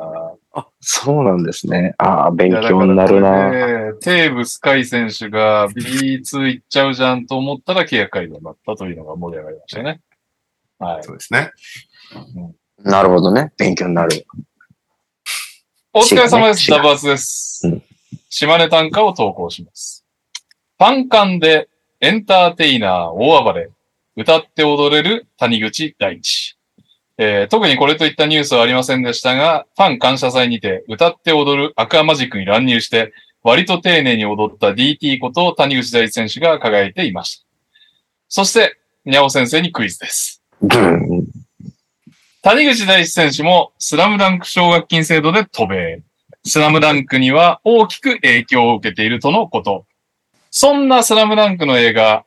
S4: そうなんですね。あー、勉強になる
S2: いやだか
S4: な。
S2: らねテーブス海選手が B2 行っちゃうじゃんと思ったら契約解除になったというのが盛り上がりましたね。はい。
S1: そうですね。
S4: なるほどね。勉強になる。
S2: お疲れ様です。
S4: 違う
S2: ダバースです
S4: うん。
S2: 島根短歌を投稿します。パンカンでエンターテイナー大暴れ、歌って踊れる谷口大地。えー特にこれといったニュースはありませんでしたが、ファン感謝祭にて歌って踊るアクアマジックに乱入して、割と丁寧に踊った DT こと谷口大地選手が輝いていました。そして、にゃお先生にクイズです。
S4: ブン。
S2: 谷口大志選手もスラムダンク奨学金制度で渡米。スラムダンクには大きく影響を受けているとのこと。そんなスラムダンクの映画、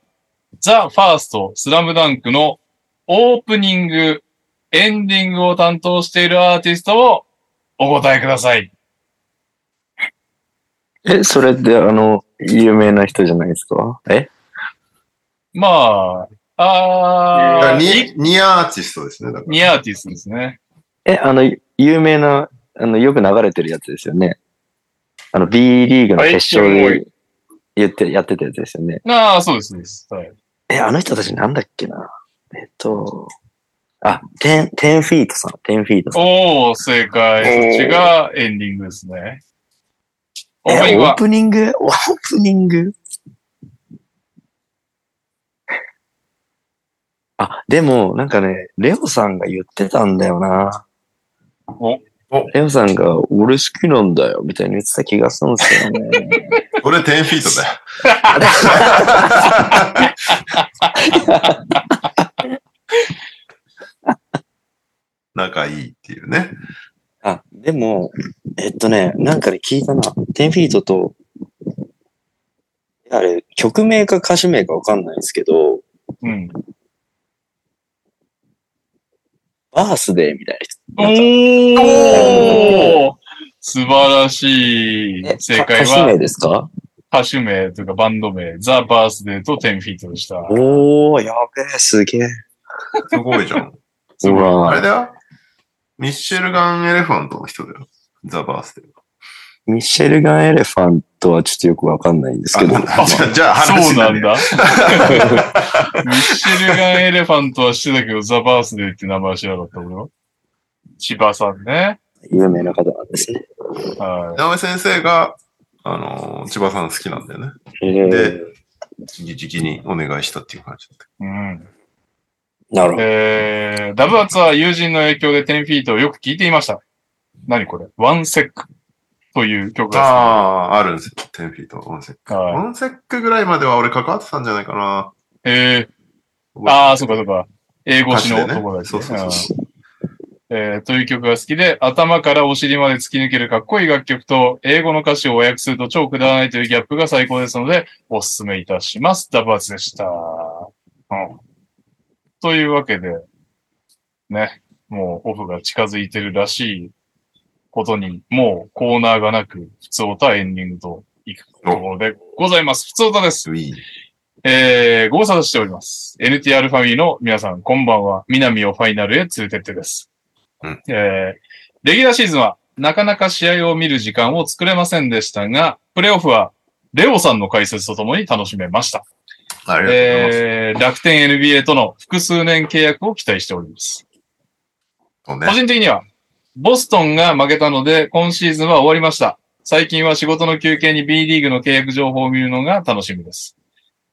S2: ザ・ファースト・スラムダンクのオープニング、エンディングを担当しているアーティストをお答えください。
S4: え、それってあの、有名な人じゃないですかえ
S2: まあ、あー、
S1: ニニアアーティストですね。だから
S2: ニアーティストですね。
S4: え、あの、有名な、あの、よく流れてるやつですよね。あの、B リーグの決勝
S3: はい
S4: で言って、やってたやつですよね。
S2: ああ、そうです、そうです。はい。
S4: え、あの人たちなんだっけなえっと、あ、テン、テンフィートさん、テンフィートさん。
S2: おー、正解。
S3: おー
S2: そっちがエンディングですね。オープニ
S4: え、
S2: ング
S4: オ
S2: は
S4: ープニングオープニングあ、でも、なんかね、レオさんが言ってたんだよな。
S2: お
S4: レオさんが、俺好きなんだよ、みたいに言ってた気がするんですけどね。
S1: これ10フィートだよ。がいいっていうね。
S4: あ、でも、えっとね、なんかで聞いたな。10フィートと、あれ、曲名か歌手名かわかんないんですけど、
S2: うん。
S4: バースデーみたい
S2: お
S4: な人。なんか
S2: ー素晴らしい
S4: え。
S2: 正解
S4: 歌手名
S2: は、
S4: ですか
S2: 歌手名というかバンド名、ザ・バースデーと10フィートでした。
S4: おー、やべえ、すげえ。
S1: すごいじゃん。
S4: う
S1: あれ
S4: わ
S1: だよ。ミッシェルガン・エレファントの人だよ。ザ・バースデー。
S4: ミシェルガン・エレファントはちょっとよくわかんないんですけど。
S1: あじゃあじゃあ
S2: そ
S1: 話
S2: う
S1: に
S2: なん
S1: ね
S2: だ。ミッシェルガン・エレファントはしてたけど、ザ・バースデーって名前は知らなかった俺は。千葉さんね。
S4: 有名な方なんですね。
S2: は
S1: 直江先生が、あのー千葉さん好きなんだよね。
S4: え
S1: で
S4: ー、
S1: 直々にお願いしたっていう感じだった。
S2: い。うん。
S4: なるほど。
S2: えー、ダブアツは友人の影響で10フィートをよく聞いていました。何これワンセックという曲です、
S1: ああ、あるんですよ。10フィート、オンセック。
S2: は
S1: オンセックぐらいまでは俺関わってたんじゃないかな。
S2: い、えー、ああ、そうかそうか。英語詞の男だけ、。
S1: そうそうそう
S2: えー、という曲が好きで、頭からお尻まで突き抜けるかっこいい楽曲と、英語の歌詞を和訳すると超くだらないというギャップが最高ですので、おすすめいたします。ダブアツでした。うん。というわけで、ね、もうオフが近づいてるらしいことに、もうコーナーがなく、普通歌エンディングと行くところでございます。普通歌です。
S1: ウィーン。
S2: えー、ご無沙汰しております。NTR ファミリーの皆さん、こんばんは。南をファイナルへ連れてってです。
S1: うん
S2: えー、レギュラーシーズンは、なかなか試合を見る時間を作れませんでしたが、プレイオフは、レオさんの解説とともに楽しめました。
S1: ありがとうございます。
S2: えー、楽天 NBA との複数年契約を期待しております。
S1: そう
S2: 個
S1: ね、
S2: 人的には、ボストンが負けたので、今シーズンは終わりました。最近は仕事の休憩に B リーグの契約情報を見るのが楽しみです。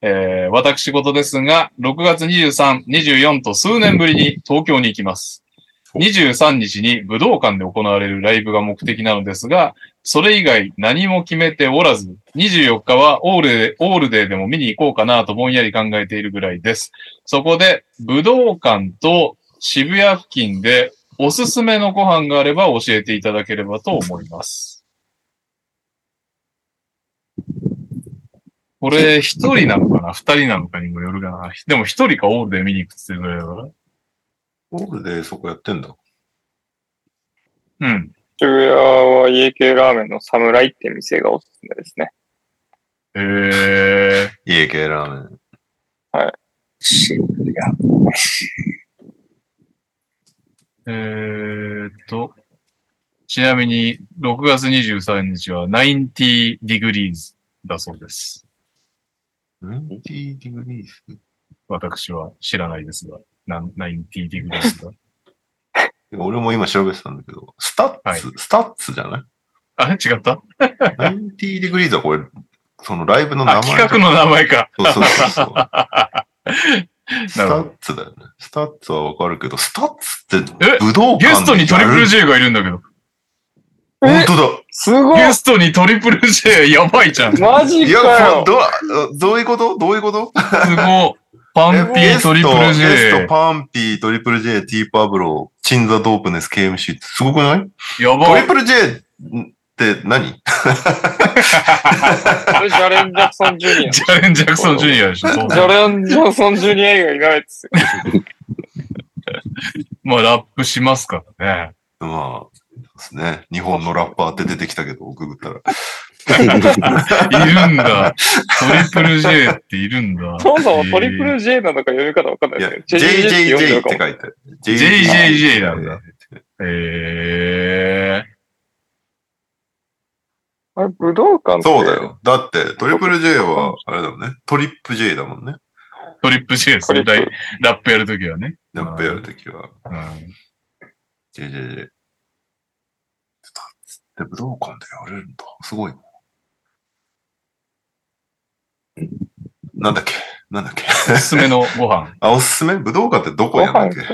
S2: えー、私事ですが、6月23、24と数年ぶりに東京に行きます。23日に武道館で行われるライブが目的なのですが、それ以外何も決めておらず、24日はオールデーオールデーでも見に行こうかなとぼんやり考えているぐらいです。そこで武道館と渋谷付近でおすすめのご飯があれば教えていただければと思います。これ、一人なのかな二人なのかにもよるかな。でも一人かオールで見に行くって言ってるぐらいだか
S1: オールでそこやってんだ。
S2: ら。うん。
S3: 渋谷は家系ラーメンの侍って店がおすすめですね。
S2: え
S1: 家系ラーメン。
S4: シンプルが
S2: ー、えーっと、ちなみに、6月23日は90 degrees だそうです。
S1: 90ディグリース。
S2: 私は知らないですが、な90 degrees だ。
S1: 俺も今調べてたんだけど、スタッツ、
S2: はい
S1: スタッツじゃない
S2: あれ違った
S1: 90ディグリーズはこれ、そのライブの名
S2: あ、
S1: 前じゃん。
S2: 企画の名前か。
S1: そうそうそうそう。スタ
S2: なるほ
S1: ッツだよね。スタッツはわかるけど、スタッツって
S2: え
S1: 武道館で
S2: ゲ
S1: やる
S2: ストにトリプル J がいるんだけど。
S1: 本当だ。
S3: すごい
S2: ゲストにトリプル J やばいじゃん。すご。
S3: マジ
S1: いや、
S3: か
S1: こ
S3: よ
S1: れどう、どういうことどういうこと
S2: い。パンピ
S1: ゲ
S2: ー
S1: スト
S2: トリプル
S1: ゲス
S2: J
S1: ト、。パンピー、トリプル J、ティーパブロ、チンザ・ドープネス、KMC ってすごくない
S2: や
S1: ト
S2: ば
S1: リ
S2: い。
S1: プル J って何
S3: これジャレン・ジャクソン・ジュニア。
S2: ジ
S3: ジ
S2: ャレン・ジャクソン・ジュニアでしょ。そう
S3: ャレン・ジャクソン・ジュニア以外いないですよ。
S2: まあ、ラップしますからね。
S1: まあ、そうですね。日本のラッパーって出てきたけど、ググったら。
S2: いるんだ。トリプル J っているんだ。
S3: そもそもトリプ
S2: えー
S3: ル J なのか読み方わかんない
S1: いや、
S3: ですけど、JJJ
S1: JJJ って
S3: って読んでるか
S1: 書いてある。
S2: JJJ なんだ。え
S3: も。あれ、武道館って。
S1: そうだ。よ。だって、トリプル J は、あれだもんね。トリップ J だもんね。
S2: ー、トリプル J です
S3: こ
S2: ね。
S3: れ、
S2: ライラップやるときはね。
S1: やっぱやるときは、
S2: うん
S1: JJJ。スタッツって武道館でやれるんだ。すごいな。なんだっけなんだっけ
S2: おすすめのご飯。
S1: あ、おすすめ武道館ってどこ
S3: ご
S1: やんだっ
S3: 飯
S1: け
S3: か。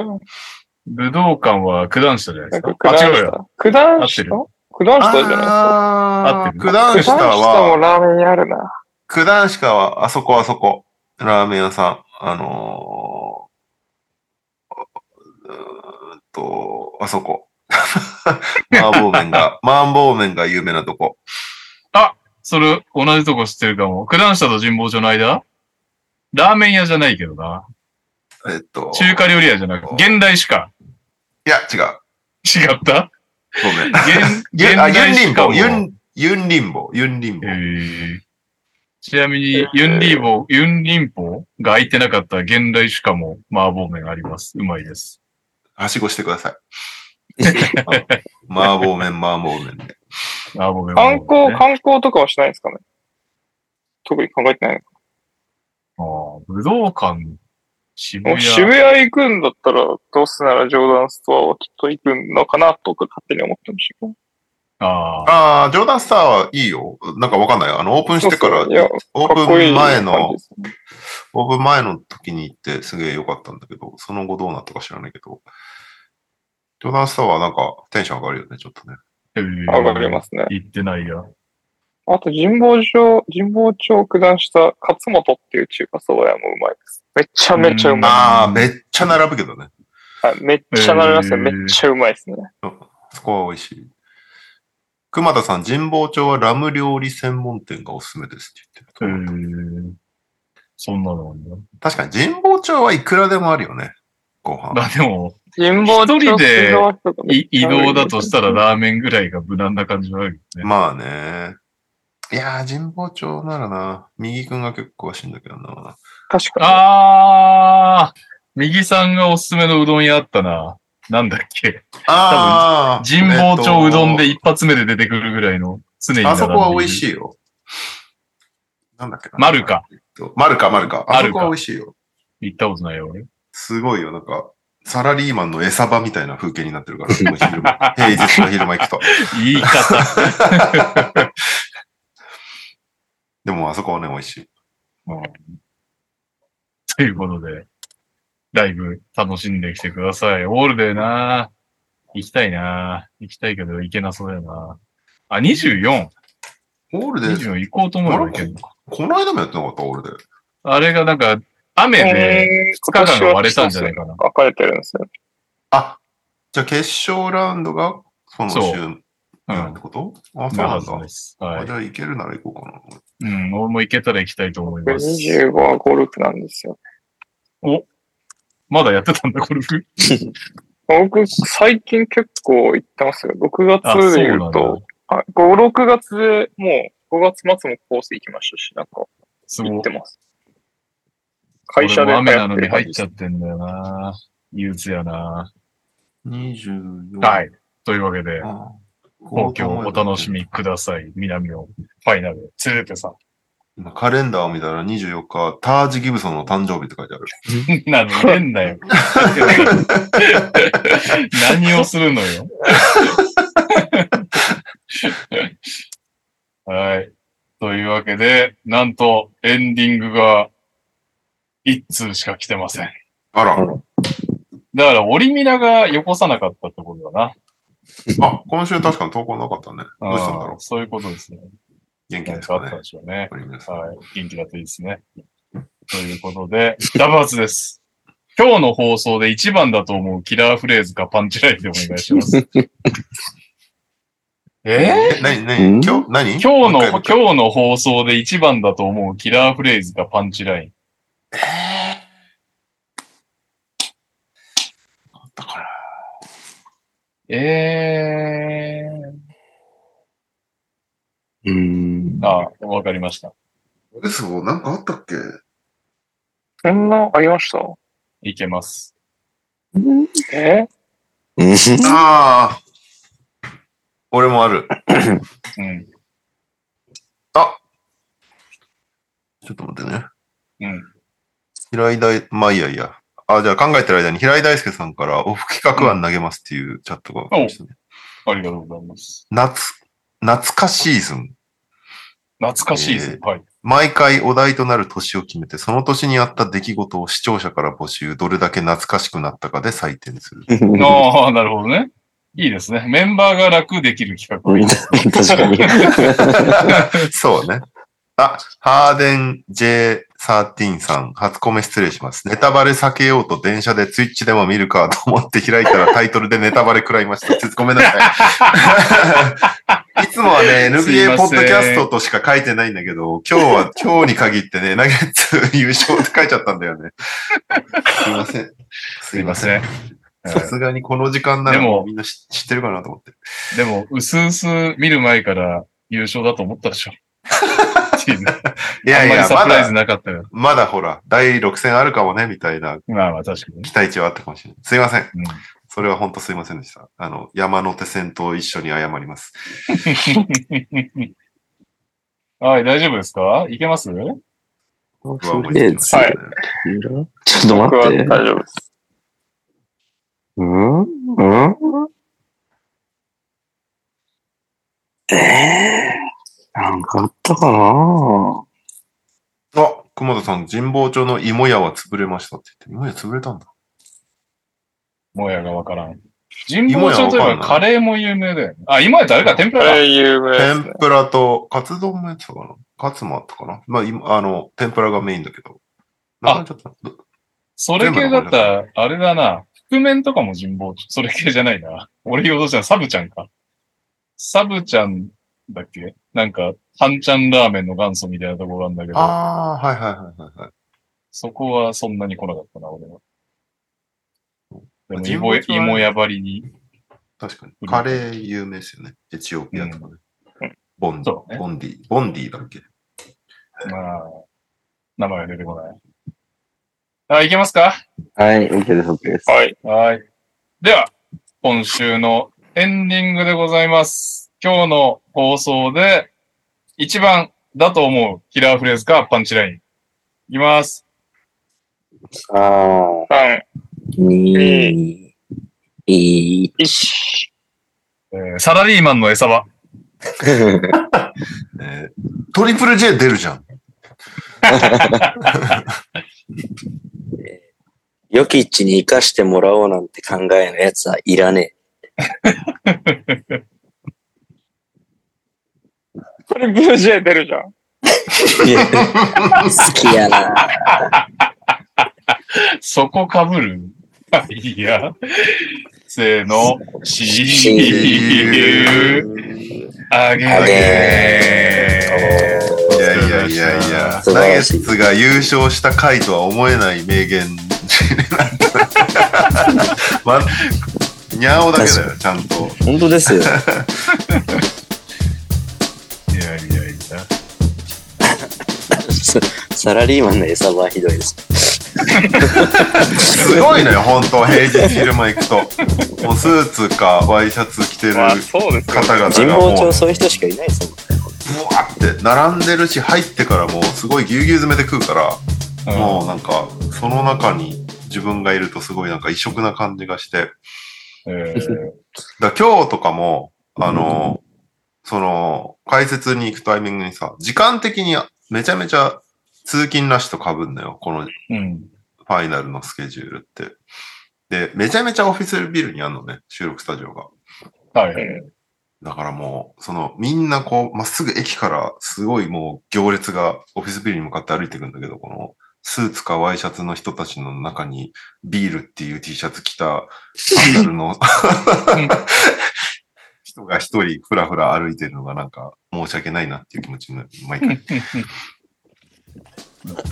S2: 武道館は九段下じゃない
S3: な
S2: で
S3: ん
S2: す
S3: か
S2: か。
S3: 九
S2: あ、
S3: 段
S2: 違うよ。
S3: 下。九段
S2: 合ってる
S3: 下九段下じゃないですか。
S2: 合っ
S1: あ
S2: て
S1: ー、
S2: る
S1: 九段
S3: 九
S1: 下
S3: 段下も
S1: は、
S3: ラーメン屋あるな。
S1: 九段下は、あそこあそこ。ラーメン屋さん。あのー、うーんと、あそこ。 麻婆麺が、麻婆麺が有名なとこ。
S2: それ、同じとこ知ってるかも。九段下と神保町の間ラーメン屋じゃないけどな。
S1: えっと。
S2: 中華料理屋じゃなく、現代しか。
S1: いや、違う。
S2: 違った
S1: ごめん。
S2: 現、
S1: ゆ
S2: 現
S1: あ、ユン
S2: 代
S1: リ
S2: し
S1: ン
S2: か
S1: ボ、
S2: も。
S1: ユン、ユンリンボ、ユンリンボ
S2: え。ーちなみに、ユンリーボ、ユンリンポが空いてなかった現代しかも麻婆麺あります。うまいです。
S1: はしごしてください。 麻婆麺、麻婆麺で。
S2: 麻婆麺は
S3: 観
S2: 麻婆
S3: 光、
S2: 麺ね。
S3: 観光とかはしないんですかね特に考えてないのか
S2: あー武道館、渋
S3: もう
S2: 谷。
S3: 渋谷行くんだったら、どうせならジョーダンストアはきっと行くのかなとか勝手に思ってましたけど。
S2: ああ。
S1: ああ、ジョーダンスターはいいよ。なんかわかんない。あの、オープンしてから、
S3: そうそういや、
S1: オ
S3: か
S1: ー
S3: っこ
S1: プ
S3: いい
S1: ン前の、
S3: 感じですね
S1: オープン前の時に行ってすげえ良かったんだけど、その後どうなったか知らないけど、ジョーダンスターはなんかテンション上がるよね、ちょっとね。
S3: 上がりますね。
S2: 行ってないや。
S3: あと、神保町、神保町を下断した勝本っていう中華そば屋もうまいです。めちゃめちゃうまい。
S1: ああ、めっちゃ並ぶけどね。
S3: はいめっちゃ並びますね。
S2: へー
S3: めっちゃうまいですね。
S1: そこは美味しい。熊田さん、神保町はラム料理専門店がおすすめですって
S2: え
S1: 言ってる。
S2: ー、そんなのあ んだ
S1: 確かに神保町はいくらでもあるよね、ご飯。
S2: まあでも、
S3: 神保町
S2: 一人で
S3: 静岡とかめっ
S2: い
S3: ちゃ
S2: 移
S3: うまい
S2: 動だとしたらラーメンぐらいが無難な感じはあるよね。
S1: まあね。いやー、神保町ならな、右くんが結構詳しいんだけどな。
S3: 確か
S2: あー、右さんがおすすめのうどん屋あったな。なんだっけ。
S1: ああ、
S2: 神保町うどんで
S1: い
S2: 一発目で出てくるぐらいの、常に
S1: あそこは美味
S2: い。
S1: しいよ。なんだっけな。
S2: マルカ。
S1: マルカ、マルカ。あ
S2: マ
S1: そ
S2: ル
S1: こ
S2: カ
S1: は美味しいよ。
S2: 行ったことないよ、俺。
S1: すごいよ。なんか、サラリーマンの餌場みたいな風景にな ってるから、昼間平日の昼間行くと。
S2: 言い方。
S1: でも、あそこはね、美味しい。
S2: うんということで、 ライブ楽しんできてください。オールデーな行きたいな行きたいけど行けなそうだよなあ、24。
S1: オールで、
S2: 24行こうと思えば行けるのか。
S1: この間もやってなかった、オールで。
S2: あれがなんか、雨
S3: に。
S2: で
S3: え
S2: 2
S3: ー
S2: 日間が割れたんじゃないかな。
S3: 分かれてるんですよ。
S1: あ、じゃあ決勝ラウンドが、その週
S2: そう
S1: に
S2: う
S1: なるっ
S2: ん
S1: て。ことあ、そう
S2: な
S1: な
S2: は
S1: ん
S2: ず
S1: だ
S2: で。す。は
S1: あ
S2: い
S1: じ。ゃあ行けるなら行こうかな。
S2: うん、俺も行けたら行きたいと思います。
S3: 25はゴルフなんですよ。
S2: まだやってたんだ、ゴルフ。
S3: 僕、最近結構行ってますよ。6
S2: あ、
S3: 月
S2: そう
S3: で
S2: な
S3: 言
S2: ん
S3: う
S2: だ。
S3: と、はい5、6月でもう、5月末もコース行きましたし、なんか
S2: す
S3: 行
S2: ご
S3: っ
S2: い
S3: て。ます。会社で
S2: 俺も
S3: 流
S2: 雨なの
S3: 行って
S2: に
S3: る感
S2: 入
S3: じ
S2: っち
S3: です
S2: ゃってんだよな憂鬱やな
S1: 24。
S2: はい。というわけで、
S1: あ。
S2: 東京お楽しみください。南をファイナルへ連れてさ。
S1: 今カレンダーを見たら24日、タージ・ギブソンの誕生日って書いてある。
S2: なめてんなよ。何をするのよ。はい。というわけで、なんとエンディングが一通しか来てません。
S1: あら、
S2: だから、オリミラがよこさなかったってことだな。
S1: あ、今週確かに投稿なかったね。どうしたんだ
S2: あ
S1: ろ
S2: ーそういうことですね。
S1: う元気
S2: なん
S1: です
S2: かあ
S1: か
S2: ったん
S1: ね
S2: で。しょうね。
S1: これ皆さん
S2: はい。元気だといいですね。ということで、ダブハツです。今日の放送で一番だと思うキラーフレーズかパンチラインでお願いします。え
S1: え何何
S4: ん
S1: 今日何
S2: ー今日の、
S1: もう
S2: 今
S1: 一回
S2: 日の放送で一番だと思うキラーフレーズかパンチライン。
S1: あったから
S2: え
S4: うん
S2: ー。。あ、わかりました。
S1: 嘘なんかあったっけ
S3: そんな、ありました
S2: いけます。
S3: え
S1: ああ。俺もある。
S2: うん。
S1: ちょっと待ってね。
S2: うん。
S1: 平井大、まあいいやいいや。あ、じゃあ考えてる間に平井大輔さんからオフ企画案投げますっていうチャットが来ましたね。
S2: ありがとうございます。
S1: 夏、懐かシーズン。
S2: 懐かしいです。
S1: え
S2: はい。
S1: 毎回お題となる年を決めて、その年にあった出来事を視聴者から募集、どれだけ懐かしくなったかで採点す る。
S2: ああ、なるほどね。いいですね。 メンバーが楽できる企画。
S4: 確かに。
S1: そうね。あ、ハーデン J13 さん、初コメ失礼します。ネタバレ避けようと電車でツイッチでも見るかと思って開いたらタイトルでネタバレ食らいました。ちょっとごめんなさ い。いつもはね、
S2: すい
S1: NBA
S2: ません
S1: ポッドキャストとしか書いてないんだけど、今日は、今日に限ってね、ナゲッツ優勝って書いちゃったんだよね。すいません。す
S2: すいません。
S1: さすがにこの時間なら
S2: でも
S1: もうみんな知知ってるかなと思って。
S2: でも、うすうす見る前から優勝だと思ったでしょ。い
S1: いやいや、
S2: サ
S1: ま
S2: プライズ
S1: だ、
S2: なかったよ。
S1: まだほら、第6戦あるかもね、みたいな
S2: まあまあ確かにね。
S1: 期待値はあったかもしれない。すいません。
S2: うん
S1: それは本当すいませんでした。あの、山手線と一緒に謝ります。
S2: はい、大丈夫ですかいけます
S1: 僕はもう
S4: とりあえ
S1: 一
S4: ず
S1: 応
S3: は
S1: ね
S3: い
S4: ちょっと
S3: 僕は
S4: 待っ
S3: 大
S4: て。
S3: 丈夫です。
S4: うんうんええなんかあったかな
S1: あ、熊田さん、神保町の芋屋は潰れましたって言って、芋屋潰れたんだ。
S2: もやがわからん。神保町といえばカレーも有名だよね。あ、今やったらあれか、天ぷ
S3: あ
S2: らか。
S3: れ有名ですね
S1: 天ぷらと、カツ丼もやってたかなカツもあったかなまあ、今、あの、天ぷらがメインだけど。なんかちょっと、
S2: それ系だったら、あれだな。覆面とかも神保町。それ系じゃないな。俺言おうとしたらサブちゃんか。サブちゃんだっけなんか、半ちゃんラーメンの元祖みたいなところなんだけど、
S1: ああ、はいはいはいはいはい。
S2: そこはそんなに来なかったな、俺は。でも
S1: 神
S2: 芋
S1: 保
S2: や、
S1: 町はね
S2: 芋やばりに。
S1: 確かに。カレー有名ですよね。エチオピアとかね。ボンデ
S2: そう
S1: ィ、
S2: ね
S1: ボンディ、ボンディだっけ
S2: まあ、名前が出てこない。あ、いけますか
S4: はい、OK です、OK です。
S3: はい。
S2: はい。では、今週のエンディングでございます。今日の放送で、一番だと思うキラーフレーズかパンチライン。いきます。
S4: 3、
S3: 3、
S4: 2、1。
S3: 1。
S2: えーサラリーマンの餌場。
S1: えートリプル J 出るじゃん。
S4: ヨキッチに生かしてもらおうなんて考えのやつはいらね
S3: トリプル J 出るじゃん。
S4: え。いや好きやな。
S2: そこかぶる いや。せーの。
S4: See
S2: ーあげ
S4: あ
S2: げ
S1: げいやいやいやいや、
S4: 素
S1: ナ
S4: 晴
S1: ゲ
S4: らしい
S1: ッツが優勝した回とは思えない名 言になった。ま、にゃおだけだよ、ちゃんと。
S4: 本当ですよ。
S2: いやいやい や。
S4: サラリーマンの餌場はひどいです。
S1: すごいね、本当平日昼間行くと。もうスーツかワイシャツ着てる
S3: まあ、
S1: 方
S3: そうですよ
S1: 々
S3: ね。
S4: 神
S1: が
S4: 保
S1: もう
S4: 町、そういう人しかいないですもんね。
S1: ブワーって並んでるし、入ってからもうすごいぎゅうぎゅう詰めて食うから、もうなんか、その中に自分がいるとすごいなんか異色な感じがして、
S2: うんえー
S1: だから今日とかも、あの、その、解説に行くタイミングにさ、時間的にめちゃめちゃ通勤ラッシュと被んのよ、このフ
S2: うん。
S1: ァイナルのスケジュールって。で、めちゃめちゃオフィスビルにあるのね、収録スタジオが。
S2: はいは
S3: う
S2: い。
S3: ん
S1: だからもう、その、みんなこう、まっすぐ駅から、すごいもう行列がオフィスビルに向かって歩いていくんだけど、この、スーツかワイシャツの人たちの中に、ビールっていう T シャツ着た、シールの人が一人ふらふら歩いてるのがなんか、申し訳ないなっていう気持ちになる。毎回、こん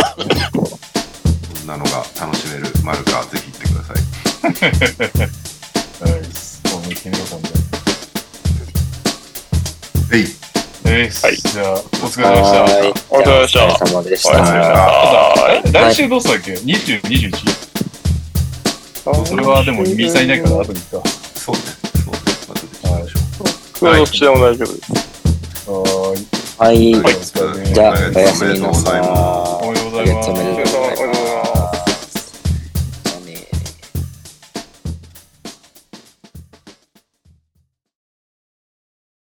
S1: なのが楽しめる、丸か、ぜひ行ってください。
S2: はい。そう行ってみようかな。
S1: えい
S2: えい
S3: はい
S2: じゃあ、お疲れ様でした。
S4: はい
S3: お疲れ様でした
S4: お疲れ様でし
S3: おやすみな
S4: た。
S3: さい。
S2: え来週どうしたっけ ?20、21? それはでも、ミサいないから、後でいっか。は
S1: そうね、そうね、またできましょう。
S3: 僕はどっちでも大丈夫です。
S2: ーい。
S4: はい。
S2: はい
S1: じゃあ、おやすみなさい。
S2: おはようご
S4: あ
S2: ざ
S4: り
S2: い
S4: が
S2: ま
S4: とうございます
S2: す。
S3: お疲れ様